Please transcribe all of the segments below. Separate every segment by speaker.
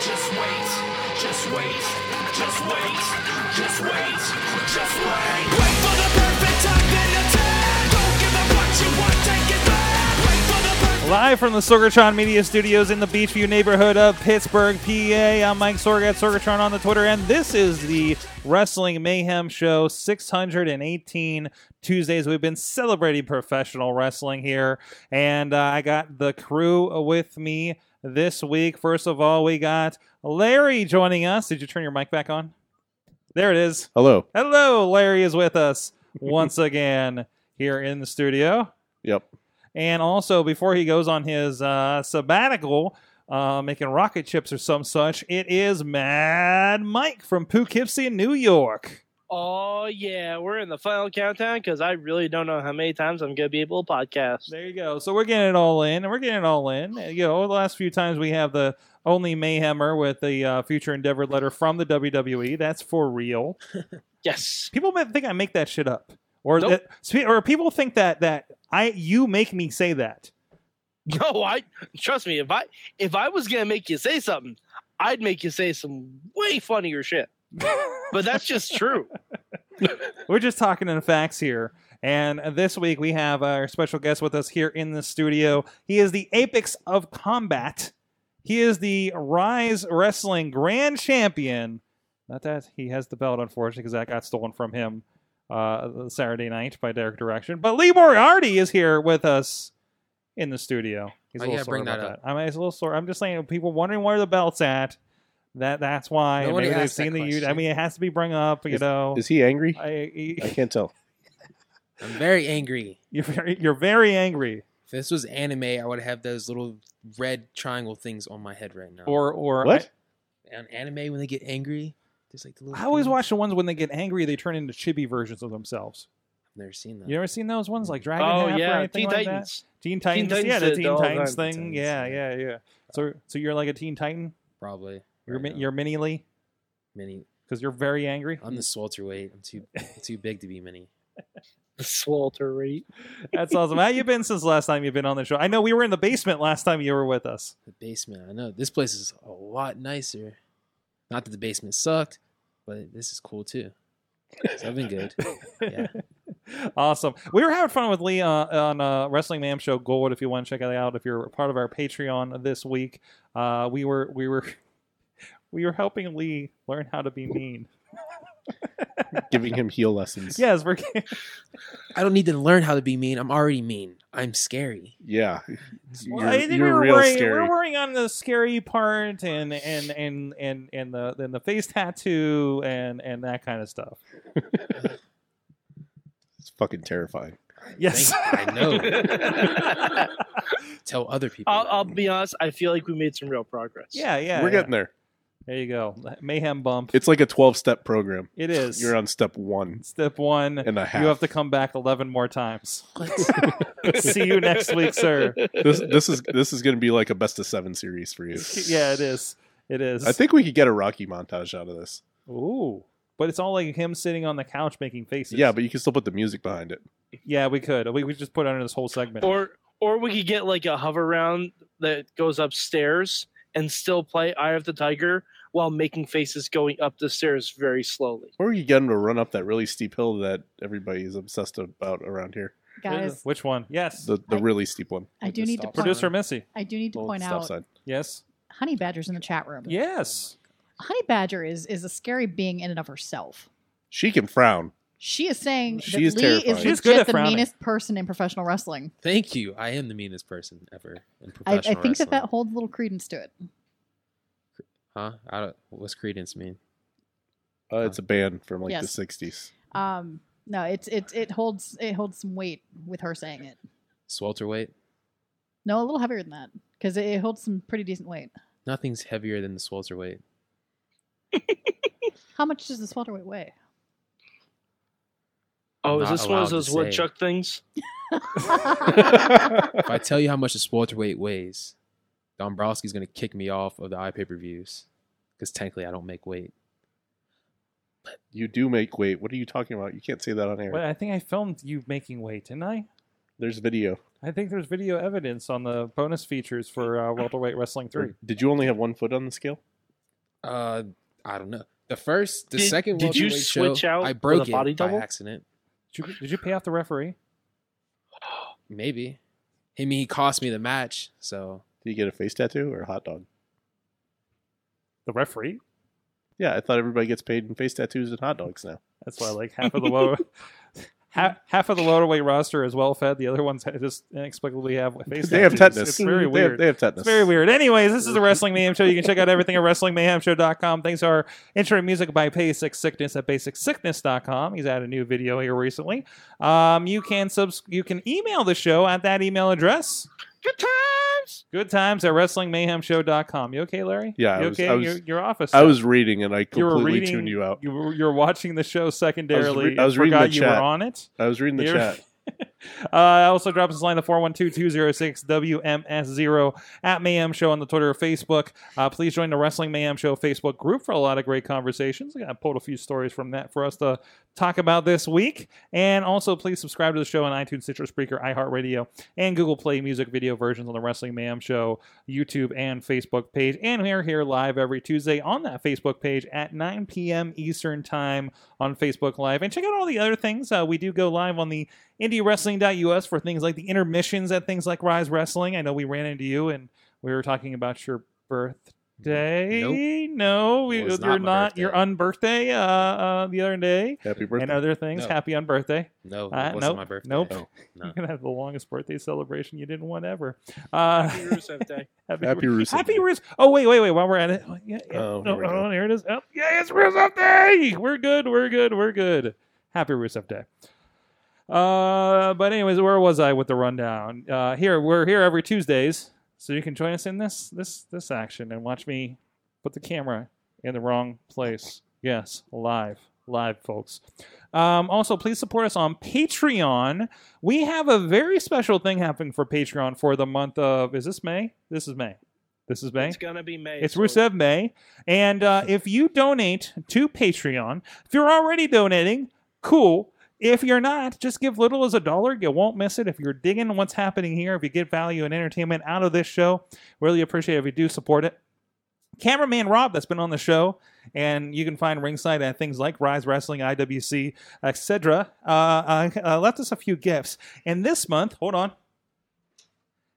Speaker 1: Just wait, just wait, just wait, just wait, just wait. Wait for the perfect time then attack. Don't give up what you want, take it back. Wait for the perfect
Speaker 2: Live from the Sorgatron Media Studios in the Beachview neighborhood of Pittsburgh, PA. I'm Mike Sorg at Sorgatron on the Twitter, and this is the Wrestling Mayhem Show 618 Tuesdays. We've been celebrating professional wrestling here, and uh, I got the crew with me this week. First of all, we got Larry joining us. Did you turn your mic back on? There it is.
Speaker 3: Hello.
Speaker 2: Hello, Larry is with us once again here in the studio.
Speaker 3: Yep.
Speaker 2: And also, before he goes on his uh, sabbatical, uh, making rocket chips or some such, it is Mad Mike from Poughkeepsie, New York.
Speaker 4: Oh yeah, we're in the final countdown because I really don't know how many times I'm gonna be able to podcast.
Speaker 2: There you go. So we're getting it all in, and we're getting it all in. Uh, You know, the last few times we have the only Mayhemmer with the uh, future endeavor letter from the WWE. That's for real.
Speaker 4: Yes,
Speaker 2: People might think I make that shit up, or
Speaker 4: Nope.
Speaker 2: that- spe- or people think that that I you make me say that.
Speaker 4: no, I trust me. If I if I was gonna make you say something, I'd make you say some way funnier shit. but that's just true.
Speaker 2: We're just talking in facts here. And this week we have our special guest with us here in the studio. He is the apex of combat. He is the Rise Wrestling Grand Champion. Not that he has the belt, unfortunately, because that got stolen from him uh, Saturday night by Derek Direction. But Lee Moriarty is here with us in the studio. He's
Speaker 5: Oh,
Speaker 2: a
Speaker 5: you
Speaker 2: little
Speaker 5: gotta
Speaker 2: sore
Speaker 5: bring that
Speaker 2: about
Speaker 5: up.
Speaker 2: I mean, he's a little sore. I'm just saying, people wondering where the belt's at. That that's why.
Speaker 5: No
Speaker 2: And
Speaker 5: one
Speaker 2: maybe they've
Speaker 5: asked that
Speaker 2: seen the. U- I
Speaker 5: question.
Speaker 2: mean, it has to be bring up. You know,
Speaker 3: Is he angry? I,
Speaker 2: Oh. I,
Speaker 3: can't tell.
Speaker 5: I'm very angry.
Speaker 2: You're very, you're very angry,
Speaker 5: If this was anime, I would have those little red triangle things on my head right now.
Speaker 2: or or
Speaker 3: What?
Speaker 5: on anime when they get angry, there's like the little.
Speaker 2: I, I always
Speaker 5: things.
Speaker 2: watch the ones when they get angry, they turn into chibi versions of themselves.
Speaker 5: I've never seen that.
Speaker 2: You ever seen those ones like Dragon?
Speaker 4: Oh
Speaker 2: Half or
Speaker 4: yeah,
Speaker 2: anything
Speaker 4: Teen
Speaker 2: like That?
Speaker 4: Titans.
Speaker 2: Teen Titans,
Speaker 4: Titans
Speaker 2: yeah, the
Speaker 4: did
Speaker 2: Teen
Speaker 4: all the
Speaker 2: Titans
Speaker 4: time.
Speaker 2: thing,
Speaker 5: Titans,
Speaker 2: yeah, yeah,
Speaker 5: yeah.
Speaker 2: yeah. So so you're like a Teen Titan.
Speaker 5: Probably.
Speaker 2: You're
Speaker 5: Right
Speaker 2: mi-
Speaker 5: now.
Speaker 2: you're mini Lee
Speaker 5: mini.
Speaker 2: because you're very angry.
Speaker 5: I'm the swelterweight. I'm too I'm too big to be mini.
Speaker 4: The Swelter rate.
Speaker 2: That's awesome. How you been since last time you've been on the show? I know we were in the basement last time you were with us.
Speaker 5: The basement. I know this place is a lot nicer. Not that the basement sucked, but this is cool too. So I've been good. Yeah.
Speaker 2: awesome. We were having fun with Lee uh, on uh, Wrestling Ma'am Show Gold. If you want to check it out, if you're part of our Patreon this week, uh, we were we were we were helping Lee learn how to be mean.
Speaker 3: Giving him heel lessons.
Speaker 2: Yes, we're
Speaker 5: I don't need to learn how to be mean. I'm already mean. I'm scary.
Speaker 3: Yeah.
Speaker 2: Well,
Speaker 3: you're
Speaker 2: I think we
Speaker 3: you're
Speaker 2: were
Speaker 3: real
Speaker 2: worrying, we
Speaker 3: scary.
Speaker 2: were worrying on the scary part and and and and and the and the face tattoo and and that kind of stuff.
Speaker 3: It's fucking terrifying.
Speaker 2: Yes,
Speaker 5: Thank- I know.
Speaker 4: I'll,
Speaker 5: Tell other people. that.
Speaker 4: I'll be honest. I feel like we made some real progress.
Speaker 2: yeah, yeah.
Speaker 3: we're
Speaker 2: yeah.
Speaker 3: getting there.
Speaker 2: There you go. Mayhem bump.
Speaker 3: It's like a 12 step program.
Speaker 2: It is.
Speaker 3: You're on step one
Speaker 2: Step one.
Speaker 3: and a half.
Speaker 2: You have to come back eleven more times.
Speaker 5: What?
Speaker 2: See you next week, sir.
Speaker 3: this, this is this is going to be like a best of seven series for you.
Speaker 2: Yeah, it is. It is.
Speaker 3: I think we could get a Rocky montage out of this.
Speaker 2: Ooh, but it's all like him sitting on the couch making faces.
Speaker 3: Yeah, but you can still put the music behind it.
Speaker 2: yeah, we could. We we just put under this whole segment.
Speaker 4: Or or we could get like a hover round that goes upstairs and still play Eye of the Tiger while making faces going up the stairs very slowly.
Speaker 3: Or you get him to run up that really steep hill that everybody is obsessed about around here.
Speaker 6: guys
Speaker 2: which one? Yes,
Speaker 3: The the
Speaker 6: I-
Speaker 3: really steep one.
Speaker 6: i
Speaker 5: With
Speaker 6: do
Speaker 5: the
Speaker 6: need to
Speaker 5: stop
Speaker 6: point,
Speaker 2: producer Missy.
Speaker 6: i do need to
Speaker 3: Little
Speaker 6: point
Speaker 3: stop
Speaker 6: out
Speaker 3: sign.
Speaker 2: Yes,
Speaker 6: honey badger's in the chat room
Speaker 2: yes.
Speaker 6: honey badger is is a scary being in and of herself
Speaker 3: She can frown.
Speaker 6: she is saying that
Speaker 3: She is
Speaker 6: lee
Speaker 3: terrifying.
Speaker 6: is
Speaker 2: She's
Speaker 6: legit
Speaker 2: good at
Speaker 6: the
Speaker 2: frowning.
Speaker 6: meanest person in professional wrestling
Speaker 5: Thank you. I am the meanest person ever in
Speaker 6: I, I
Speaker 5: professional
Speaker 6: think that that
Speaker 5: wrestling.
Speaker 6: holds little credence to it
Speaker 5: Huh? I don't, what's credence mean?
Speaker 3: Uh, it's a band from like
Speaker 6: Yes.
Speaker 3: the 60s.
Speaker 6: um no it's it it holds it holds some weight with her saying it
Speaker 5: Swelterweight?
Speaker 6: no a little heavier than that because it, it holds some pretty decent weight
Speaker 5: Nothing's heavier than the swelterweight.
Speaker 6: How much does this welterweight weigh?
Speaker 4: Oh, is
Speaker 5: Not
Speaker 4: this one of
Speaker 5: allowed to
Speaker 4: those
Speaker 5: say.
Speaker 4: woodchuck things?
Speaker 5: If I tell you how much this welterweight weighs, Dombrowski's going to kick me off of the eye pay per views because technically I don't make weight.
Speaker 3: You do make weight. What are you talking about? You can't say that on air.
Speaker 2: But I think I filmed you making weight, didn't I?
Speaker 3: There's video.
Speaker 2: I think there's video evidence on the bonus features for uh, Welterweight Wrestling 3.
Speaker 3: Did you only have one foot on the scale?
Speaker 5: Uh, I don't know. The first, the
Speaker 4: Did-
Speaker 5: second
Speaker 4: did you
Speaker 5: welterweight
Speaker 4: switch
Speaker 5: show,
Speaker 4: out
Speaker 5: I
Speaker 4: with a
Speaker 5: broke it
Speaker 4: body double?
Speaker 5: by accident.
Speaker 2: Did you, did you pay off the referee?
Speaker 5: Maybe. I mean, he cost me the match, so
Speaker 3: Did you get a face tattoo or a hot dog?
Speaker 2: The referee?
Speaker 3: Yeah, I thought everybody gets paid in face tattoos and hot dogs now.
Speaker 2: That's why like half of the lower half, half of the welterweight roster is well fed. The other ones just inexplicably have face.
Speaker 3: They have
Speaker 2: tattoos.
Speaker 3: tetanus.
Speaker 2: It's very
Speaker 3: They
Speaker 2: weird.
Speaker 3: have, they have tetanus.
Speaker 2: It's very weird. Anyways, this is the Wrestling Mayhem Show. You can check out everything at WrestlingMayhemShow.com. Thanks to our intro music by Basic Sickness at BasicSickness.com. He's had a new video here recently. Um, you can subs- you can email the show at that email address.
Speaker 4: Good times.
Speaker 2: Good times at WrestlingMayhemShow.com. You okay, Larry?
Speaker 3: Yeah, I
Speaker 2: You
Speaker 3: was-
Speaker 2: okay?
Speaker 3: I was-
Speaker 2: your, your office.
Speaker 3: I was reading and I
Speaker 2: You were
Speaker 3: completely
Speaker 2: reading-
Speaker 3: tuned you out.
Speaker 2: You were, you're watching the show secondarily.
Speaker 3: I was reading
Speaker 2: forgot
Speaker 3: the
Speaker 2: you
Speaker 3: chat.
Speaker 2: were on it.
Speaker 3: I was reading the
Speaker 2: You're-
Speaker 3: chat.
Speaker 2: Uh, also drop us a line the 412-206-WMS0 at Mayhem Show on the Twitter or Facebook. Uh, please join the Wrestling Mayhem Show Facebook group for a lot of great conversations. I pulled a few stories from that for us to talk about this week. And also please subscribe to the show on iTunes, Stitcher, Spreaker, iHeartRadio, and Google Play Music video versions on the Wrestling Mayhem Show YouTube and Facebook page. And we're here live every Tuesday on that Facebook page at 9 p.m. Eastern Time on Facebook Live. And check out all the other things. Uh, we do go live on the IndieWrestling.us for things like the intermissions at things like Rise Wrestling. I know we ran into you and we were talking about your birthday. No, we,
Speaker 5: It was
Speaker 2: you're
Speaker 5: not my
Speaker 2: not
Speaker 5: birthday.
Speaker 2: your unbirthday uh, uh, the other day.
Speaker 3: Happy
Speaker 2: And
Speaker 3: birthday.
Speaker 2: other things.
Speaker 5: No.
Speaker 2: Happy on birthday.
Speaker 5: no,
Speaker 2: Uh,
Speaker 5: it wasn't
Speaker 2: nope,
Speaker 5: my birthday.
Speaker 2: nope.
Speaker 5: Oh, no.
Speaker 2: You're gonna have the longest birthday celebration you didn't want ever. Uh,
Speaker 4: Happy Rusev Day.
Speaker 2: happy
Speaker 3: Happy Rusev
Speaker 2: Happy
Speaker 3: Day.
Speaker 2: Rusev. Oh wait, wait, wait. While we're at it, oh, yeah, yeah.
Speaker 3: Oh,
Speaker 2: no,
Speaker 3: here we
Speaker 2: oh,
Speaker 3: go.
Speaker 2: here it is. Oh, yeah, it's Rusev Day. We're good. We're good. We're good. Happy Rusev Day. Uh, but anyways, where was I with the rundown? Uh, here we're here every Tuesdays, so you can join us in this this this action and watch me put the camera in the wrong place. Yes, live, live, folks. Um, also, please support us on Patreon. We have a very special thing happening for Patreon for the month of is this May? This is May. This is May.
Speaker 4: It's gonna be May.
Speaker 2: It's
Speaker 4: so-
Speaker 2: Rusev May. And uh, if you donate to Patreon, if you're already donating, cool. If you're not, just give little as a dollar. You won't miss it. If you're digging what's happening here, if you get value and entertainment out of this show, really appreciate it if you do support it. Cameraman Rob, that's been on the show, and you can find ringside at things like Rise Wrestling, IWC, etc., uh, uh, uh, left us a few gifts. And this month, hold on,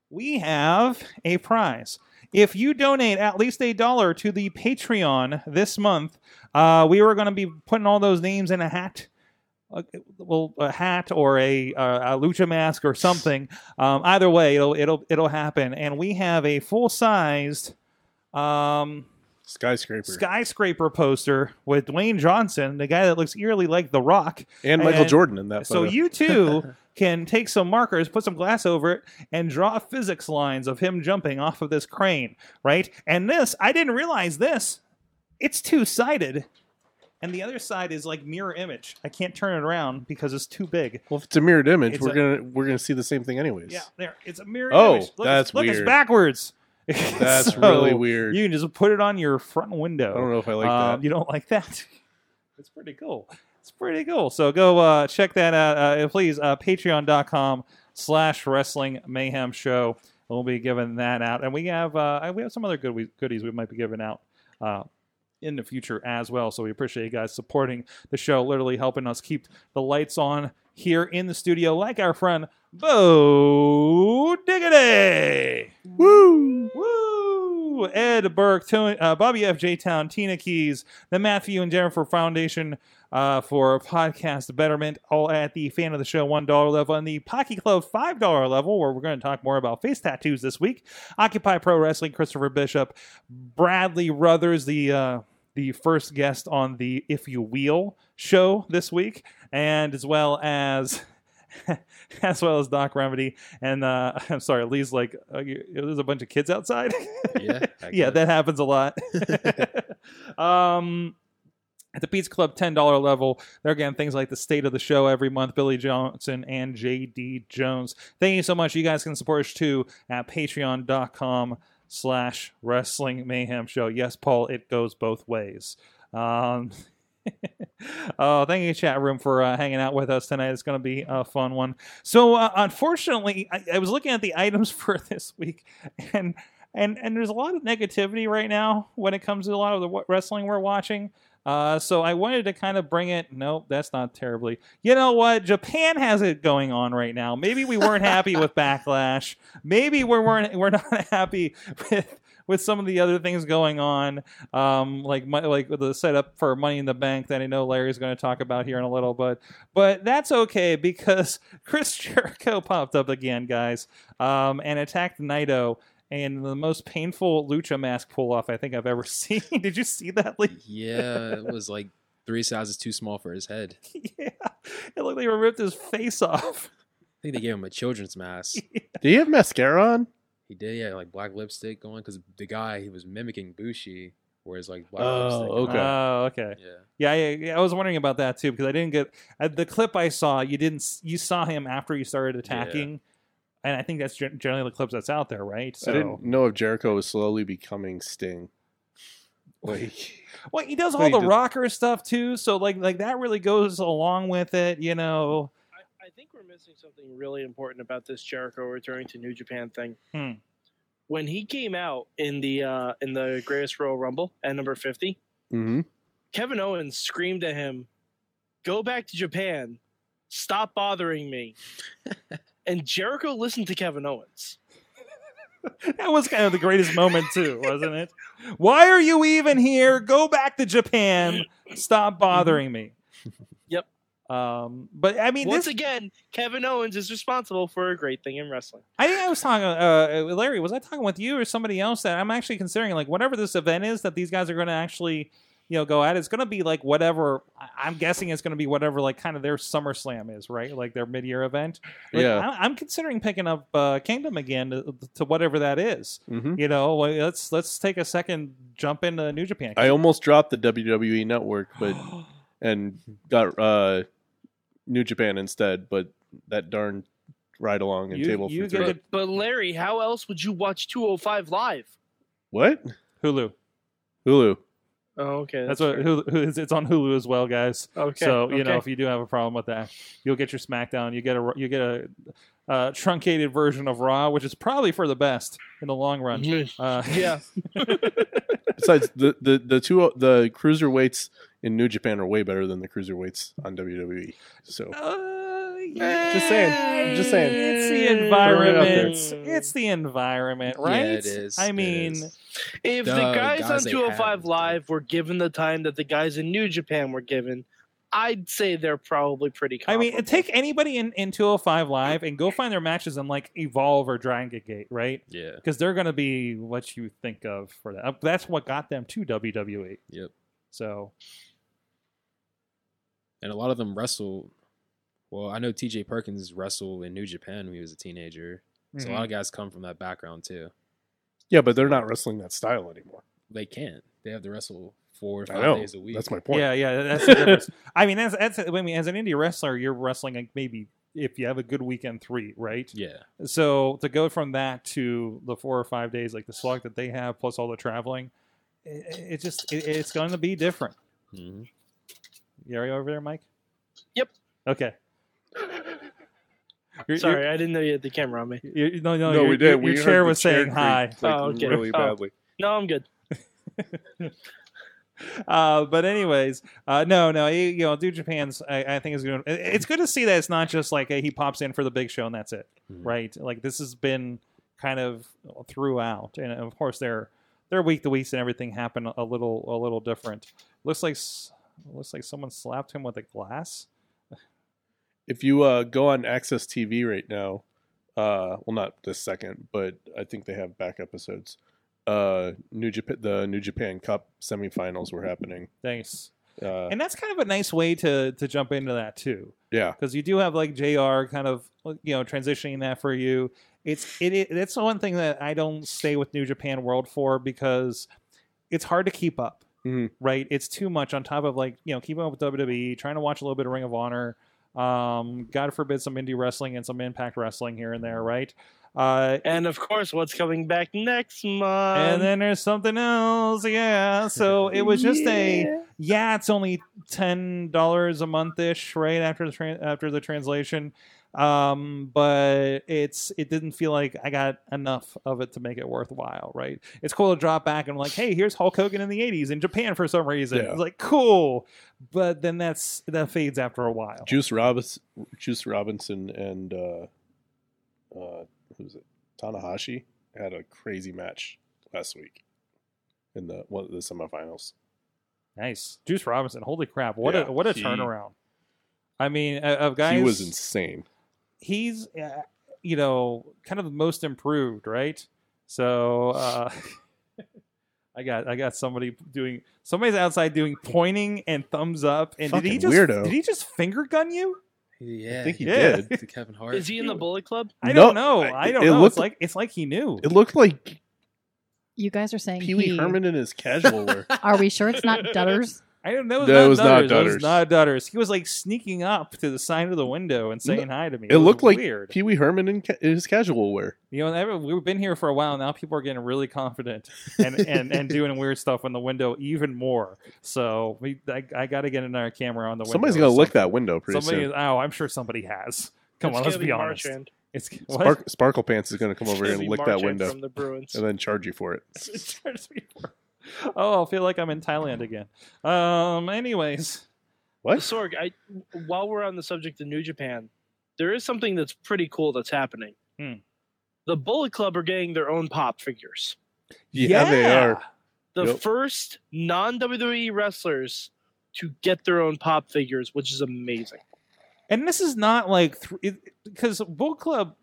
Speaker 2: we have a prize. If you donate at least a dollar to the Patreon this month, uh, we were going to be putting all those names in a hat. Uh, well, a hat or a, uh, a lucha mask or something. Um, either way, it'll it'll it'll happen. And we have a full sized um,
Speaker 3: Skyscraper.
Speaker 2: skyscraper poster with Dwayne Johnson, the guy that looks eerily like The Rock,
Speaker 3: and Michael
Speaker 2: and-
Speaker 3: Jordan in that
Speaker 2: so
Speaker 3: photo.
Speaker 2: you too can take some markers, put some glass over it, and draw physics lines of him jumping off of this crane, right? And this, I didn't realize this. It's two sided, and the other side is like mirror image. I can't turn it around because it's too big.
Speaker 3: well, if it's a mirrored image,
Speaker 2: It's
Speaker 3: we're
Speaker 2: a-
Speaker 3: gonna we're gonna see the same thing anyways.
Speaker 2: Yeah, there. It's a mirror
Speaker 3: Oh,
Speaker 2: image. Look,
Speaker 3: that's
Speaker 2: it's, look, it's
Speaker 3: weird.
Speaker 2: backwards.
Speaker 3: That's
Speaker 2: So
Speaker 3: really weird.
Speaker 2: You can just put it on your front window.
Speaker 3: I don't know if I like
Speaker 2: Uh,
Speaker 3: that.
Speaker 2: You don't like that? It's pretty cool. It's pretty cool. So go uh, check that out. Uh, uh, please, uh, patreon.com slash wrestling mayhem show. We'll be giving that out. And we have uh, we have some other good goodies we might be giving out uh, in the future as well. So we appreciate you guys supporting the show, literally helping us keep the lights on here in the studio, like our friend Bo Diggity. Woo! Woo! Ed Burke, Tony, uh, Bobby F. J. Town, Tina Keys, the Matthew and Jennifer Foundation uh, for Podcast Betterment, all at the fan of the show $1 level and the Pocky Club $5 level, where we're going to talk more about face tattoos this week. Occupy Pro Wrestling, Christopher Bishop, Bradley Ruthers, the. Uh, the first guest on the If You Wheel show this week, and as well as as well as Doc Remedy. And uh, I'm sorry, Lee's like, uh, you, there's a bunch of kids outside.
Speaker 5: Yeah, I
Speaker 2: yeah,
Speaker 5: guess.
Speaker 2: that happens a lot. um, At the Beats Club $10 level, they're getting things like the state of the show every month, Billy Johnson and JD Jones. Thank you so much. You guys can support us too at patreon.com slash wrestling mayhem show. Yes, Paul, it goes both ways. Um, oh, thank you, chat room, for uh, hanging out with us tonight. It's going to be a fun one. So, uh, unfortunately, I, I was looking at the items for this week, and and and there's a lot of negativity right now when it comes to a lot of the wa- wrestling we're watching. Uh, so I wanted to kind of bring it. Nope, that's not terribly. You know what? Japan has it going on right now. Maybe we weren't happy with Backlash. Maybe we weren't. We're not happy with with some of the other things going on. Um, like my, like with the setup for Money in the Bank that I know Larry's going to talk about here in a little. But but that's okay because Chris Jericho popped up again, guys, um, and attacked Naito. And the most painful lucha mask pull off I think I've ever seen. Did you see that, Lee?
Speaker 5: Yeah, it was like three sizes too small for his head. I
Speaker 2: yeah, it looked like he ripped his face off.
Speaker 5: think they gave him a children's mask.
Speaker 3: Do you have mascara on?
Speaker 5: He did, yeah, like black lipstick going because the guy he was mimicking Bushi wears like black
Speaker 3: Oh,
Speaker 5: lipstick.
Speaker 3: okay.
Speaker 2: Oh, okay.
Speaker 5: Yeah.
Speaker 2: Yeah, yeah, yeah, I was wondering about that too because I didn't get uh, the clip I saw. You didn't. s- You saw him after he started attacking, and I think that's gen- generally the clips that's out there, right?
Speaker 3: I didn't know if Jericho was slowly becoming Sting. Like,
Speaker 2: Well, he does
Speaker 3: No,
Speaker 2: all
Speaker 3: he
Speaker 2: the
Speaker 3: did-
Speaker 2: rocker stuff too, so like like that really goes along with it, you know.
Speaker 4: I, I think we're missing something really important about this Jericho returning to New Japan thing.
Speaker 2: Hmm.
Speaker 4: When he came out in the uh, in the Greatest Royal Rumble at number fifty,
Speaker 3: mm-hmm.
Speaker 4: Kevin Owens screamed at him, "Go back to Japan, stop bothering me." and Jericho listened to Kevin Owens.
Speaker 2: That was kind of the greatest moment too, wasn't it? Why are you even here? Go back to Japan. Stop bothering me.
Speaker 4: Yep.
Speaker 2: Um, but I mean,
Speaker 4: Once
Speaker 2: this
Speaker 4: again, Kevin Owens is responsible for a great thing in wrestling.
Speaker 2: I think I was talking, uh, Larry, was I talking with you or somebody else that I'm actually considering, like, whatever this event is that these guys are going to actually, you know, go at, it's going to be like whatever, I- I'm guessing it's going to be whatever, like, kind of their SummerSlam is, right? Like their mid year event. Like,
Speaker 3: Yeah.
Speaker 2: I- I'm considering picking up uh, Kingdom again to, to whatever that is.
Speaker 3: Mm-hmm.
Speaker 2: You know, like, let's let's take a second jump into New Japan.
Speaker 3: I almost dropped the WWE Network, but and got uh, New Japan instead. But that darn ride along and
Speaker 2: You-
Speaker 3: table
Speaker 2: you
Speaker 3: for
Speaker 2: get
Speaker 3: three.
Speaker 2: to-
Speaker 4: But, but Larry, how else would you watch 205 live?
Speaker 3: what
Speaker 2: Hulu.
Speaker 3: Hulu?
Speaker 4: Oh, okay.
Speaker 2: That's what Hulu, Hulu- it's on Hulu as well, guys.
Speaker 4: Okay.
Speaker 2: so you know,
Speaker 4: okay.
Speaker 2: if you do have a problem with that, you'll get your SmackDown. You get a you get a uh, truncated version of Raw, which is probably for the best in the long run.
Speaker 5: Mm-hmm.
Speaker 2: Uh,
Speaker 4: yeah.
Speaker 3: Besides the the the two the cruiserweights in New Japan are way better than the cruiserweights on WWE. So
Speaker 2: Uh, yeah.
Speaker 3: Just saying. Just saying.
Speaker 2: It's the
Speaker 3: there.
Speaker 2: environment. It's the environment, right?
Speaker 5: Yeah, it is.
Speaker 2: I
Speaker 5: It
Speaker 2: mean,
Speaker 5: is.
Speaker 4: If the,
Speaker 5: The
Speaker 4: guys,
Speaker 5: guys
Speaker 4: on
Speaker 5: they
Speaker 4: 205
Speaker 5: have.
Speaker 4: Live were given the time that the guys in New Japan were given, I'd say they're probably pretty
Speaker 2: I
Speaker 4: comparable.
Speaker 2: mean, take anybody in, in 205 Live and go find their matches in like Evolve or Dragon Gate, right?
Speaker 5: Yeah.
Speaker 2: Because they're going to be what you think of for that. That's what got them to WWE.
Speaker 5: Yep.
Speaker 2: So,
Speaker 5: And a lot of them wrestle. Well, I know T.J. Perkins wrestled in New Japan when he was a teenager. So
Speaker 2: Mm-hmm.
Speaker 5: a lot of guys come from that background too.
Speaker 3: yeah, but they're not wrestling that style anymore.
Speaker 5: They can't. They have to wrestle four or
Speaker 3: I
Speaker 5: five
Speaker 3: know.
Speaker 5: days a week.
Speaker 3: That's my point.
Speaker 2: Yeah, yeah, that's the difference. I mean, that's that's. I mean, as an indie wrestler, you're wrestling like maybe if you have a good weekend three, right?
Speaker 5: Yeah.
Speaker 2: So to go from that to the four or five days, like the slog that they have, plus all the traveling, it, it just it, it's going to be different.
Speaker 5: hmm
Speaker 2: You already over there, Mike?
Speaker 4: Yep.
Speaker 2: Okay. You're-
Speaker 4: Sorry, I didn't know you had the camera on me.
Speaker 2: you're- you're- no, no,
Speaker 3: No,
Speaker 2: your,
Speaker 3: we did.
Speaker 2: Your,
Speaker 3: We
Speaker 2: your
Speaker 3: heard
Speaker 2: chair
Speaker 3: the
Speaker 2: was
Speaker 3: chair
Speaker 2: saying
Speaker 3: creak.
Speaker 2: hi.
Speaker 3: Like,
Speaker 4: Oh, okay.
Speaker 3: really
Speaker 4: Oh.
Speaker 3: badly.
Speaker 4: No, I'm good.
Speaker 2: uh, but anyways, uh, no, no, you, you know, New Japan's. I, I think is going. to It's good to see that it's not just like hey, he pops in for the big show and that's it,
Speaker 5: Mhm.
Speaker 2: right? Like this has been kind of throughout, and of course their their week to weeks and everything happen a little a little different. Looks like s- looks like someone slapped him with a glass.
Speaker 3: If you uh, go on Access TV right now, uh, well, not this second, but I think they have back episodes. Uh, New Japan, the New Japan Cup semifinals were happening.
Speaker 2: Thanks.
Speaker 3: Uh,
Speaker 2: And that's kind of a nice way to to jump into that too.
Speaker 3: yeah,
Speaker 2: because you do have like Jr. kind of you know transitioning that for you. It's it, it that's the one thing that I don't stay with New Japan World for because it's hard to keep up.
Speaker 3: Mhm.
Speaker 2: right? It's too much on top of like you know keeping up with WWE, trying to watch a little bit of Ring of Honor, um, God forbid some indie wrestling and some Impact wrestling here and there, right? Uh,
Speaker 4: And of course, what's coming back next month?
Speaker 3: Um,
Speaker 2: and then there's something else, yeah. So it was just a yeah. It's only ten dollars a month ish, right after the tran after the translation, um, but it's it didn't feel like I got enough of it to make it worthwhile, right? It's cool to drop back and like, hey, here's Hulk Hogan in the '80s in Japan for some reason.
Speaker 3: Yeah.
Speaker 2: It's like cool, but then that's that fades after a while.
Speaker 3: Juice Robinson, Juice Robinson, and uh, uh, who's it? Tanahashi had a crazy match last week in the one of the semifinals.
Speaker 2: Nice, Juice Robinson. Holy crap! What
Speaker 3: Yeah,
Speaker 2: a what a
Speaker 3: he-
Speaker 2: turnaround. I mean, uh, of guys,
Speaker 3: He was insane.
Speaker 2: he's uh, you know kind of the most improved right so uh i got i got somebody doing somebody's outside doing pointing and thumbs up and did he
Speaker 3: Fucking
Speaker 2: just
Speaker 3: weirdo.
Speaker 2: did he just finger gun you
Speaker 5: Yeah,
Speaker 3: think he
Speaker 2: Yeah.
Speaker 3: did.
Speaker 5: the Kevin Hart.
Speaker 4: is he in the Bullet Club?
Speaker 2: i
Speaker 3: No,
Speaker 2: don't know
Speaker 3: I-
Speaker 2: i, don't
Speaker 3: it
Speaker 2: know
Speaker 3: looked-
Speaker 2: it's like it's like he knew
Speaker 3: It looked like
Speaker 6: You guys are saying
Speaker 3: Pee Wee
Speaker 6: he.
Speaker 3: Herman in his casual wear.
Speaker 6: Are we sure it's not Dutters?
Speaker 2: i don't know
Speaker 3: No, it was not
Speaker 2: it was
Speaker 3: Dutters.
Speaker 2: not dutters he was like sneaking up to the side of the window and saying hi to me
Speaker 3: It looked
Speaker 2: was
Speaker 3: like
Speaker 2: weird
Speaker 3: Pee Wee Herman in, ca- in his casual wear.
Speaker 2: you know every- we've been here for a while now people are getting really confident and and, and doing weird stuff in the window even more so we i, I got to get another camera on the window
Speaker 3: Somebody's
Speaker 2: or
Speaker 3: gonna lick
Speaker 2: something.
Speaker 3: that window pretty
Speaker 2: somebody
Speaker 3: soon.
Speaker 2: Is, oh, I'm sure somebody has. Come
Speaker 4: It's
Speaker 2: on, let's
Speaker 4: gonna
Speaker 2: be honest.
Speaker 4: Marchand.
Speaker 2: It's what?
Speaker 3: Spark, Sparkle Pants is gonna come
Speaker 4: It's
Speaker 3: over
Speaker 4: gonna
Speaker 3: here and
Speaker 4: be
Speaker 3: lick that
Speaker 4: Marchand
Speaker 3: window
Speaker 4: from the Bruins.
Speaker 3: and then charge you for it.
Speaker 2: It starts before- oh, I feel like I'm in Thailand again. Um. Anyways,
Speaker 3: What?
Speaker 4: Sorg, I, while we're on the subject of New Japan, there is something that's pretty cool that's happening.
Speaker 2: Hmm.
Speaker 4: The Bullet Club are getting their own pop figures.
Speaker 3: Yeah, they are.
Speaker 4: The
Speaker 3: Yep.
Speaker 4: first non WWE wrestlers to get their own pop figures, which is amazing.
Speaker 2: And this is not like because Bull Club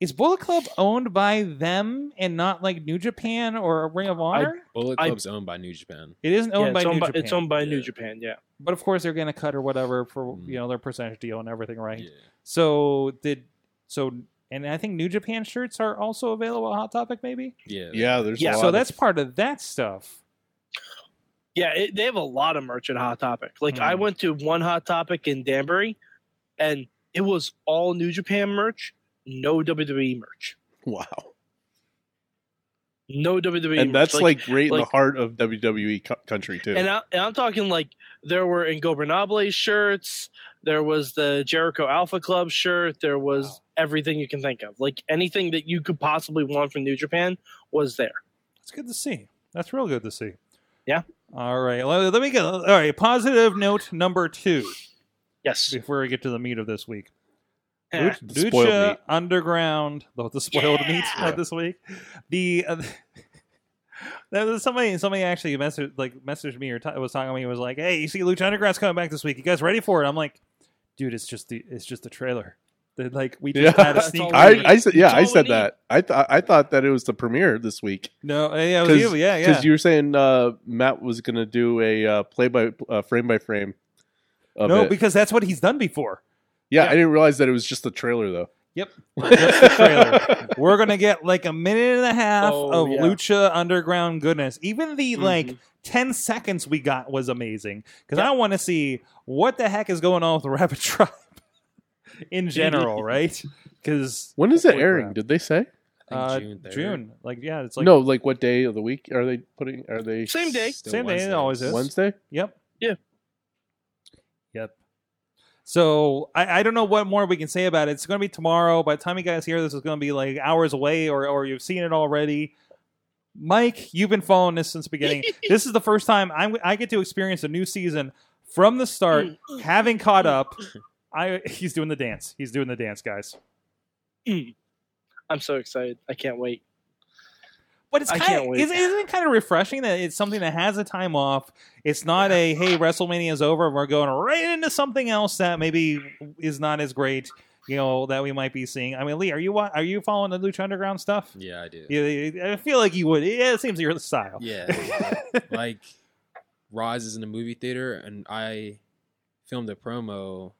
Speaker 2: is Bullet Club owned by them and not like New Japan or Ring of Honor.
Speaker 5: Bullet
Speaker 4: I-
Speaker 5: Club's owned by New Japan.
Speaker 2: it isn't
Speaker 4: Yeah,
Speaker 2: owned
Speaker 4: it's,
Speaker 2: by
Speaker 4: owned
Speaker 2: New
Speaker 4: by,
Speaker 2: Japan,
Speaker 4: it's owned by New
Speaker 5: Yeah.
Speaker 4: Japan, yeah.
Speaker 2: but of course they're gonna cut or whatever for
Speaker 5: Mm.
Speaker 2: you know their percentage deal and everything, right?
Speaker 5: Yeah.
Speaker 2: So did so, and I think New Japan shirts are also available at Hot Topic, maybe.
Speaker 5: Yeah.
Speaker 3: Yeah, there's
Speaker 4: Yeah,
Speaker 3: A lot
Speaker 2: so
Speaker 3: of-
Speaker 2: that's part of that stuff.
Speaker 4: Yeah, it, they have a lot of merch at Hot Topic. Like I
Speaker 2: Hmm.
Speaker 4: went to one Hot Topic in Danbury, and it was all New Japan merch, no WWE merch,
Speaker 3: wow.
Speaker 4: no WWE. merch.
Speaker 3: and that's like, right in the
Speaker 4: like-
Speaker 3: heart of WWE co- country too.
Speaker 2: uh,
Speaker 4: and, I, and I'm talking like there were Ingobernable shirts, there was the Jericho Alpha Club shirt, there was
Speaker 2: Wow.
Speaker 4: everything you can think of. Like anything that you could possibly want from New Japan was there.
Speaker 2: It's good to see. That's real good to see.
Speaker 4: Yeah.
Speaker 2: All right. Let, let me go. All right. Positive note number two
Speaker 4: Yes,
Speaker 2: before we get to the meat of this week.
Speaker 4: Eh,
Speaker 2: Luch-
Speaker 3: The spoiled
Speaker 2: Lucha
Speaker 3: meat.
Speaker 2: Underground, the, the spoiled meat
Speaker 4: Yeah.
Speaker 2: of this week. The uh, there was somebody somebody actually messaged like messaged me or t- was talking to me was like, "Hey, you see Lucha Underground's coming back this week. You guys ready for it?" I'm like, "Dude, it's just the it's just the trailer. They're like we just
Speaker 3: Yeah.
Speaker 2: had a
Speaker 4: That's
Speaker 2: sneak.
Speaker 4: all we
Speaker 3: I,
Speaker 4: need.
Speaker 3: I said, yeah,
Speaker 4: That's all
Speaker 3: I
Speaker 4: we
Speaker 3: said
Speaker 4: need.
Speaker 3: that. I thought I thought that it was the premiere this week
Speaker 2: No, yeah, it was
Speaker 3: 'Cause-
Speaker 2: you. Yeah, yeah.
Speaker 3: because you were saying uh, Matt was gonna do a uh, play by uh, frame by frame. Of
Speaker 2: no,
Speaker 3: it.
Speaker 2: because that's what he's done before.
Speaker 3: yeah,
Speaker 2: yeah.
Speaker 3: I didn't realize that it was just the trailer though.
Speaker 2: Yep. Just the trailer. We're gonna get like a minute and a half
Speaker 4: Oh,
Speaker 2: of
Speaker 4: yeah.
Speaker 2: Lucha Underground goodness. Even the like
Speaker 4: Mhm.
Speaker 2: ten seconds we got was amazing because I want to see what the heck is going on with the Rabbit Tribe in general, right? Because
Speaker 3: when is it
Speaker 2: Holy
Speaker 3: airing?
Speaker 2: crap.
Speaker 3: Did they say?
Speaker 2: uh,
Speaker 5: I
Speaker 2: June,
Speaker 5: think 3rd.
Speaker 2: like yeah, it's like
Speaker 3: no, like what day of the week are they putting? Are they
Speaker 4: same day.
Speaker 5: Still
Speaker 2: Same day, it
Speaker 5: Wednesday.
Speaker 2: always is.
Speaker 3: Wednesday?
Speaker 2: Yep.
Speaker 4: Yeah.
Speaker 2: Yep. So I, I don't know what more we can say about it. It's going to be tomorrow. By the time you guys hear this, it's going to be like hours away, or or you've seen it already. Mike, you've been following this since the beginning. this is the first time I I get to experience a new season from the start, having caught up. I he's doing the dance. He's doing the dance, guys.
Speaker 4: I'm so excited. I can't wait.
Speaker 2: But it's
Speaker 4: I
Speaker 2: kind
Speaker 4: can't
Speaker 2: of
Speaker 4: wait.
Speaker 2: isn't it kind of refreshing that it's something that has a time off. It's not a hey WrestleMania is over and we're going right into something else that maybe is not as great. You know that we might be seeing. I mean, Lee, are you wa- are you following the Lucha Underground stuff?
Speaker 5: Yeah, I do.
Speaker 2: Yeah, I feel like you would. Yeah, it seems your style.
Speaker 5: Yeah. like Roz is in the movie theater and I filmed a promo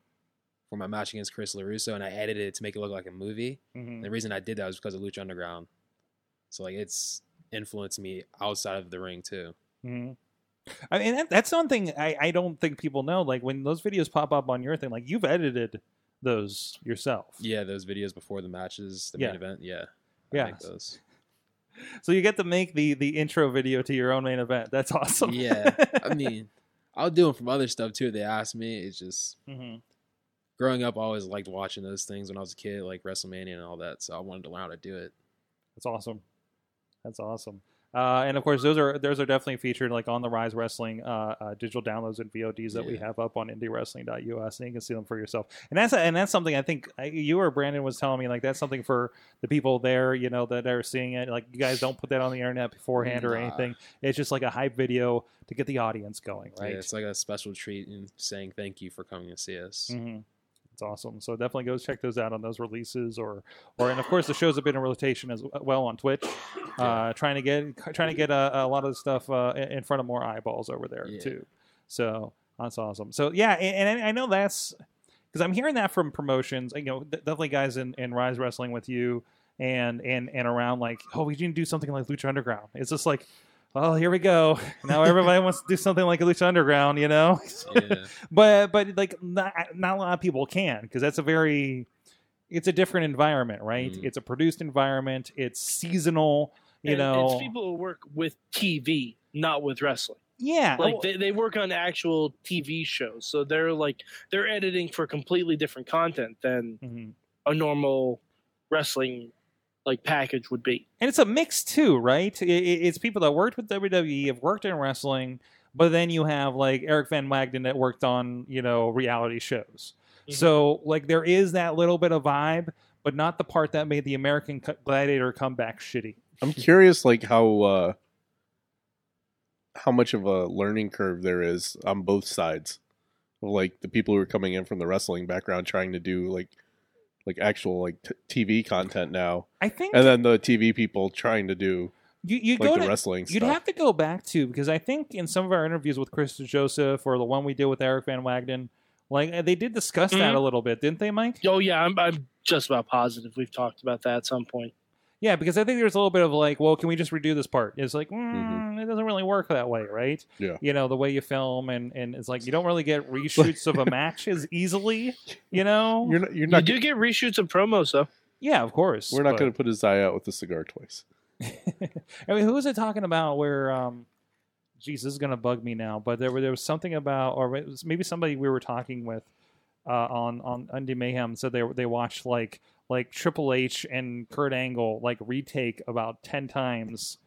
Speaker 5: for my match against Chris LaRusso and I edited it to make it look like a movie.
Speaker 2: Mhm.
Speaker 5: The reason I did that was because of Lucha Underground. So like it's influenced me outside of the ring too.
Speaker 2: Mhm. I mean, that, that's something I, I don't think people know. Like when those videos pop up on your thing, like you've edited those yourself.
Speaker 5: Yeah, those videos before the matches, the
Speaker 2: Yeah.
Speaker 5: main event. Yeah. I
Speaker 2: Yeah.
Speaker 5: make those.
Speaker 2: So you get to make the the intro video to your own main event. That's awesome.
Speaker 5: yeah. I mean, I'll do them from other stuff too. if They asked me. It's just
Speaker 2: Mhm.
Speaker 5: growing up, I always liked watching those things when I was a kid, like WrestleMania and all that. So I wanted to learn how to do it.
Speaker 2: That's awesome. That's awesome. Uh, and of course, those are those are definitely featured like on the Rise Wrestling uh, uh, digital downloads and VODs that we
Speaker 5: Yeah.
Speaker 2: have up on IndieWrestling.us, and you can see them for yourself. And that's and that's something I think I, you or Brandon was telling me like that's something for the people there, you know, that are seeing it. Like you guys don't put that on the internet beforehand or
Speaker 5: Nah.
Speaker 2: anything. It's just like a hype video to get the audience going, right?
Speaker 5: Yeah, it's like a special treat and saying thank you for coming to see us.
Speaker 2: Mm-hmm. It's awesome. So definitely go check those out on those releases, or or and of course the shows have been in rotation as well on Twitch, uh, trying to get trying to get a, a lot of the stuff uh, in in front of more eyeballs over there
Speaker 5: Yeah.
Speaker 2: too. So that's awesome. So yeah, and, and I I know that's because I'm hearing that from promotions. You know, de- definitely guys in, in Rise Wrestling with you and and and around like, oh, we need to do something like Lucha Underground. It's just like, well, here we go. Now everybody wants to do something like Lucha Underground, you know?
Speaker 5: Yeah.
Speaker 2: but but like not, not a lot of people can because that's a very it's a different environment right
Speaker 5: Mm.
Speaker 2: it's a produced environment it's seasonal you
Speaker 4: And
Speaker 2: know
Speaker 4: it's people who work with TV, not with wrestling.
Speaker 2: yeah
Speaker 4: Like
Speaker 2: oh,
Speaker 4: they, they work on actual TV shows, so they're like they're editing for completely different content than
Speaker 2: mhm.
Speaker 4: a normal wrestling like package would be.
Speaker 2: and it's a mix too right I- I it's people that worked with wwe have worked in wrestling but then you have like eric van wagnen that worked on you know reality shows
Speaker 4: Mhm.
Speaker 2: so like there is that little bit of vibe but not the part that made the american Co- gladiator come back shitty
Speaker 3: I'm curious, like how uh, how much of a learning curve there is on both sides, like the people who are coming in from the wrestling background trying to do like like actual like t- TV content now,
Speaker 2: i think
Speaker 3: and then the TV people trying to do
Speaker 2: you, you
Speaker 3: like
Speaker 2: go
Speaker 3: the
Speaker 2: to
Speaker 3: wrestling
Speaker 2: You'd
Speaker 3: stuff.
Speaker 2: have to go back to because I think in some of our interviews with Chris Joseph or the one we did with Eric Van Wagnen, like uh, they did discuss that
Speaker 4: Mhm.
Speaker 2: a little bit, didn't they, Mike?
Speaker 4: Oh yeah, I'm I'm just about positive we've talked about that at some point.
Speaker 2: Yeah, because I think there's a little bit of like, well, can we just redo this part? It's like, mm, it doesn't really work that way, right?
Speaker 3: Mm-hmm. Yeah.
Speaker 2: You know, the way you film and and it's like you don't really get reshoots of a match as easily, you know?
Speaker 3: you're not,
Speaker 4: You
Speaker 3: you're not.
Speaker 4: do get reshoots and promos though.
Speaker 2: yeah, of course.
Speaker 3: we're not
Speaker 2: but-
Speaker 3: going to put his eye out with the cigar twice.
Speaker 2: I mean, who was it talking about where? um Jeez, this is gonna bug me now. But there, were, there was something about, or it was maybe somebody we were talking with uh, on on Undy Mayhem said they they watched like like Triple H and Kurt Angle like retake about ten times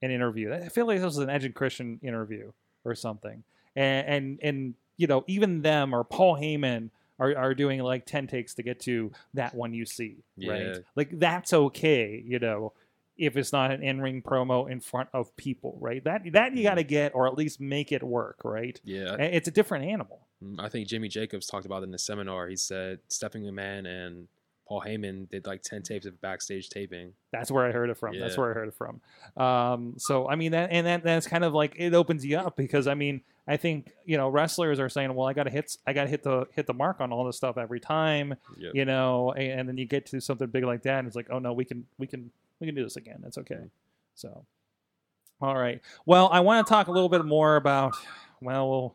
Speaker 2: an interview. I feel like this was an Edge and Christian interview or something. And and and you know, even them or Paul Heyman are, are doing like ten takes to get to that one you see.
Speaker 5: Yeah.
Speaker 2: Right. Like that's okay, you know, if it's not an in ring promo in front of people, right? That that you gotta get or at least make it work, right?
Speaker 5: Yeah.
Speaker 2: And It's a different animal.
Speaker 5: Mm, I think Jimmy Jacobs talked about it in the seminar. He said Stepping the Man and Paul Heyman did like 10 tapes of backstage taping.
Speaker 2: That's where I heard it from. That's
Speaker 5: Yeah.
Speaker 2: where I heard it from. Um, so I mean that, and that that's kind of like it opens you up because I mean I think you know wrestlers are saying, well, I got to hit, I got to hit the hit the mark on all this stuff every time,
Speaker 5: Yep.
Speaker 2: you know, and, and then you get to something big like that, and it's like, oh no, we can we can we can do this again. It's
Speaker 5: Mm-hmm.
Speaker 2: okay. So, all right. Well, I want to talk a little bit more about. Well, we'll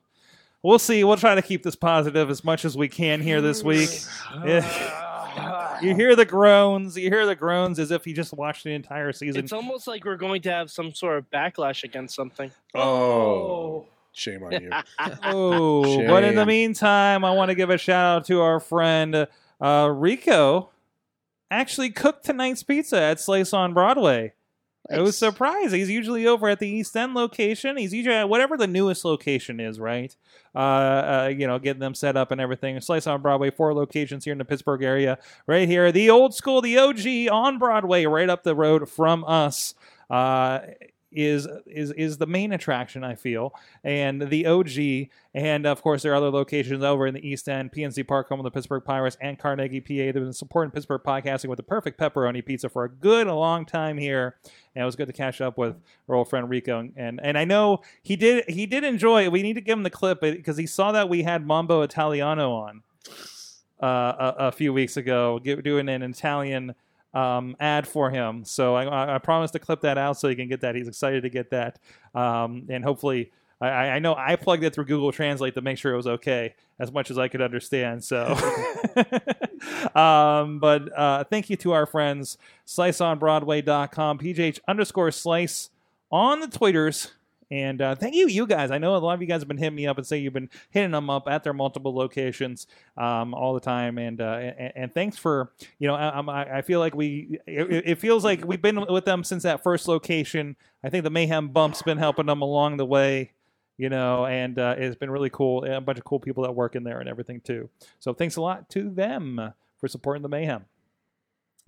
Speaker 2: we'll see. We'll try to keep this positive as much as we can here this week.
Speaker 5: Oh.
Speaker 2: Yeah. you hear the groans. You hear the groans as if you just watched the entire season.
Speaker 4: It's almost like we're going to have some sort of backlash against something.
Speaker 3: Oh, shame on you.
Speaker 2: Oh, but in the
Speaker 3: Shame.
Speaker 2: meantime, I want to give a shout out to our friend uh, Rico. Actually, cooked tonight's pizza at Slice on Broadway. It was a surprise. He's usually over at the East End location. He's usually at whatever the newest location is, right? Uh, uh, you know, getting them set up and everything. Slice on Broadway, four locations here in the Pittsburgh area. Right here, the old school, the OG on Broadway, right up the road from us. Uh, is is is the main attraction I feel, and the OG, and of course there are other locations over in the East End, PNC Park, home of the Pittsburgh Pirates, and Carnegie, PA. They've been supporting Pittsburgh podcasting with the perfect pepperoni pizza for a good long time here, and it was good to catch up with our old friend Rico, and and I know he did he did enjoy. it. We need to give him the clip because he saw that we had Mambo Italiano on uh, a, a few weeks ago, give, doing an Italian um, ad for him. So I, I, I promise to clip that out so he can get that. He's excited to get that, um, and hopefully I, I I know I plugged it through Google Translate to make sure it was okay as much as I could understand. So, um, but uh, thank you to our friends SliceOnBroadway.com, PJH underscore Slice on the Twitters. And uh, thank you, you guys. I know a lot of you guys have been hitting me up and say you've been hitting them up at their multiple locations um, all the time. And, uh, and and thanks for you know I, I'm- I I feel like we it, it- it feels like we've been with them since that first location. I think the Mayhem Bump's been helping them along the way you know, and uh, it's been really cool. And a bunch of cool people that work in there and everything too. So thanks a lot to them for supporting the mayhem.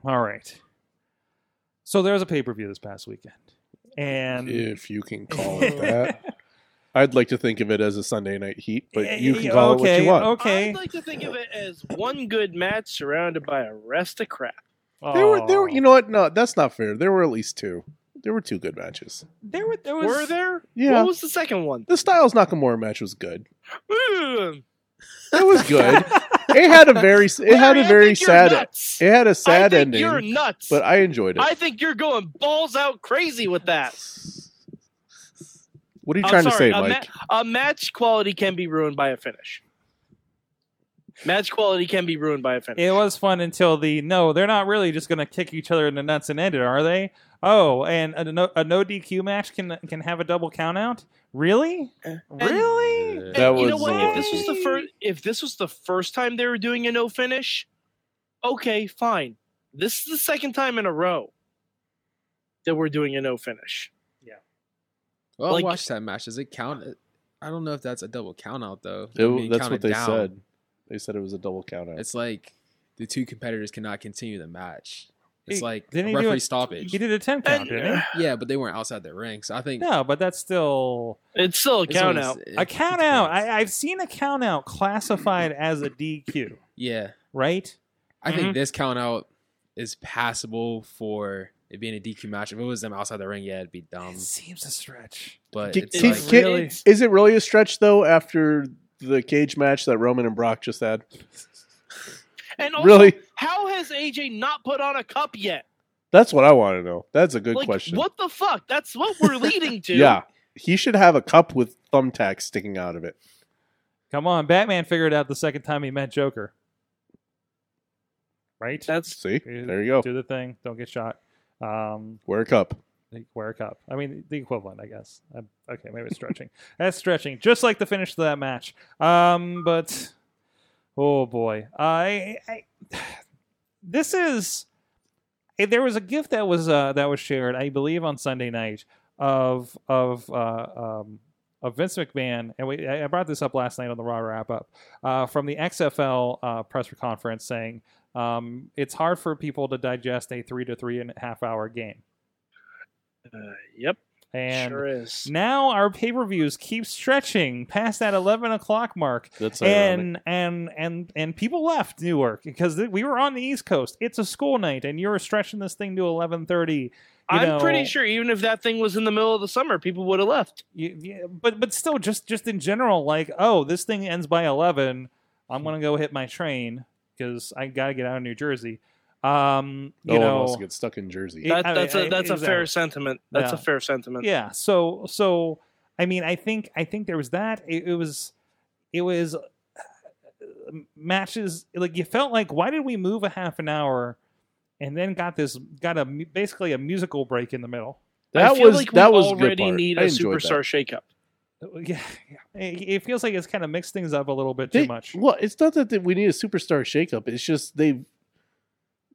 Speaker 2: All right. So there was a pay per view this past weekend, and
Speaker 3: if you can call it that. I'd like to think of it as a Sunday night heat, but you can
Speaker 2: Yeah,
Speaker 3: call
Speaker 2: okay,
Speaker 3: it what you want.
Speaker 2: Okay.
Speaker 4: I'd like to think of it as one good match surrounded by a rest of crap.
Speaker 3: There were, there
Speaker 4: Oh.
Speaker 3: were,
Speaker 2: Aw.
Speaker 3: you know what? No, that's not fair. There were at least two. There were two good matches.
Speaker 2: there were there was
Speaker 4: Were there?
Speaker 3: Yeah.
Speaker 4: What was the second one?
Speaker 3: The Styles Nakamura match was good.
Speaker 4: Mm.
Speaker 3: It was good. it had a very, it had
Speaker 4: Larry,
Speaker 3: a
Speaker 4: I
Speaker 3: very
Speaker 4: think you're
Speaker 3: sad,
Speaker 4: nuts.
Speaker 3: it had a sad
Speaker 4: I think You're
Speaker 3: ending,
Speaker 4: nuts.
Speaker 3: but I enjoyed it.
Speaker 4: I think you're going balls out crazy with that.
Speaker 3: what are you
Speaker 4: I'm
Speaker 3: trying
Speaker 4: sorry,
Speaker 3: to say,
Speaker 4: a ma-
Speaker 3: Mike?
Speaker 4: a match quality can be ruined by a finish. Match quality can be ruined by a finish.
Speaker 2: It was fun until the no, they're not really just going to kick each other in the nuts and end it, are they? Oh, and a no, a no DQ match can can have a double count out? Really? Really?
Speaker 5: Uh,
Speaker 4: And
Speaker 3: That
Speaker 4: you know
Speaker 3: was,
Speaker 4: what?
Speaker 3: uh,
Speaker 4: If this was the first, if this was the first time they were doing a no finish, okay, fine. This is the second time in a row that we're doing a no finish.
Speaker 5: Well,
Speaker 4: Like-
Speaker 5: I watched that match. Does it count? Uh, I don't know if that's a double count out though.
Speaker 3: It-
Speaker 5: I mean,
Speaker 3: that's
Speaker 5: count
Speaker 3: what
Speaker 5: it
Speaker 3: they
Speaker 5: down.
Speaker 3: said. They said it was a double count out.
Speaker 5: It's like the two competitors cannot continue the match. It's
Speaker 2: He-
Speaker 5: like
Speaker 2: didn't
Speaker 5: a
Speaker 2: he do
Speaker 5: referee
Speaker 2: it-
Speaker 5: stoppage.
Speaker 2: He did a 10 count, didn't he?
Speaker 5: Yeah, but they weren't outside the ring, so I think
Speaker 2: No, but that's still
Speaker 4: It's still a
Speaker 5: it's
Speaker 4: count
Speaker 5: almost-
Speaker 4: out.
Speaker 5: it-
Speaker 2: a
Speaker 5: it's
Speaker 2: count out.
Speaker 5: close.
Speaker 2: I, I've seen a count out classified as a DQ,
Speaker 5: yeah,
Speaker 2: right?
Speaker 5: I
Speaker 4: Mhm.
Speaker 5: think this count out is passable for it being a DQ match. If it was them outside the ring, yeah, it'd be dumb.
Speaker 2: it seems a stretch.
Speaker 5: Um, But
Speaker 3: Ki-
Speaker 5: it's
Speaker 3: ki-
Speaker 5: like,
Speaker 3: ki-
Speaker 2: really-
Speaker 3: Is it really a stretch though? After the cage match that Roman and Brock just had,
Speaker 4: And also,
Speaker 3: really?
Speaker 4: how has AJ not put on a cup yet?
Speaker 3: That's what I want to know. That's a good
Speaker 4: like,
Speaker 3: question.
Speaker 4: what the fuck? That's what we're leading to.
Speaker 3: Yeah, he should have a cup with thumbtacks sticking out of it.
Speaker 2: Come on, Batman figured out the second time he met Joker. Right?
Speaker 4: That's
Speaker 3: See, there you go.
Speaker 2: Do the thing. Don't get shot. Um,
Speaker 3: Wear a cup.
Speaker 2: they wear a cup. I mean, the equivalent, I guess. i okay, maybe it's stretching. That's stretching, just like the finish to that match. Um, but oh boy, I, I this is if there was a gift that was uh, that was shared, I believe, on Sunday night of of uh, um, of Vince McMahon, and we I I brought this up last night on the Raw wrap up uh, from the XFL uh, press conference saying. Um, it's hard for people to digest a three to three and a half hour game.
Speaker 4: uh, yep,
Speaker 2: And
Speaker 4: sure is.
Speaker 2: now our pay per views keep stretching past that eleven o'clock mark,
Speaker 3: That's
Speaker 2: and and and and people left Newark because th- we were on the East Coast. It's a school night, and you're stretching this thing to eleven thirty.
Speaker 4: I'm pretty sure even if that thing was in the middle of the summer, people would have left.
Speaker 2: but but still, just just in general, like oh, this thing ends by eleven. I'm gonna go hit my train because I gotta get out of New Jersey. Um,
Speaker 3: No
Speaker 2: you
Speaker 3: one
Speaker 2: know,
Speaker 3: wants to Oh, get stuck in Jersey.
Speaker 2: Yeah,
Speaker 4: That,
Speaker 2: I-
Speaker 4: that's
Speaker 2: I-
Speaker 4: a that's a fair
Speaker 2: exactly.
Speaker 4: sentiment. That's a
Speaker 2: Yeah.
Speaker 4: fair sentiment.
Speaker 2: yeah so so i mean i think i think there was that it, it was it was uh, matches like you felt like why did we move a half an hour and then got this got a mu- basically a musical break in the middle
Speaker 4: I
Speaker 3: That
Speaker 4: feel
Speaker 3: was
Speaker 4: like
Speaker 3: that
Speaker 4: we
Speaker 3: was a
Speaker 4: already
Speaker 3: good part.
Speaker 4: need
Speaker 3: I
Speaker 4: a
Speaker 3: enjoyed
Speaker 4: superstar
Speaker 3: that.
Speaker 4: shakeup.
Speaker 2: yeah yeah. it, it feels like it's kind of mixed things up a little bit too
Speaker 3: They-
Speaker 2: much
Speaker 3: Well, it's not that they- we need a superstar shakeup. It's just they've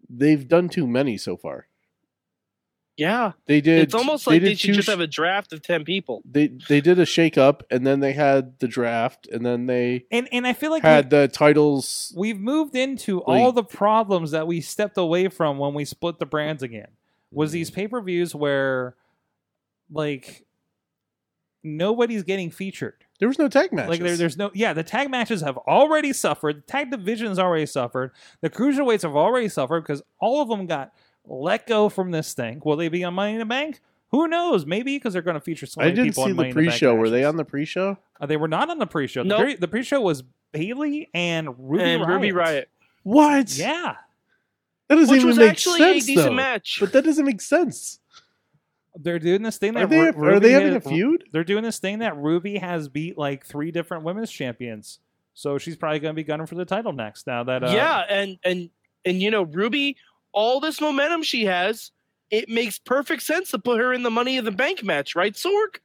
Speaker 3: they've done too many so far.
Speaker 4: Yeah,
Speaker 3: They did.
Speaker 4: it's almost like
Speaker 3: did
Speaker 4: they, should
Speaker 3: two
Speaker 4: just
Speaker 3: sh-
Speaker 4: have a draft of ten people.
Speaker 3: They they did a shakeup, and then they had the draft, and then they
Speaker 2: and and i feel like
Speaker 3: had the titles.
Speaker 2: we, have moved into
Speaker 3: Like-
Speaker 2: all the problems that we stepped away from when we split the brands again was these
Speaker 3: Mm.
Speaker 2: pay per views where like nobody's getting featured
Speaker 3: There was no tag matches.
Speaker 2: Like there, there's no yeah. The tag matches have already suffered. The tag division's already suffered. The cruiserweights have already suffered because all of them got let go from this thing. Will they be on Money in the Bank? Who knows? Maybe because they're going to feature so
Speaker 3: I
Speaker 2: many
Speaker 3: didn't
Speaker 2: people
Speaker 3: see
Speaker 2: in Money
Speaker 3: the
Speaker 2: in the Bank
Speaker 3: pre-show. Were they
Speaker 2: matches.
Speaker 3: on the pre-show?
Speaker 2: Uh, they were not on the pre-show.
Speaker 4: Nope.
Speaker 2: The, pre- the pre-show was Bailey and Ruby
Speaker 4: and
Speaker 2: Riot.
Speaker 4: Ruby Riot,
Speaker 3: What?
Speaker 2: Yeah,
Speaker 3: That doesn't
Speaker 4: which
Speaker 3: even
Speaker 4: was
Speaker 3: make
Speaker 4: actually
Speaker 3: sense
Speaker 4: a decent
Speaker 3: though.
Speaker 4: match.
Speaker 3: But that doesn't make sense.
Speaker 2: They're doing this thing that
Speaker 3: Are they,
Speaker 2: Ru- Ruby
Speaker 3: are they having a
Speaker 2: has-
Speaker 3: feud?
Speaker 2: They're doing this thing that Ruby has beat like three different women's champions. So she's probably going to be gunning for the title next. Now that uh,
Speaker 4: yeah, and and and you know Ruby, all this momentum she has, it makes perfect sense to put her in the Money in the Bank match, right, Sorg?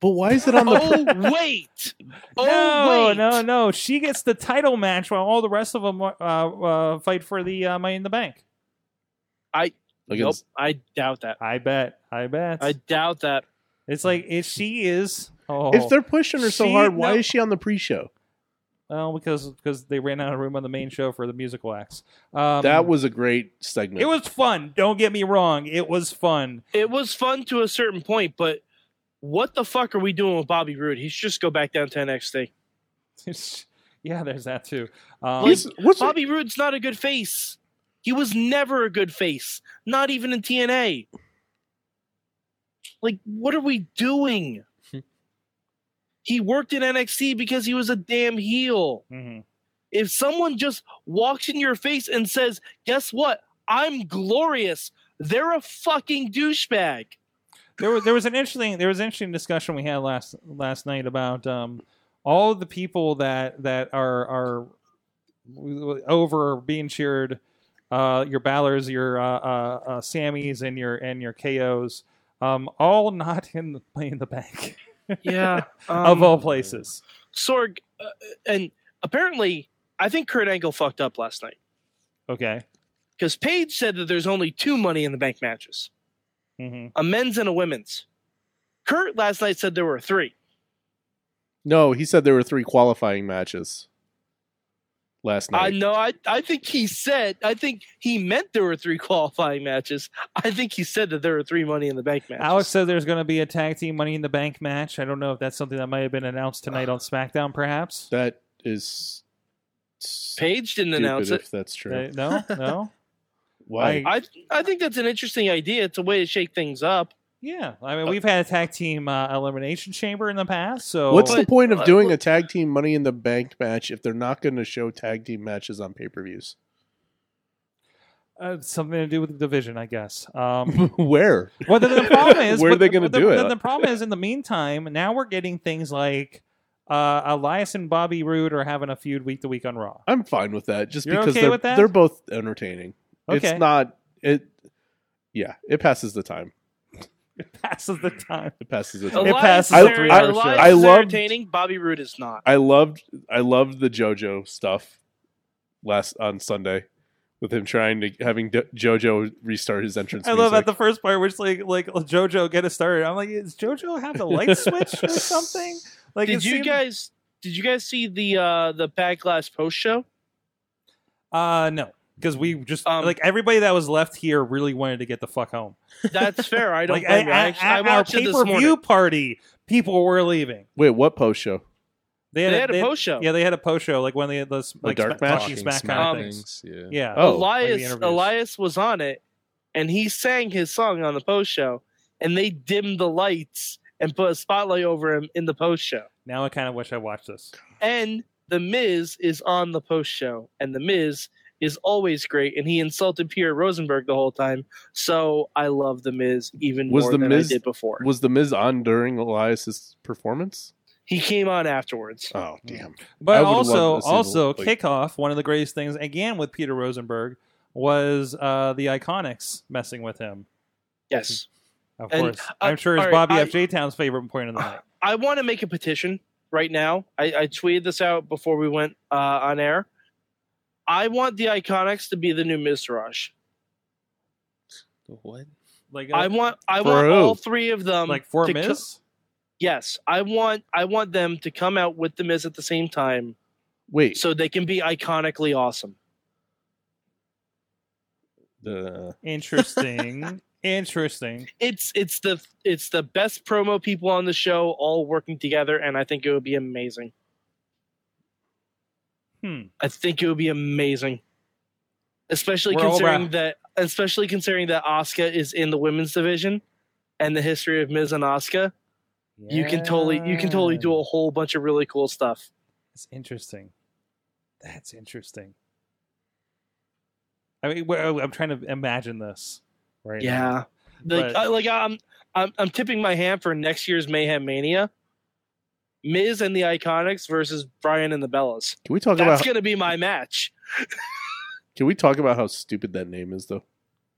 Speaker 3: But why is it on the?
Speaker 4: Oh wait, oh
Speaker 2: no,
Speaker 4: wait,
Speaker 2: no, no. She gets the title match while all the rest of them uh, uh, fight for the uh, Money in the Bank.
Speaker 4: Nope, I doubt that.
Speaker 2: I bet. I bet.
Speaker 4: I doubt that.
Speaker 2: it's like if she is. Oh,
Speaker 3: If they're pushing her so
Speaker 2: She-
Speaker 3: hard, why
Speaker 2: no.
Speaker 3: is she on the pre-show?
Speaker 2: well, because because they ran out of room on the main show for the musical acts. Um,
Speaker 3: that was a great segment.
Speaker 2: It was fun. Don't get me wrong. It was fun.
Speaker 4: It was fun to a certain point, but what the fuck are we doing with Bobby Roode? He should just go back down to NXT.
Speaker 2: yeah, there's that too. Um,
Speaker 3: What's, what's
Speaker 4: Bobby Roode's not a good face. He was never a good face, not even in TNA. Like, what are we doing? he worked in NXT because he was a damn heel.
Speaker 2: mhm.
Speaker 4: If someone just walks in your face and says, Guess what? I'm glorious, they're a fucking douchebag.
Speaker 2: There was there was an interesting there was an interesting discussion we had last last night about um, all the people that that are are over being cheered. Uh, your Ballers, your uh, uh, uh, Sammys, and your and your KOs, um, all not in the, in the bank
Speaker 4: Yeah.
Speaker 3: Um,
Speaker 2: of all places.
Speaker 4: Sorg, uh, and apparently, I think Kurt Angle fucked up last night
Speaker 2: Okay.
Speaker 4: because Paige said that there's only two Money in the Bank matches.
Speaker 2: hmm
Speaker 4: a men's and a women's. Kurt last night said there were three.
Speaker 3: no? He said there were three qualifying matches last
Speaker 4: I
Speaker 3: night.
Speaker 4: know. I, I think he said. I think he meant there were three qualifying matches. I think he said that there were three Money in the Bank matches.
Speaker 2: Alex said there's going to be a tag team Money in the Bank match. I don't know if that's something that might have been announced tonight on SmackDown, perhaps.
Speaker 3: that is stupid
Speaker 4: Paige didn't announce
Speaker 3: if
Speaker 4: it.
Speaker 3: that's true.
Speaker 2: Uh, no, no.
Speaker 3: why?
Speaker 2: I-
Speaker 4: I I think that's an interesting idea. It's a way to shake things up.
Speaker 2: Yeah, I
Speaker 3: Uh,
Speaker 2: mean we've had a tag team uh, elimination chamber in the past. So
Speaker 3: What's the
Speaker 4: But-
Speaker 3: point of
Speaker 4: uh,
Speaker 3: doing
Speaker 4: well-
Speaker 3: a tag team Money in the Bank match if they're not going to show tag team matches on pay per views?
Speaker 2: uh, something to do with the division, I guess? Um,
Speaker 3: Where?
Speaker 2: well, then the problem is
Speaker 3: Where are
Speaker 2: but
Speaker 3: they
Speaker 2: the-
Speaker 3: gonna
Speaker 2: the-
Speaker 3: do it?
Speaker 2: then The problem is in the meantime, now we're getting things like uh, Elias and Bobby Roode are having a feud week to week on Raw.
Speaker 3: I'm fine with that. Just
Speaker 2: You're
Speaker 3: because
Speaker 2: okay
Speaker 3: they're,
Speaker 2: with that?
Speaker 3: they're both entertaining.
Speaker 2: Okay.
Speaker 3: It's not it. Yeah, it passes the time.
Speaker 2: Passes
Speaker 3: Mm,
Speaker 2: the time.
Speaker 3: It passes the time.
Speaker 2: It
Speaker 4: Elias
Speaker 2: passes
Speaker 4: is
Speaker 2: the
Speaker 4: there-
Speaker 2: three-hour
Speaker 4: Elias
Speaker 2: show.
Speaker 4: is
Speaker 3: I loved-
Speaker 4: entertaining. Bobby Roode is not.
Speaker 3: I loved I loved the JoJo stuff last on Sunday with him trying to having D- JoJo restart his entrance.
Speaker 2: I love at
Speaker 3: music.
Speaker 2: the first part, which like like oh, JoJo get us started. I'm like, is JoJo have the light switch or something? Like,
Speaker 4: did
Speaker 2: it
Speaker 4: you
Speaker 2: seemed-
Speaker 4: guys? Did you guys see the uh the backlash post show?
Speaker 2: Uh, no, because we just
Speaker 4: Um,
Speaker 2: like everybody that was left here really wanted to get the fuck home.
Speaker 4: That's fair. I don't.
Speaker 2: like
Speaker 4: blame
Speaker 2: at,
Speaker 4: you. I,
Speaker 2: at-
Speaker 4: actually, I
Speaker 2: at our
Speaker 4: watched it
Speaker 2: pay
Speaker 4: this
Speaker 2: per
Speaker 4: morning.
Speaker 2: view party, people were leaving.
Speaker 3: Wait, what post show?
Speaker 4: They had a post show.
Speaker 2: Yeah, they had a post show like when they had this like
Speaker 3: dark
Speaker 2: sma-
Speaker 3: match?
Speaker 2: talking
Speaker 5: Fucking
Speaker 2: smack
Speaker 5: smack
Speaker 2: kind
Speaker 4: Um,
Speaker 2: of things.
Speaker 5: things,
Speaker 2: Yeah.
Speaker 5: Yeah.
Speaker 3: Oh.
Speaker 2: like the
Speaker 4: Elias
Speaker 2: interviews.
Speaker 4: Elias was on it, and he sang his song on the post show, and they dimmed the lights and put a spotlight over him in the post show.
Speaker 2: Now I kind of wish I watched this.
Speaker 4: And the Miz is on the post show, and the Miz is always great, and he insulted Pierre Rosenberg the whole time. So I love the Miz even
Speaker 3: Was
Speaker 4: more
Speaker 3: The
Speaker 4: than
Speaker 3: Miz-
Speaker 4: I did before.
Speaker 3: Oh, Was the Miz on during Elias's performance?
Speaker 4: he came on afterwards.
Speaker 3: Oh damn! I
Speaker 2: But
Speaker 3: would've
Speaker 2: also,
Speaker 3: loved to see the-
Speaker 2: also
Speaker 3: like-
Speaker 2: kickoff. One of the greatest things again with Peter Rosenberg was uh, the Iconics messing with him.
Speaker 4: yes,
Speaker 2: Of
Speaker 4: And,
Speaker 2: course,
Speaker 4: uh,
Speaker 2: I'm sure it's
Speaker 4: all right,
Speaker 2: Bobby
Speaker 4: I-
Speaker 2: F. J. Town's favorite point of the night.
Speaker 4: I want to make a petition right now. I, I tweeted this out before we went uh, on air. I want the Iconics to be the new Mizraj.
Speaker 5: What?
Speaker 2: Like
Speaker 4: I want I
Speaker 3: For
Speaker 4: want
Speaker 3: who?
Speaker 4: all three of them
Speaker 2: like for
Speaker 4: um, to co-
Speaker 2: Miz.
Speaker 4: yes, I want I want them to come out with the Miz at the same time
Speaker 3: Wait,
Speaker 4: so they can be iconically awesome.
Speaker 3: the
Speaker 2: Interesting. Interesting.
Speaker 4: It's it's the it's the best promo people on the show all working together, and I think it would be amazing.
Speaker 2: Hmm.
Speaker 4: I think it would be amazing, especially
Speaker 2: We're all
Speaker 4: considering
Speaker 2: about-
Speaker 4: that especially considering that Asuka is in the women's division and the history of Miz and Asuka. You can totally you can totally do a whole bunch of really cool stuff.
Speaker 2: It's interesting. That's interesting. I mean, well, I'm trying to imagine this right now.
Speaker 4: Yeah, like
Speaker 2: But-
Speaker 4: I, like I'm I'm, I'm tipping my hand for next year's Mayhem Mania. Miz and the Iconics versus Brian and the Bellas.
Speaker 3: Can we talk
Speaker 4: That's
Speaker 3: about
Speaker 4: going to be my match.
Speaker 3: Can we talk about how stupid that name is though?